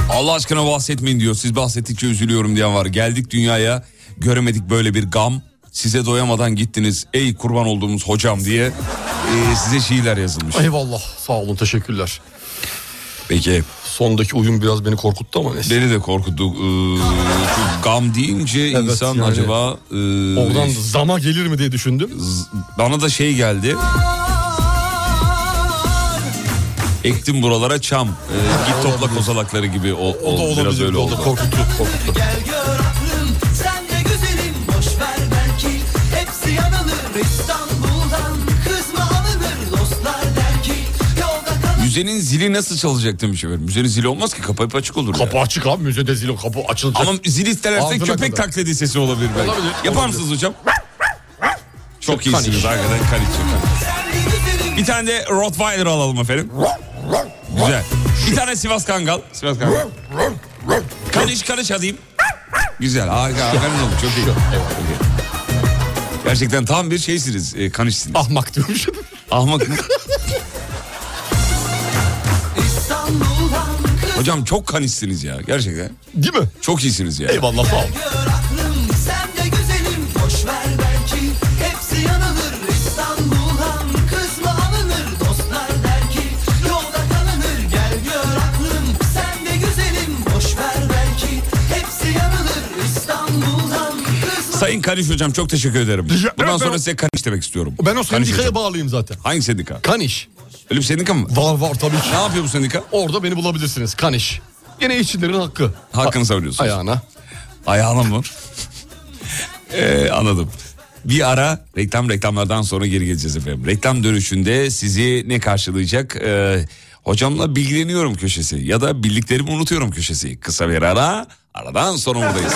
[SPEAKER 3] Allah aşkına bahsetmeyin diyor. Siz bahsettikçe üzülüyorum diyen var. Geldik dünyaya göremedik böyle bir gam. Size doyamadan gittiniz ey kurban olduğumuz hocam diye e, size şiirler yazılmış.
[SPEAKER 4] Eyvallah. Sağ olun teşekkürler.
[SPEAKER 3] Peki.
[SPEAKER 4] Sondaki uyum biraz beni korkuttu ama neyse.
[SPEAKER 3] Beni de korkuttu. Ee, şu gam deyince insan
[SPEAKER 4] yani.
[SPEAKER 3] acaba... e,
[SPEAKER 4] Oradan zama gelir mi diye düşündüm.
[SPEAKER 3] Bana da şey geldi. Ektim buralara çam. Ee, git topla kozalakları gibi o, o,
[SPEAKER 4] da
[SPEAKER 3] biraz
[SPEAKER 4] olabilir,
[SPEAKER 3] öyle
[SPEAKER 4] o da
[SPEAKER 3] oldu.
[SPEAKER 4] korkuttu, korkuttu.
[SPEAKER 17] Gel gör aklım sen de güzelim boş ver belki hepsi yanılır İstanbul'dan kızma alınır dostlar der ki yolda
[SPEAKER 3] Müzenin zili nasıl çalacak demiş efendim. Müzenin zili olmaz ki kapı hep açık olur. Kapı
[SPEAKER 4] açık abi müzede zil kapı açılacak.
[SPEAKER 3] Ama zil istelerse
[SPEAKER 4] Ağzına
[SPEAKER 3] köpek
[SPEAKER 4] kadar.
[SPEAKER 3] taklidi sesi olabilir belki.
[SPEAKER 4] Olabilir,
[SPEAKER 3] Yapar
[SPEAKER 4] olabilir.
[SPEAKER 3] mısınız hocam? Çok
[SPEAKER 4] Çok
[SPEAKER 3] iyisiniz
[SPEAKER 4] kanik.
[SPEAKER 3] hakikaten kalit. Bir tane de Rottweiler alalım efendim. Güzel. Bir tane Sivas Kangal. Sivas Kangal. Kaniş kaniş alayım. Güzel harika. Harika oldu çok iyi. Okey. Gerçekten tam bir şeysiniz. E, kanişsiniz.
[SPEAKER 4] Ahmak diyormuşum.
[SPEAKER 3] Ahmak mı?
[SPEAKER 17] İstanbul'dan
[SPEAKER 3] Hocam çok kanişsiniz ya gerçekten.
[SPEAKER 4] Değil mi?
[SPEAKER 3] Çok iyisiniz ya.
[SPEAKER 4] Eyvallah sağ ol.
[SPEAKER 17] aklım sen de güzelim boş ver belki hepsi yanılır İstanbul'dan kızma alınır dostlar der ki yolda kalınır gel gör aklım sen de güzelim boş ver belki hepsi yanılır İstanbul'dan kızma
[SPEAKER 3] Sayın Kaniş hocam çok teşekkür ederim. Bundan sonra size Kaniş demek istiyorum.
[SPEAKER 4] Ben o
[SPEAKER 3] Kaniş
[SPEAKER 4] sendikaya
[SPEAKER 3] hocam.
[SPEAKER 4] bağlıyım zaten.
[SPEAKER 3] Hangi sendika?
[SPEAKER 4] Kaniş.
[SPEAKER 3] Öyle bir sendika mı?
[SPEAKER 4] Var var tabii ki.
[SPEAKER 3] Ne yapıyor bu sendika?
[SPEAKER 4] Orada beni bulabilirsiniz. Kaniş. Yine işçilerin hakkı.
[SPEAKER 3] Hakkını savunuyorsunuz.
[SPEAKER 4] Ayağına.
[SPEAKER 3] Ayağına mı? <laughs> Ee, anladım. Bir ara reklam reklamlardan sonra geri geleceğiz efendim. Reklam dönüşünde sizi ne karşılayacak? Ee, hocamla bilgileniyorum köşesi ya da bildiklerimi unutuyorum köşesi. Kısa bir ara aradan sonra buradayız.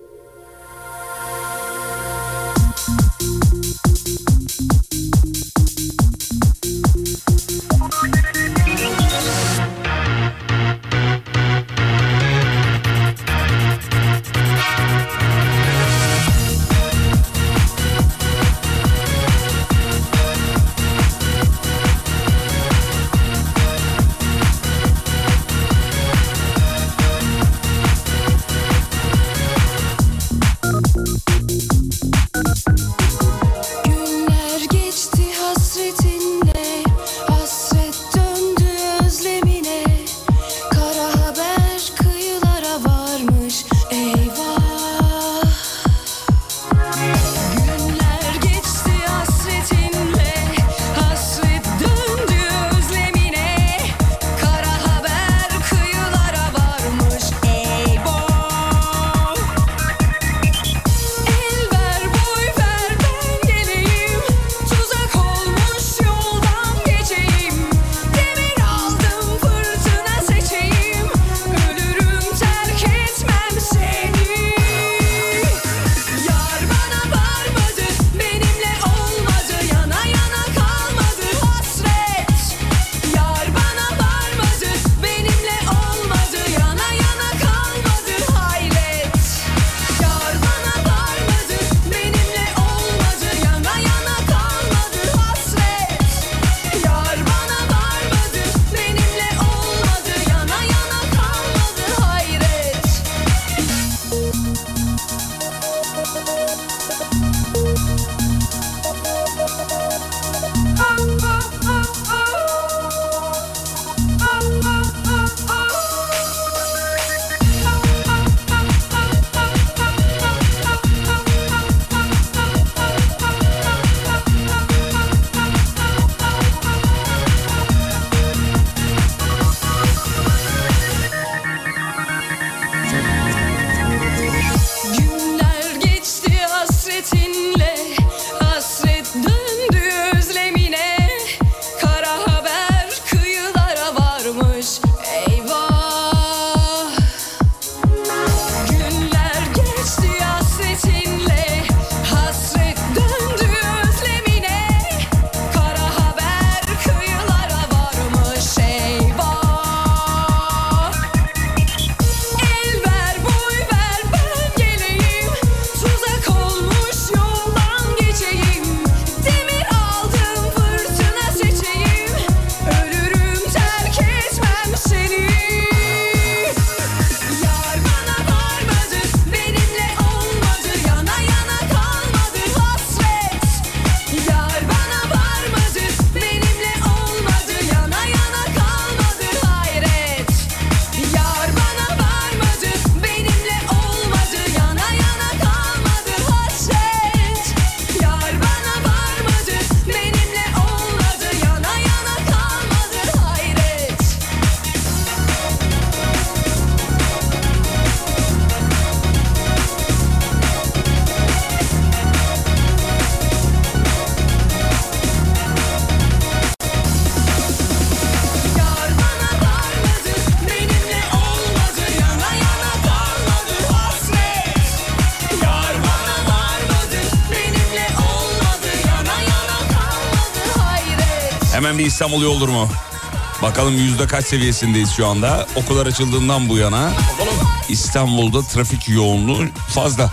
[SPEAKER 3] önemli İstanbul yol durumu. Bakalım yüzde kaç seviyesindeyiz şu anda. Okullar açıldığından bu yana İstanbul'da trafik yoğunluğu fazla.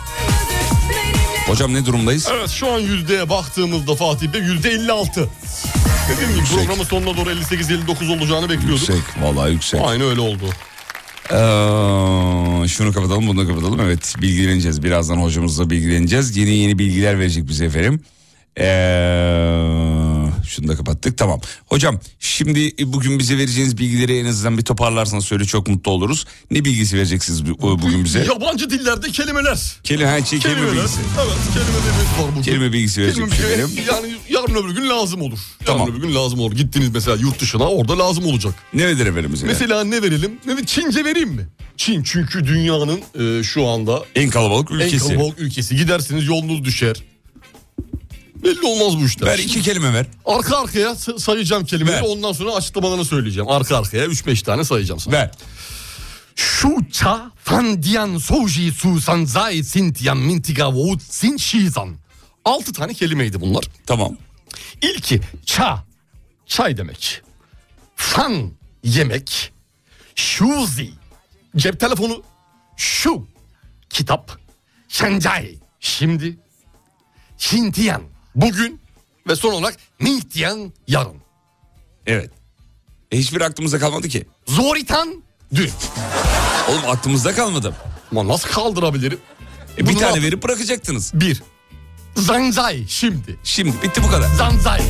[SPEAKER 3] Hocam ne durumdayız?
[SPEAKER 4] Evet şu an yüzdeye baktığımızda Fatih Bey yüzde 56. Dediğim gibi programın sonuna doğru 58-59 olacağını bekliyorduk.
[SPEAKER 3] Yüksek vallahi yüksek.
[SPEAKER 4] Aynı öyle oldu.
[SPEAKER 3] Ee, şunu kapatalım bunu da kapatalım. Evet bilgileneceğiz. Birazdan hocamızla bilgileneceğiz. Yeni yeni bilgiler verecek bize efendim. Ee, şunu da kapattık tamam. Hocam şimdi bugün bize vereceğiniz bilgileri en azından bir toparlarsanız söyle çok mutlu oluruz. Ne bilgisi vereceksiniz bu- bugün bize?
[SPEAKER 4] Yabancı dillerde kelimeler.
[SPEAKER 3] Kelime, her şey kelime
[SPEAKER 4] Kelimeler.
[SPEAKER 3] bilgisi. şey
[SPEAKER 4] Evet kelime bilgisi var bugün.
[SPEAKER 3] Kelime bilgisi verecek
[SPEAKER 4] Kelime bilgisi-
[SPEAKER 3] efendim.
[SPEAKER 4] Yani yarın öbür gün lazım olur. Yarın öbür gün lazım olur. Gittiniz mesela yurt dışına orada lazım olacak.
[SPEAKER 3] Neredir efendim bize?
[SPEAKER 4] Mesela ne verelim? Ne, Çince vereyim mi? Çin çünkü dünyanın e, şu anda
[SPEAKER 3] en kalabalık
[SPEAKER 4] En
[SPEAKER 3] ülkesi.
[SPEAKER 4] kalabalık ülkesi. Gidersiniz yolunuz düşer. Belli olmaz bu işler.
[SPEAKER 3] Ver iki kelime ver.
[SPEAKER 4] Arka arkaya sa- sayacağım kelimeleri ondan sonra açıklamalarını söyleyeceğim. Arka arkaya 3-5 tane sayacağım sana.
[SPEAKER 3] Ver.
[SPEAKER 4] Şu ça fan diyan soji su san zai sin tiyan mintiga vout sin şi zan. Altı tane kelimeydi bunlar.
[SPEAKER 3] Tamam.
[SPEAKER 4] İlki ça, çay demek. Fan, yemek. Şuzi, cep telefonu. Şu, kitap. Şencay, şimdi. Şintiyan, bugün. Ve son olarak Mihtiyan, yarın.
[SPEAKER 3] Evet. E, hiçbir aklımızda kalmadı ki.
[SPEAKER 4] Zoritan, dün.
[SPEAKER 3] Oğlum aklımızda kalmadı.
[SPEAKER 4] Ulan nasıl kaldırabilirim?
[SPEAKER 3] E, bir
[SPEAKER 4] Bunu
[SPEAKER 3] tane
[SPEAKER 4] yap-
[SPEAKER 3] verip bırakacaktınız.
[SPEAKER 4] Bir. Zanzay şimdi.
[SPEAKER 3] Şimdi bitti bu kadar.
[SPEAKER 4] Zanzay.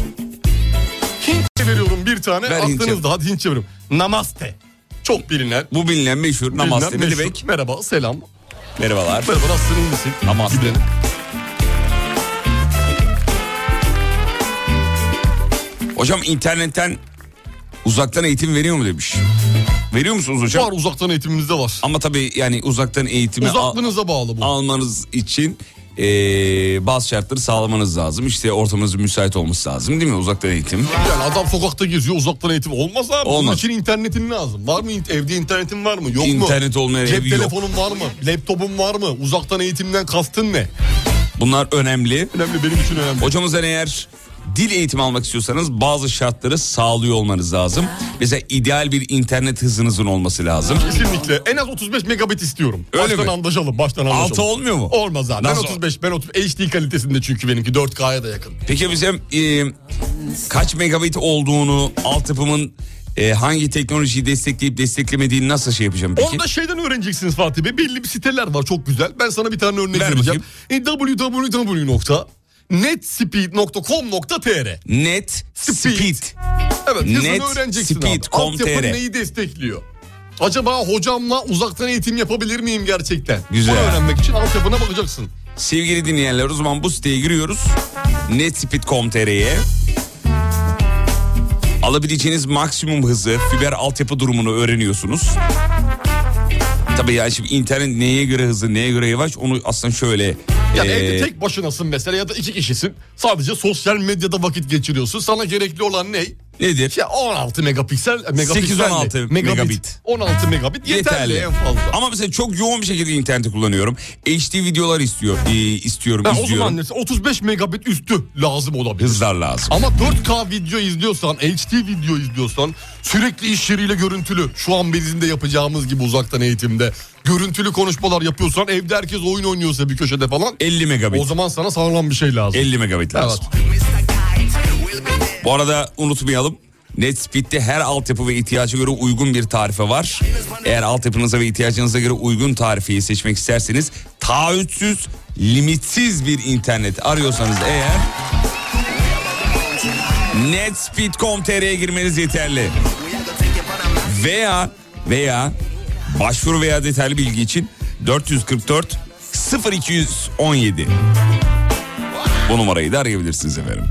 [SPEAKER 4] Hintçe veriyorum bir tane.
[SPEAKER 3] Ver Hintçe.
[SPEAKER 4] Aklınızda hadi Hintçe veriyorum. Namaste. Çok bilinen.
[SPEAKER 3] Bu bilinen meşhur.
[SPEAKER 4] Bilinen
[SPEAKER 3] Namaste. Ne
[SPEAKER 4] meşhur.
[SPEAKER 3] demek?
[SPEAKER 4] Merhaba, selam.
[SPEAKER 3] Merhabalar.
[SPEAKER 4] Merhaba, nasılsın, iyi misin?
[SPEAKER 3] Namaste.
[SPEAKER 4] Gidelim.
[SPEAKER 3] Hocam internetten uzaktan eğitim veriyor mu demiş. Veriyor musunuz hocam?
[SPEAKER 4] Var uzaktan eğitimimizde var.
[SPEAKER 3] Ama tabii yani uzaktan eğitimi al-
[SPEAKER 4] Uzaklığınıza bağlı bu.
[SPEAKER 3] almanız için eee, bazı şartları sağlamanız lazım. İşte ortamınızın müsait olması lazım değil mi uzaktan eğitim?
[SPEAKER 4] Yani adam sokakta geziyor uzaktan eğitim olmaz abi. Bunun
[SPEAKER 3] Olmaz.
[SPEAKER 4] için internetin lazım. Var mı in- evde internetin var mı? Yok mu?
[SPEAKER 3] İnternet olmayan
[SPEAKER 4] Cep
[SPEAKER 3] ev yok.
[SPEAKER 4] telefonun var mı? Laptopun var mı? Uzaktan eğitimden kastın ne?
[SPEAKER 3] Bunlar önemli.
[SPEAKER 4] Önemli benim için önemli.
[SPEAKER 3] Hocamızdan eğer dil eğitimi almak istiyorsanız bazı şartları sağlıyor olmanız lazım. Mesela ideal bir internet hızınızın olması lazım.
[SPEAKER 4] Kesinlikle. En az 35 megabit istiyorum.
[SPEAKER 3] Öyle
[SPEAKER 4] baştan
[SPEAKER 3] mi?
[SPEAKER 4] anlaşalım. Baştan anlaşalım.
[SPEAKER 3] Altı olmuyor mu?
[SPEAKER 4] Olmaz abi.
[SPEAKER 3] Nasıl?
[SPEAKER 4] Ben 35, ben 30. HD kalitesinde çünkü benimki 4K'ya da yakın.
[SPEAKER 3] Peki bizim e, kaç megabit olduğunu, altyapımın e, hangi teknolojiyi destekleyip desteklemediğini nasıl şey yapacağım peki?
[SPEAKER 4] Onda şeyden öğreneceksiniz Fatih Bey. Belli bir siteler var çok güzel. Ben sana bir tane örnek vereceğim. E, www.netspeed.com.tr
[SPEAKER 3] Net Speed.
[SPEAKER 4] Evet yazını
[SPEAKER 3] Net
[SPEAKER 4] öğreneceksin
[SPEAKER 3] Speed
[SPEAKER 4] abi.
[SPEAKER 3] com
[SPEAKER 4] Altyapı
[SPEAKER 3] tr.
[SPEAKER 4] neyi destekliyor? Acaba hocamla uzaktan eğitim yapabilir miyim gerçekten?
[SPEAKER 3] Güzel.
[SPEAKER 4] Bunu öğrenmek için altyapına bakacaksın.
[SPEAKER 3] Sevgili dinleyenler o zaman bu siteye giriyoruz. Netspeed.com.tr'ye alabileceğiniz maksimum hızı, fiber altyapı durumunu öğreniyorsunuz. Tabii yani şimdi internet neye göre hızlı, neye göre yavaş onu aslında şöyle...
[SPEAKER 4] Yani
[SPEAKER 3] e,
[SPEAKER 4] evde tek başınasın mesela ya da iki kişisin. Sadece sosyal medyada vakit geçiriyorsun. Sana gerekli olan ne?
[SPEAKER 3] Nedir?
[SPEAKER 4] Ya 16 megapiksel, megapiksel
[SPEAKER 3] 8-16
[SPEAKER 4] mi?
[SPEAKER 3] megabit.
[SPEAKER 4] 16 megabit yeterli, en fazla.
[SPEAKER 3] Ama mesela çok yoğun bir şekilde interneti kullanıyorum. HD videolar istiyor, e, istiyorum,
[SPEAKER 4] Ha, o zaman
[SPEAKER 3] izliyorum.
[SPEAKER 4] neyse, 35 megabit üstü lazım olabilir.
[SPEAKER 3] Hızlar lazım.
[SPEAKER 4] Ama 4K video izliyorsan, HD video izliyorsan sürekli iş yeriyle görüntülü. Şu an bizim de yapacağımız gibi uzaktan eğitimde. Görüntülü konuşmalar yapıyorsan evde herkes oyun oynuyorsa bir köşede falan.
[SPEAKER 3] 50 megabit.
[SPEAKER 4] O zaman sana sağlam bir şey lazım.
[SPEAKER 3] 50 megabit lazım. Bu arada unutmayalım. Netspeed'de her altyapı ve ihtiyaca göre uygun bir tarife var. Eğer altyapınıza ve ihtiyacınıza göre uygun tarifeyi seçmek isterseniz taahhütsüz, limitsiz bir internet arıyorsanız eğer netspeed.com.tr'ye girmeniz yeterli. Veya veya başvuru veya detaylı bilgi için 444 0217 bu numarayı da arayabilirsiniz efendim.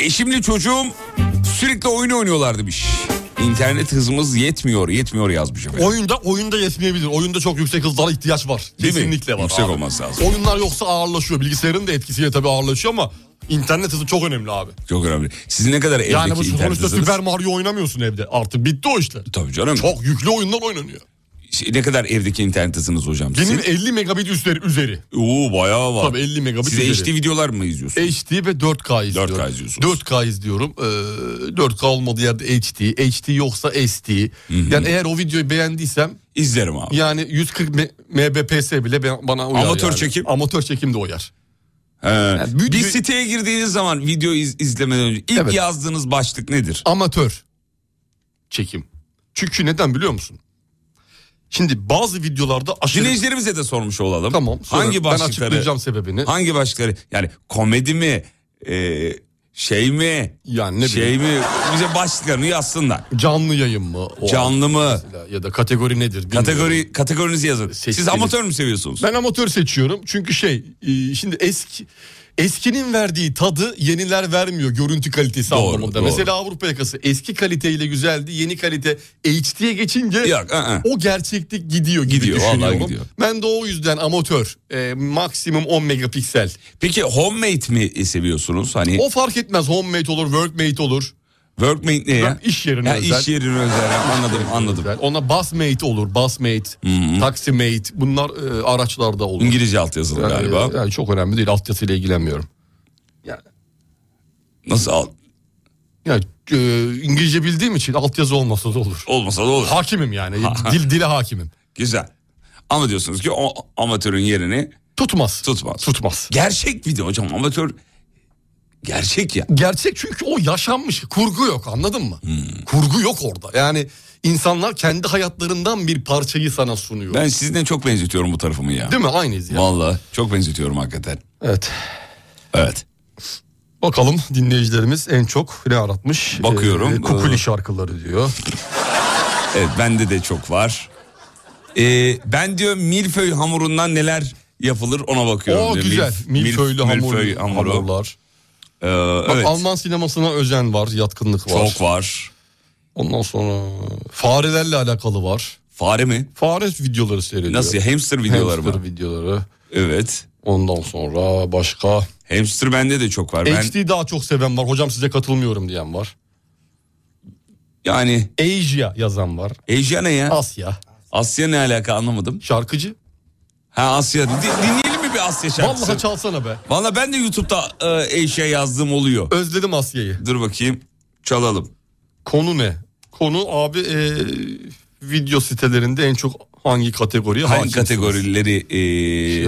[SPEAKER 3] E Eşimle çocuğum sürekli oyun oynuyorlar demiş. İnternet hızımız yetmiyor, yetmiyor yazmış efendim.
[SPEAKER 4] Oyunda oyunda yetmeyebilir. Oyunda çok yüksek hızlara ihtiyaç var.
[SPEAKER 3] Değil mi?
[SPEAKER 4] Kesinlikle var.
[SPEAKER 3] Yüksek
[SPEAKER 4] abi.
[SPEAKER 3] olması lazım.
[SPEAKER 4] Oyunlar yoksa ağırlaşıyor. Bilgisayarın da etkisiyle tabii ağırlaşıyor ama internet hızı çok önemli abi.
[SPEAKER 3] Çok önemli. Siz ne kadar evdeki
[SPEAKER 4] yani bu
[SPEAKER 3] internet
[SPEAKER 4] sonuçta
[SPEAKER 3] hızınız?
[SPEAKER 4] Super Mario oynamıyorsun evde. Artık bitti o işler.
[SPEAKER 3] Tabii canım.
[SPEAKER 4] Çok E, yüklü oyunlar oynanıyor.
[SPEAKER 3] Şey, Ne kadar evdeki internet hızınız hocam?
[SPEAKER 4] Benim
[SPEAKER 3] Sizin-
[SPEAKER 4] 50 megabit üzeri. üzeri.
[SPEAKER 3] Oo bayağı var.
[SPEAKER 4] Tabii 50 megabit
[SPEAKER 3] Size
[SPEAKER 4] üzeri.
[SPEAKER 3] HD videolar mı izliyorsunuz?
[SPEAKER 4] HD ve 4K izliyorum. 4K izliyorsunuz. 4K izliyorum. Ee, 4K olmadığı yerde HD. HD yoksa SD. Yani eğer o videoyu beğendiysem...
[SPEAKER 3] izlerim abi.
[SPEAKER 4] Yani 140 M- mbps bile ben- bana uyar
[SPEAKER 3] Amatör
[SPEAKER 4] yani.
[SPEAKER 3] çekim.
[SPEAKER 4] Amatör çekim de uyar.
[SPEAKER 3] Ee, bir siteye girdiğiniz zaman video iz- izlemeden önce ilk yazdığınız başlık nedir?
[SPEAKER 4] Amatör çekim. Çünkü neden biliyor musun? Şimdi bazı videolarda aşırı...
[SPEAKER 3] Dinleyicilerimize de sormuş olalım.
[SPEAKER 4] Tamam. sorarım.
[SPEAKER 3] Hangi
[SPEAKER 4] Ben
[SPEAKER 3] başlıkları?
[SPEAKER 4] açıklayacağım sebebini.
[SPEAKER 3] Hangi başlıkları? Yani komedi mi? Ee, şey mi?
[SPEAKER 4] Yani ne
[SPEAKER 3] Şey
[SPEAKER 4] bileyim.
[SPEAKER 3] mi? Bize başlıklarını yazsınlar.
[SPEAKER 4] Canlı yayın mı? O
[SPEAKER 3] Canlı mı?
[SPEAKER 4] Ya da kategori nedir? bilmiyorum.
[SPEAKER 3] Kategori kategorinizi yazın. Siz
[SPEAKER 4] Seçkiniz.
[SPEAKER 3] amatör mü seviyorsunuz?
[SPEAKER 4] Ben amatör seçiyorum çünkü şey e, şimdi eski eskinin verdiği tadı yeniler vermiyor görüntü kalitesi
[SPEAKER 3] Doğru,
[SPEAKER 4] anlamında.
[SPEAKER 3] doğru.
[SPEAKER 4] Mesela Avrupa yakası eski kaliteyle güzeldi yeni kalite HD'ye geçince
[SPEAKER 3] Yok, ı-ı.
[SPEAKER 4] o gerçeklik gidiyor gibi
[SPEAKER 3] Gidiyor, vallahi
[SPEAKER 4] düşünüyorum.
[SPEAKER 3] gidiyor.
[SPEAKER 4] Ben de o yüzden amatör e, maksimum 10 megapiksel.
[SPEAKER 3] Peki homemade mi seviyorsunuz? Hani
[SPEAKER 4] O fark etmez homemade olur workmate olur.
[SPEAKER 3] workmate ne ya?
[SPEAKER 4] Ben iş yerine
[SPEAKER 3] Ha,
[SPEAKER 4] özel.
[SPEAKER 3] iş yerine özel. Anladım anladım.
[SPEAKER 4] Ona busmate olur busmate, taximate bunlar e, araçlarda olur.
[SPEAKER 3] İngilizce altyazılı
[SPEAKER 4] Yani-
[SPEAKER 3] galiba.
[SPEAKER 4] Yani çok önemli değil altyazıyla ilgilenmiyorum.
[SPEAKER 3] Nasıl al?
[SPEAKER 4] Ya e, İngilizce bildiğim için altyazı olmasa da olur.
[SPEAKER 3] Olmasa da olur.
[SPEAKER 4] Hakimim yani. Dil dile hakimim.
[SPEAKER 3] Güzel. Ama diyorsunuz ki o amatörün yerini
[SPEAKER 4] tutmaz.
[SPEAKER 3] Tutmaz.
[SPEAKER 4] Tutmaz.
[SPEAKER 3] Gerçek video hocam amatör gerçek ya.
[SPEAKER 4] Gerçek çünkü o yaşanmış. Kurgu yok anladın mı? Kurgu yok orada. Yani insanlar kendi hayatlarından bir parçayı sana sunuyor.
[SPEAKER 3] Ben sizinle çok benzetiyorum bu tarafımı ya.
[SPEAKER 4] Değil mi? Aynıyız ya.
[SPEAKER 3] Vallahi çok benzetiyorum hakikaten.
[SPEAKER 4] Evet.
[SPEAKER 3] Evet.
[SPEAKER 4] Bakalım dinleyicilerimiz en çok ne aratmış?
[SPEAKER 3] Bakıyorum.
[SPEAKER 4] Ee, kukuli
[SPEAKER 3] Ee,
[SPEAKER 4] şarkıları diyor.
[SPEAKER 3] Evet bende de çok var. Ee, ben diyor milföy hamurundan neler yapılır ona bakıyorum.
[SPEAKER 4] Oo,
[SPEAKER 3] diyor.
[SPEAKER 4] güzel.
[SPEAKER 3] Milf-
[SPEAKER 4] Milföylü
[SPEAKER 3] milf-
[SPEAKER 4] hamur-
[SPEAKER 3] milföy hamuru.
[SPEAKER 4] hamurlar.
[SPEAKER 3] Ee,
[SPEAKER 4] Bak,
[SPEAKER 3] evet.
[SPEAKER 4] Alman sinemasına özen var, yatkınlık var.
[SPEAKER 3] Çok var.
[SPEAKER 4] Ondan sonra farelerle alakalı var.
[SPEAKER 3] Fare mi?
[SPEAKER 4] Fare videoları seyrediyor.
[SPEAKER 3] Nasıl ya, hamster videoları mı?
[SPEAKER 4] Hamster videoları.
[SPEAKER 3] Evet.
[SPEAKER 4] Ondan sonra başka.
[SPEAKER 3] Hamster bende de çok var. Ben
[SPEAKER 4] HD daha çok seven var. Hocam size katılmıyorum diyen var.
[SPEAKER 3] yani
[SPEAKER 4] Asia yazan var.
[SPEAKER 3] Asia ne ya?
[SPEAKER 4] Asya.
[SPEAKER 3] Asya ne alaka anlamadım.
[SPEAKER 4] Şarkıcı.
[SPEAKER 3] Ha Asya. Di- dinleyelim mi bir Asya şarkısı?
[SPEAKER 4] Vallahi çalsana be.
[SPEAKER 3] Valla ben de YouTube'da e, Asia yazdığım oluyor.
[SPEAKER 4] Özledim Asya'yı.
[SPEAKER 3] Dur bakayım. Çalalım.
[SPEAKER 4] Konu ne? Konu abi e, video sitelerinde en çok hangi kategoriye
[SPEAKER 3] Hangi
[SPEAKER 4] hakimsiniz? Şey
[SPEAKER 3] kategorileri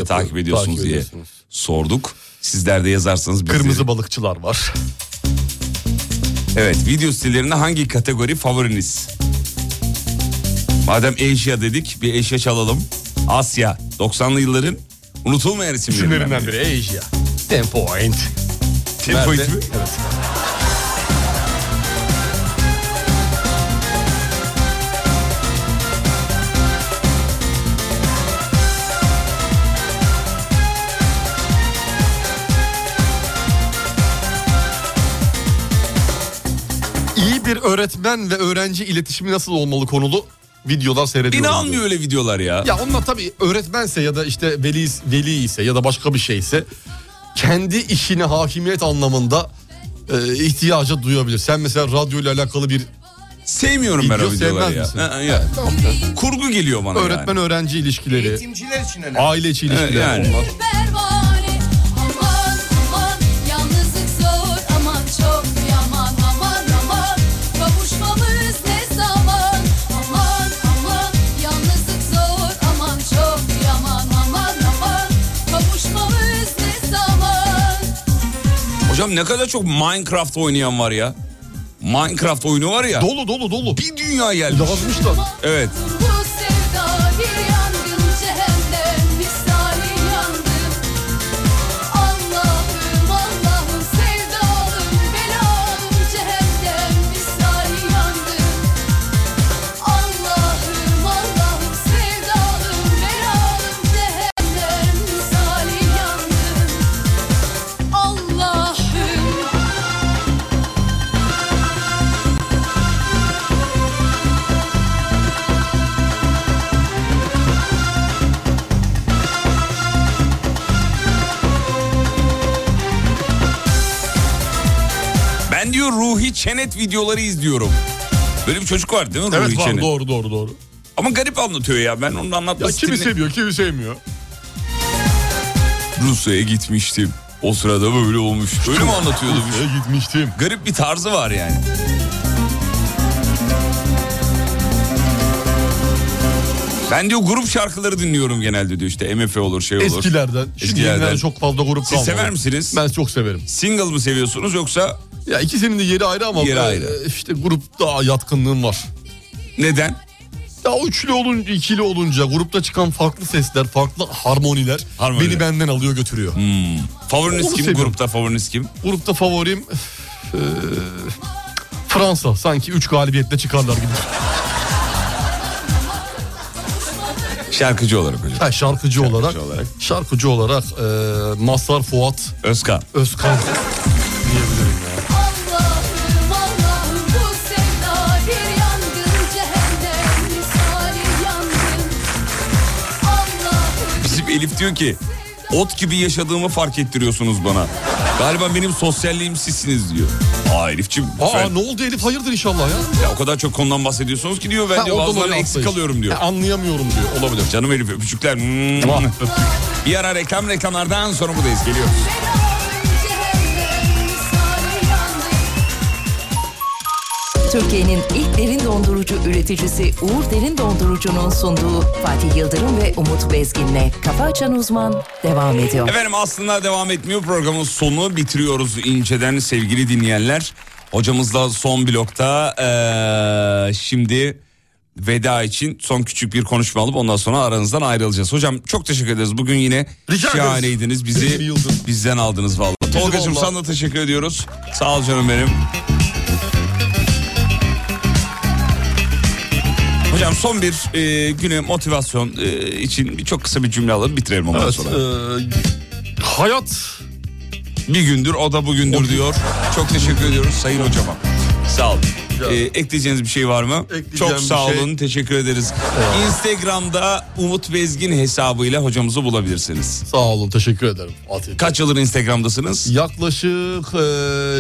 [SPEAKER 3] e, takip ediyorsunuz
[SPEAKER 4] takip
[SPEAKER 3] diye
[SPEAKER 4] ediyorsunuz.
[SPEAKER 3] sorduk. Sizler de yazarsanız bizi.
[SPEAKER 4] Kırmızı balıkçılar var.
[SPEAKER 3] Evet video sitelerinde hangi kategori favoriniz? Madem Asia dedik bir Asia çalalım. Asya 90'lı yılların unutulmayan isimlerinden
[SPEAKER 4] Şunlarından biri Asia. Ten Point.
[SPEAKER 3] Ten Point
[SPEAKER 4] Nerede?
[SPEAKER 3] mi?
[SPEAKER 4] Evet. İyi bir öğretmen ve öğrenci iletişimi nasıl olmalı konulu videolar seyrediyorum.
[SPEAKER 3] Beni almıyor öyle videolar ya.
[SPEAKER 4] Ya onlar tabii öğretmense ya da işte veli, veli ise ya da başka bir şeyse kendi işine hakimiyet anlamında e, ihtiyaca duyabilir. Sen mesela radyoyla alakalı bir
[SPEAKER 3] Sevmiyorum ben
[SPEAKER 4] Video
[SPEAKER 3] o videoları
[SPEAKER 4] sevmez
[SPEAKER 3] ya.
[SPEAKER 4] misin?
[SPEAKER 3] Ha, ya. Kurgu geliyor bana
[SPEAKER 4] öğretmen
[SPEAKER 3] yani.
[SPEAKER 4] öğrenci ilişkileri,
[SPEAKER 13] Eğitimciler için önemli.
[SPEAKER 4] aile içi ilişkiler
[SPEAKER 3] yani.
[SPEAKER 4] onlar.
[SPEAKER 5] pervane Aman aman yalnızlık zor aman çok yaman aman aman Kavuşmamız ne zaman aman aman yalnızlık zor aman çok yaman aman aman Kavuşmamız ne zaman
[SPEAKER 3] Hocam ne kadar çok Minecraft oynayan var ya. Minecraft oyunu var ya.
[SPEAKER 4] Dolu dolu dolu.
[SPEAKER 3] Bir dünya gelmiş.
[SPEAKER 4] Yazmışlar.
[SPEAKER 3] Evet.
[SPEAKER 5] Bu sevda bir yangın cehennem misali yandım Allah'ım Allah'ım sevdalım belalım cehennem misali yandım Allah'ım Allah'ım sevdalım belalım cehennem misali yandım Allah'ım
[SPEAKER 3] diyor Ruhi Çenet videoları izliyorum. Böyle bir çocuk var değil mi
[SPEAKER 4] Evet
[SPEAKER 3] Ruhi
[SPEAKER 4] var
[SPEAKER 3] Çenet?
[SPEAKER 4] doğru doğru doğru.
[SPEAKER 3] Ama garip anlatıyor ya ben onun
[SPEAKER 4] Ya
[SPEAKER 3] anlatması.
[SPEAKER 4] kimi seviyor kimi sevmiyor.
[SPEAKER 3] Rusya'ya gitmiştim. O sırada böyle olmuş. Öyle mi anlatıyordu? Rusya'ya
[SPEAKER 4] gitmiştim.
[SPEAKER 3] Garip bir tarzı var yani. Ben diyor grup şarkıları dinliyorum genelde diyor işte MF olur şey olur.
[SPEAKER 4] Eskilerden. Şimdi yayınlarda çok fazla grup
[SPEAKER 3] Siz
[SPEAKER 4] kalmadı.
[SPEAKER 3] sever misiniz?
[SPEAKER 4] Ben çok severim.
[SPEAKER 3] Single mı seviyorsunuz yoksa?
[SPEAKER 4] Ya ikisinin de yeri ayrı ama
[SPEAKER 3] Yeri
[SPEAKER 4] e,
[SPEAKER 3] ayrı.
[SPEAKER 4] işte grupta yatkınlığım var.
[SPEAKER 3] Neden?
[SPEAKER 4] Ya o üçlü olunca, ikili olunca grupta çıkan farklı sesler, farklı harmoniler,
[SPEAKER 3] Harmoniler. Hmm.
[SPEAKER 4] beni benden alıyor götürüyor.
[SPEAKER 3] Favoriniz
[SPEAKER 4] Onu
[SPEAKER 3] kim
[SPEAKER 4] seviyorum.
[SPEAKER 3] grupta favoriniz kim?
[SPEAKER 4] Grupta favorim e, Fransa. Sanki 3 galibiyetle çıkarlar gibi.
[SPEAKER 3] Şarkıcı olarak hocam.
[SPEAKER 4] Ha, şarkıcı, olarak, Şarkıcı olarak e, Mazhar Fuat
[SPEAKER 3] Özkan.
[SPEAKER 4] Özkan. diyebilirim ya.
[SPEAKER 5] Allah'ım Allah'ım bu sevda bir yangın cehennem misali yangın. Allah'ım
[SPEAKER 3] Bizim Elif diyor ki ot gibi yaşadığımı fark ettiriyorsunuz bana. Galiba benim sosyalliğim sizsiniz diyor. Aa Elif'ciğim
[SPEAKER 4] Aa
[SPEAKER 3] lütfen.
[SPEAKER 4] ne oldu Elif hayırdır inşallah ya.
[SPEAKER 3] Ya o kadar çok konudan bahsediyorsunuz ki diyor ben
[SPEAKER 4] Ha,
[SPEAKER 3] diyor
[SPEAKER 4] o da
[SPEAKER 3] bazılarına
[SPEAKER 4] oluyor
[SPEAKER 3] eksik
[SPEAKER 4] atlayış.
[SPEAKER 3] kalıyorum diyor.
[SPEAKER 4] Ha, anlayamıyorum diyor.
[SPEAKER 3] Olabilir. Canım Elif öpücükler.
[SPEAKER 4] Vah,
[SPEAKER 3] <laughs> Bir ara reklam reklamlardan sonra buradayız geliyoruz.
[SPEAKER 1] Türkiye'nin ilk derin dondurucu üreticisi Uğur Derin Dondurucu'nun sunduğu Fatih Yıldırım ve Umut Bezgin'le Kafa Açan Uzman devam ediyor.
[SPEAKER 3] Efendim aslında devam etmiyor programın sonu bitiriyoruz inceden sevgili dinleyenler. Hocamızla son blokta eee, şimdi veda için son küçük bir konuşma alıp ondan sonra aranızdan ayrılacağız. Hocam çok teşekkür ederiz. Bugün yine
[SPEAKER 4] Rica ederiz.
[SPEAKER 3] şahaneydiniz. Bizi bizden aldınız vallahi. Tolga'cığım
[SPEAKER 4] vallahi.
[SPEAKER 3] sana da teşekkür ediyoruz. Sağ ol canım benim. Hocam son bir eee, güne motivasyon eee, için çok kısa bir cümle alıp bitirelim ondan
[SPEAKER 4] Evet,
[SPEAKER 3] sonra.
[SPEAKER 4] e, hayat
[SPEAKER 3] Bir gündür o da bugündür diyor. Çok teşekkür ediyoruz sayın hocama. Sağ olun. Ee, ekleyeceğiniz bir şey var mı? Çok sağ
[SPEAKER 4] bir şey-
[SPEAKER 3] olun. Teşekkür ederiz. Instagram'da Umut Bezgin hesabıyla hocamızı bulabilirsiniz.
[SPEAKER 4] Sağ olun teşekkür ederim.
[SPEAKER 3] Kaç yıldır Instagram'dasınız?
[SPEAKER 4] Yaklaşık e,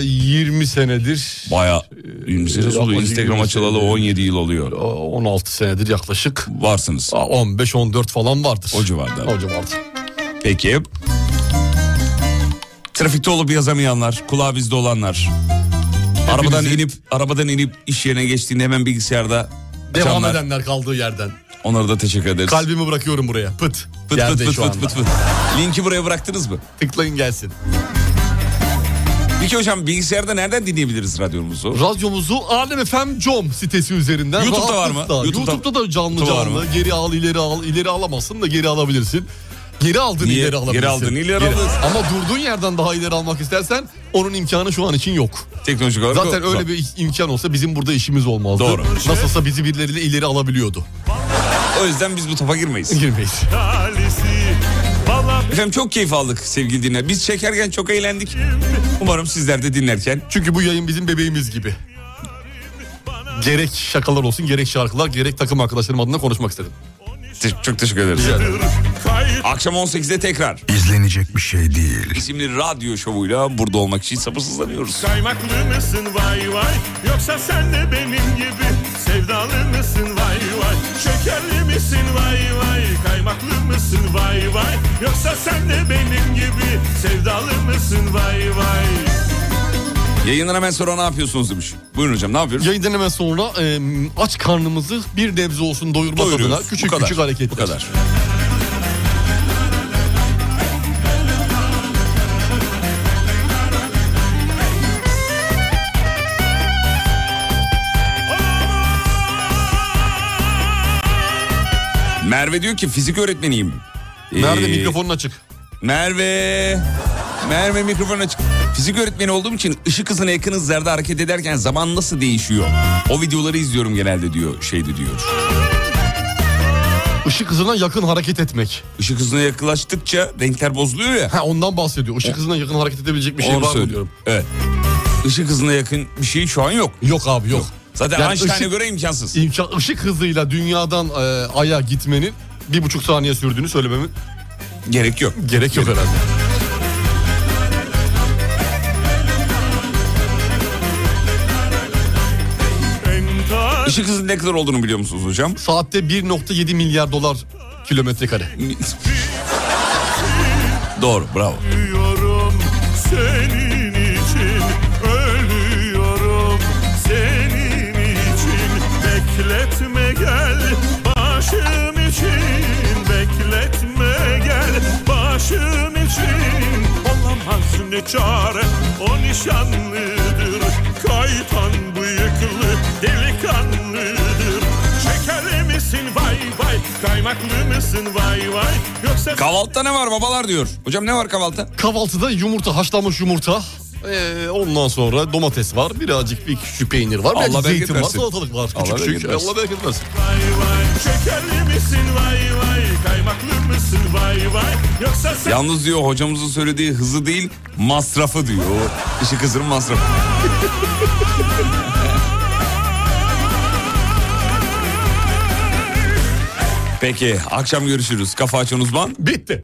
[SPEAKER 4] 20 senedir. e,
[SPEAKER 3] Baya 20 sene
[SPEAKER 4] Yaklaşık
[SPEAKER 3] oluyor. Instagram
[SPEAKER 4] 20
[SPEAKER 3] açılalı
[SPEAKER 4] senedir.
[SPEAKER 3] 17 yıl oluyor.
[SPEAKER 4] 16 senedir yaklaşık.
[SPEAKER 3] Varsınız.
[SPEAKER 4] 15-14 falan vardır.
[SPEAKER 3] O civarda.
[SPEAKER 4] O civarda.
[SPEAKER 3] Peki. Trafikte olup yazamayanlar, kulağı bizde olanlar. Arabadan inip arabadan inip iş yerine geçtiğinde hemen bilgisayarda
[SPEAKER 4] Devam
[SPEAKER 3] açanlar.
[SPEAKER 4] edenler kaldığı yerden.
[SPEAKER 3] Onlara da teşekkür ederiz.
[SPEAKER 4] Kalbimi bırakıyorum buraya. Pıt.
[SPEAKER 3] Pıt
[SPEAKER 4] Yerde
[SPEAKER 3] pıt pıt
[SPEAKER 4] şu
[SPEAKER 3] pıt
[SPEAKER 4] anda.
[SPEAKER 3] pıt pıt. Linki buraya bıraktınız mı?
[SPEAKER 4] Tıklayın gelsin.
[SPEAKER 3] Peki hocam bilgisayarda nereden dinleyebiliriz radyomuzu?
[SPEAKER 4] Radyomuzu alemfm.com sitesi üzerinden.
[SPEAKER 3] YouTube'da var mı?
[SPEAKER 4] rahatlıkla-
[SPEAKER 3] YouTube'da-
[SPEAKER 4] YouTube'da, da canlı
[SPEAKER 3] YouTube'da var
[SPEAKER 4] canlı.
[SPEAKER 3] mı?
[SPEAKER 4] Geri al ileri al. ileri alamazsın da geri alabilirsin. Geri aldın
[SPEAKER 3] Niye?
[SPEAKER 4] ileri alabilirsin.
[SPEAKER 3] Geri aldın, ileri alabilirsin.
[SPEAKER 4] Ama durduğun yerden daha ileri almak istersen onun imkanı şu an için yok.
[SPEAKER 3] Teknolojik olarak
[SPEAKER 4] Zaten
[SPEAKER 3] o-
[SPEAKER 4] öyle bir imkan olsa bizim burada işimiz olmazdı.
[SPEAKER 3] Doğru.
[SPEAKER 4] Nasılsa bizi birileriyle ileri alabiliyordu.
[SPEAKER 3] O yüzden biz bu topa girmeyiz.
[SPEAKER 4] Girmeyiz.
[SPEAKER 3] Efendim çok keyif aldık sevgili dinler. Biz çekerken çok eğlendik. Umarım sizler de dinlerken.
[SPEAKER 4] Çünkü bu yayın bizim bebeğimiz gibi. Gerek şakalar olsun, gerek şarkılar, gerek takım arkadaşlarım adına konuşmak istedim.
[SPEAKER 3] Te- çok teşekkür ederiz.
[SPEAKER 4] Rica ederim.
[SPEAKER 3] Akşam 18'de tekrar.
[SPEAKER 18] İzlenecek bir şey değil.
[SPEAKER 3] İsimli radyo şovuyla burada olmak için sabırsızlanıyoruz.
[SPEAKER 19] Kaymaklı mısın vay vay Yoksa sen de benim gibi Sevdalı mısın vay vay Şekerli misin vay vay Kaymaklı mısın vay vay Yoksa sen de benim gibi Sevdalı mısın vay vay
[SPEAKER 3] Yayından hemen sonra ne yapıyorsunuz demiş. Buyurun hocam ne yapıyoruz?
[SPEAKER 4] Yayından hemen sonra e, aç karnımızı bir nebze olsun doyurmak
[SPEAKER 3] Doyuruyoruz.
[SPEAKER 4] adına küçük
[SPEAKER 3] Bu kadar.
[SPEAKER 4] küçük hareketler.
[SPEAKER 3] Bu kadar. Merve diyor ki fizik öğretmeniyim.
[SPEAKER 4] Nerede
[SPEAKER 3] Ee,
[SPEAKER 4] mikrofonun açık?
[SPEAKER 3] Merve. Merve mikrofon açık. Fizik öğretmeni olduğum için ışık hızına yakın hızlarda hareket ederken zaman nasıl değişiyor? O videoları izliyorum genelde diyor şeydi diyor.
[SPEAKER 4] Işık hızına yakın hareket etmek.
[SPEAKER 3] Işık hızına yaklaştıkça renkler bozuluyor ya.
[SPEAKER 4] Ha ondan bahsediyor. Işık hızına yakın hareket edebilecek bir şey
[SPEAKER 3] Onu
[SPEAKER 4] var mı
[SPEAKER 3] söylüyorum.
[SPEAKER 4] diyorum.
[SPEAKER 3] Evet. Işık hızına yakın bir şey şu an yok.
[SPEAKER 4] Yok abi yok.
[SPEAKER 3] Zaten
[SPEAKER 4] Yani
[SPEAKER 3] Einstein'a
[SPEAKER 4] ışık-
[SPEAKER 3] göre imkansız.
[SPEAKER 4] İmkan, ışık hızıyla dünyadan e, aya gitmenin bir buçuk saniye sürdüğünü söylememin
[SPEAKER 3] gerek yok.
[SPEAKER 4] Gerek yok herhalde.
[SPEAKER 3] Işık hızının ne kadar olduğunu biliyor musunuz hocam?
[SPEAKER 4] Saatte 1.7 milyar dolar kilometre kare.
[SPEAKER 3] Doğru bravo.
[SPEAKER 19] Ölüyorum senin için Ölüyorum senin için Bekletme gel başım için Bekletme gel başım için Olamaz ne çare o nişanlıdır Kaytan bıyıklı delikanlıdır Şekerli misin vay vay Kaymaklı mısın vay vay Yoksa
[SPEAKER 3] Kahvaltıda ne var babalar diyor. Hocam ne var kahvaltıda?
[SPEAKER 4] Kahvaltıda yumurta, haşlanmış yumurta. Ee, ondan sonra domates var, birazcık bir küçük peynir var, birazcık
[SPEAKER 3] Allah bereket
[SPEAKER 4] zeytin var,
[SPEAKER 3] versin.
[SPEAKER 4] salatalık var. Küçük
[SPEAKER 3] Allah
[SPEAKER 4] küçük.
[SPEAKER 3] bereket versin.
[SPEAKER 4] Allah bereket versin.
[SPEAKER 19] Şekerli misin vay vay Kaymaklı mısın vay vay Yoksa sen
[SPEAKER 3] Yalnız diyor hocamızın söylediği hızı değil masrafı diyor. O Işık hızının masrafı. <laughs> Peki akşam görüşürüz. Kafa açan uzman.
[SPEAKER 4] Bitti.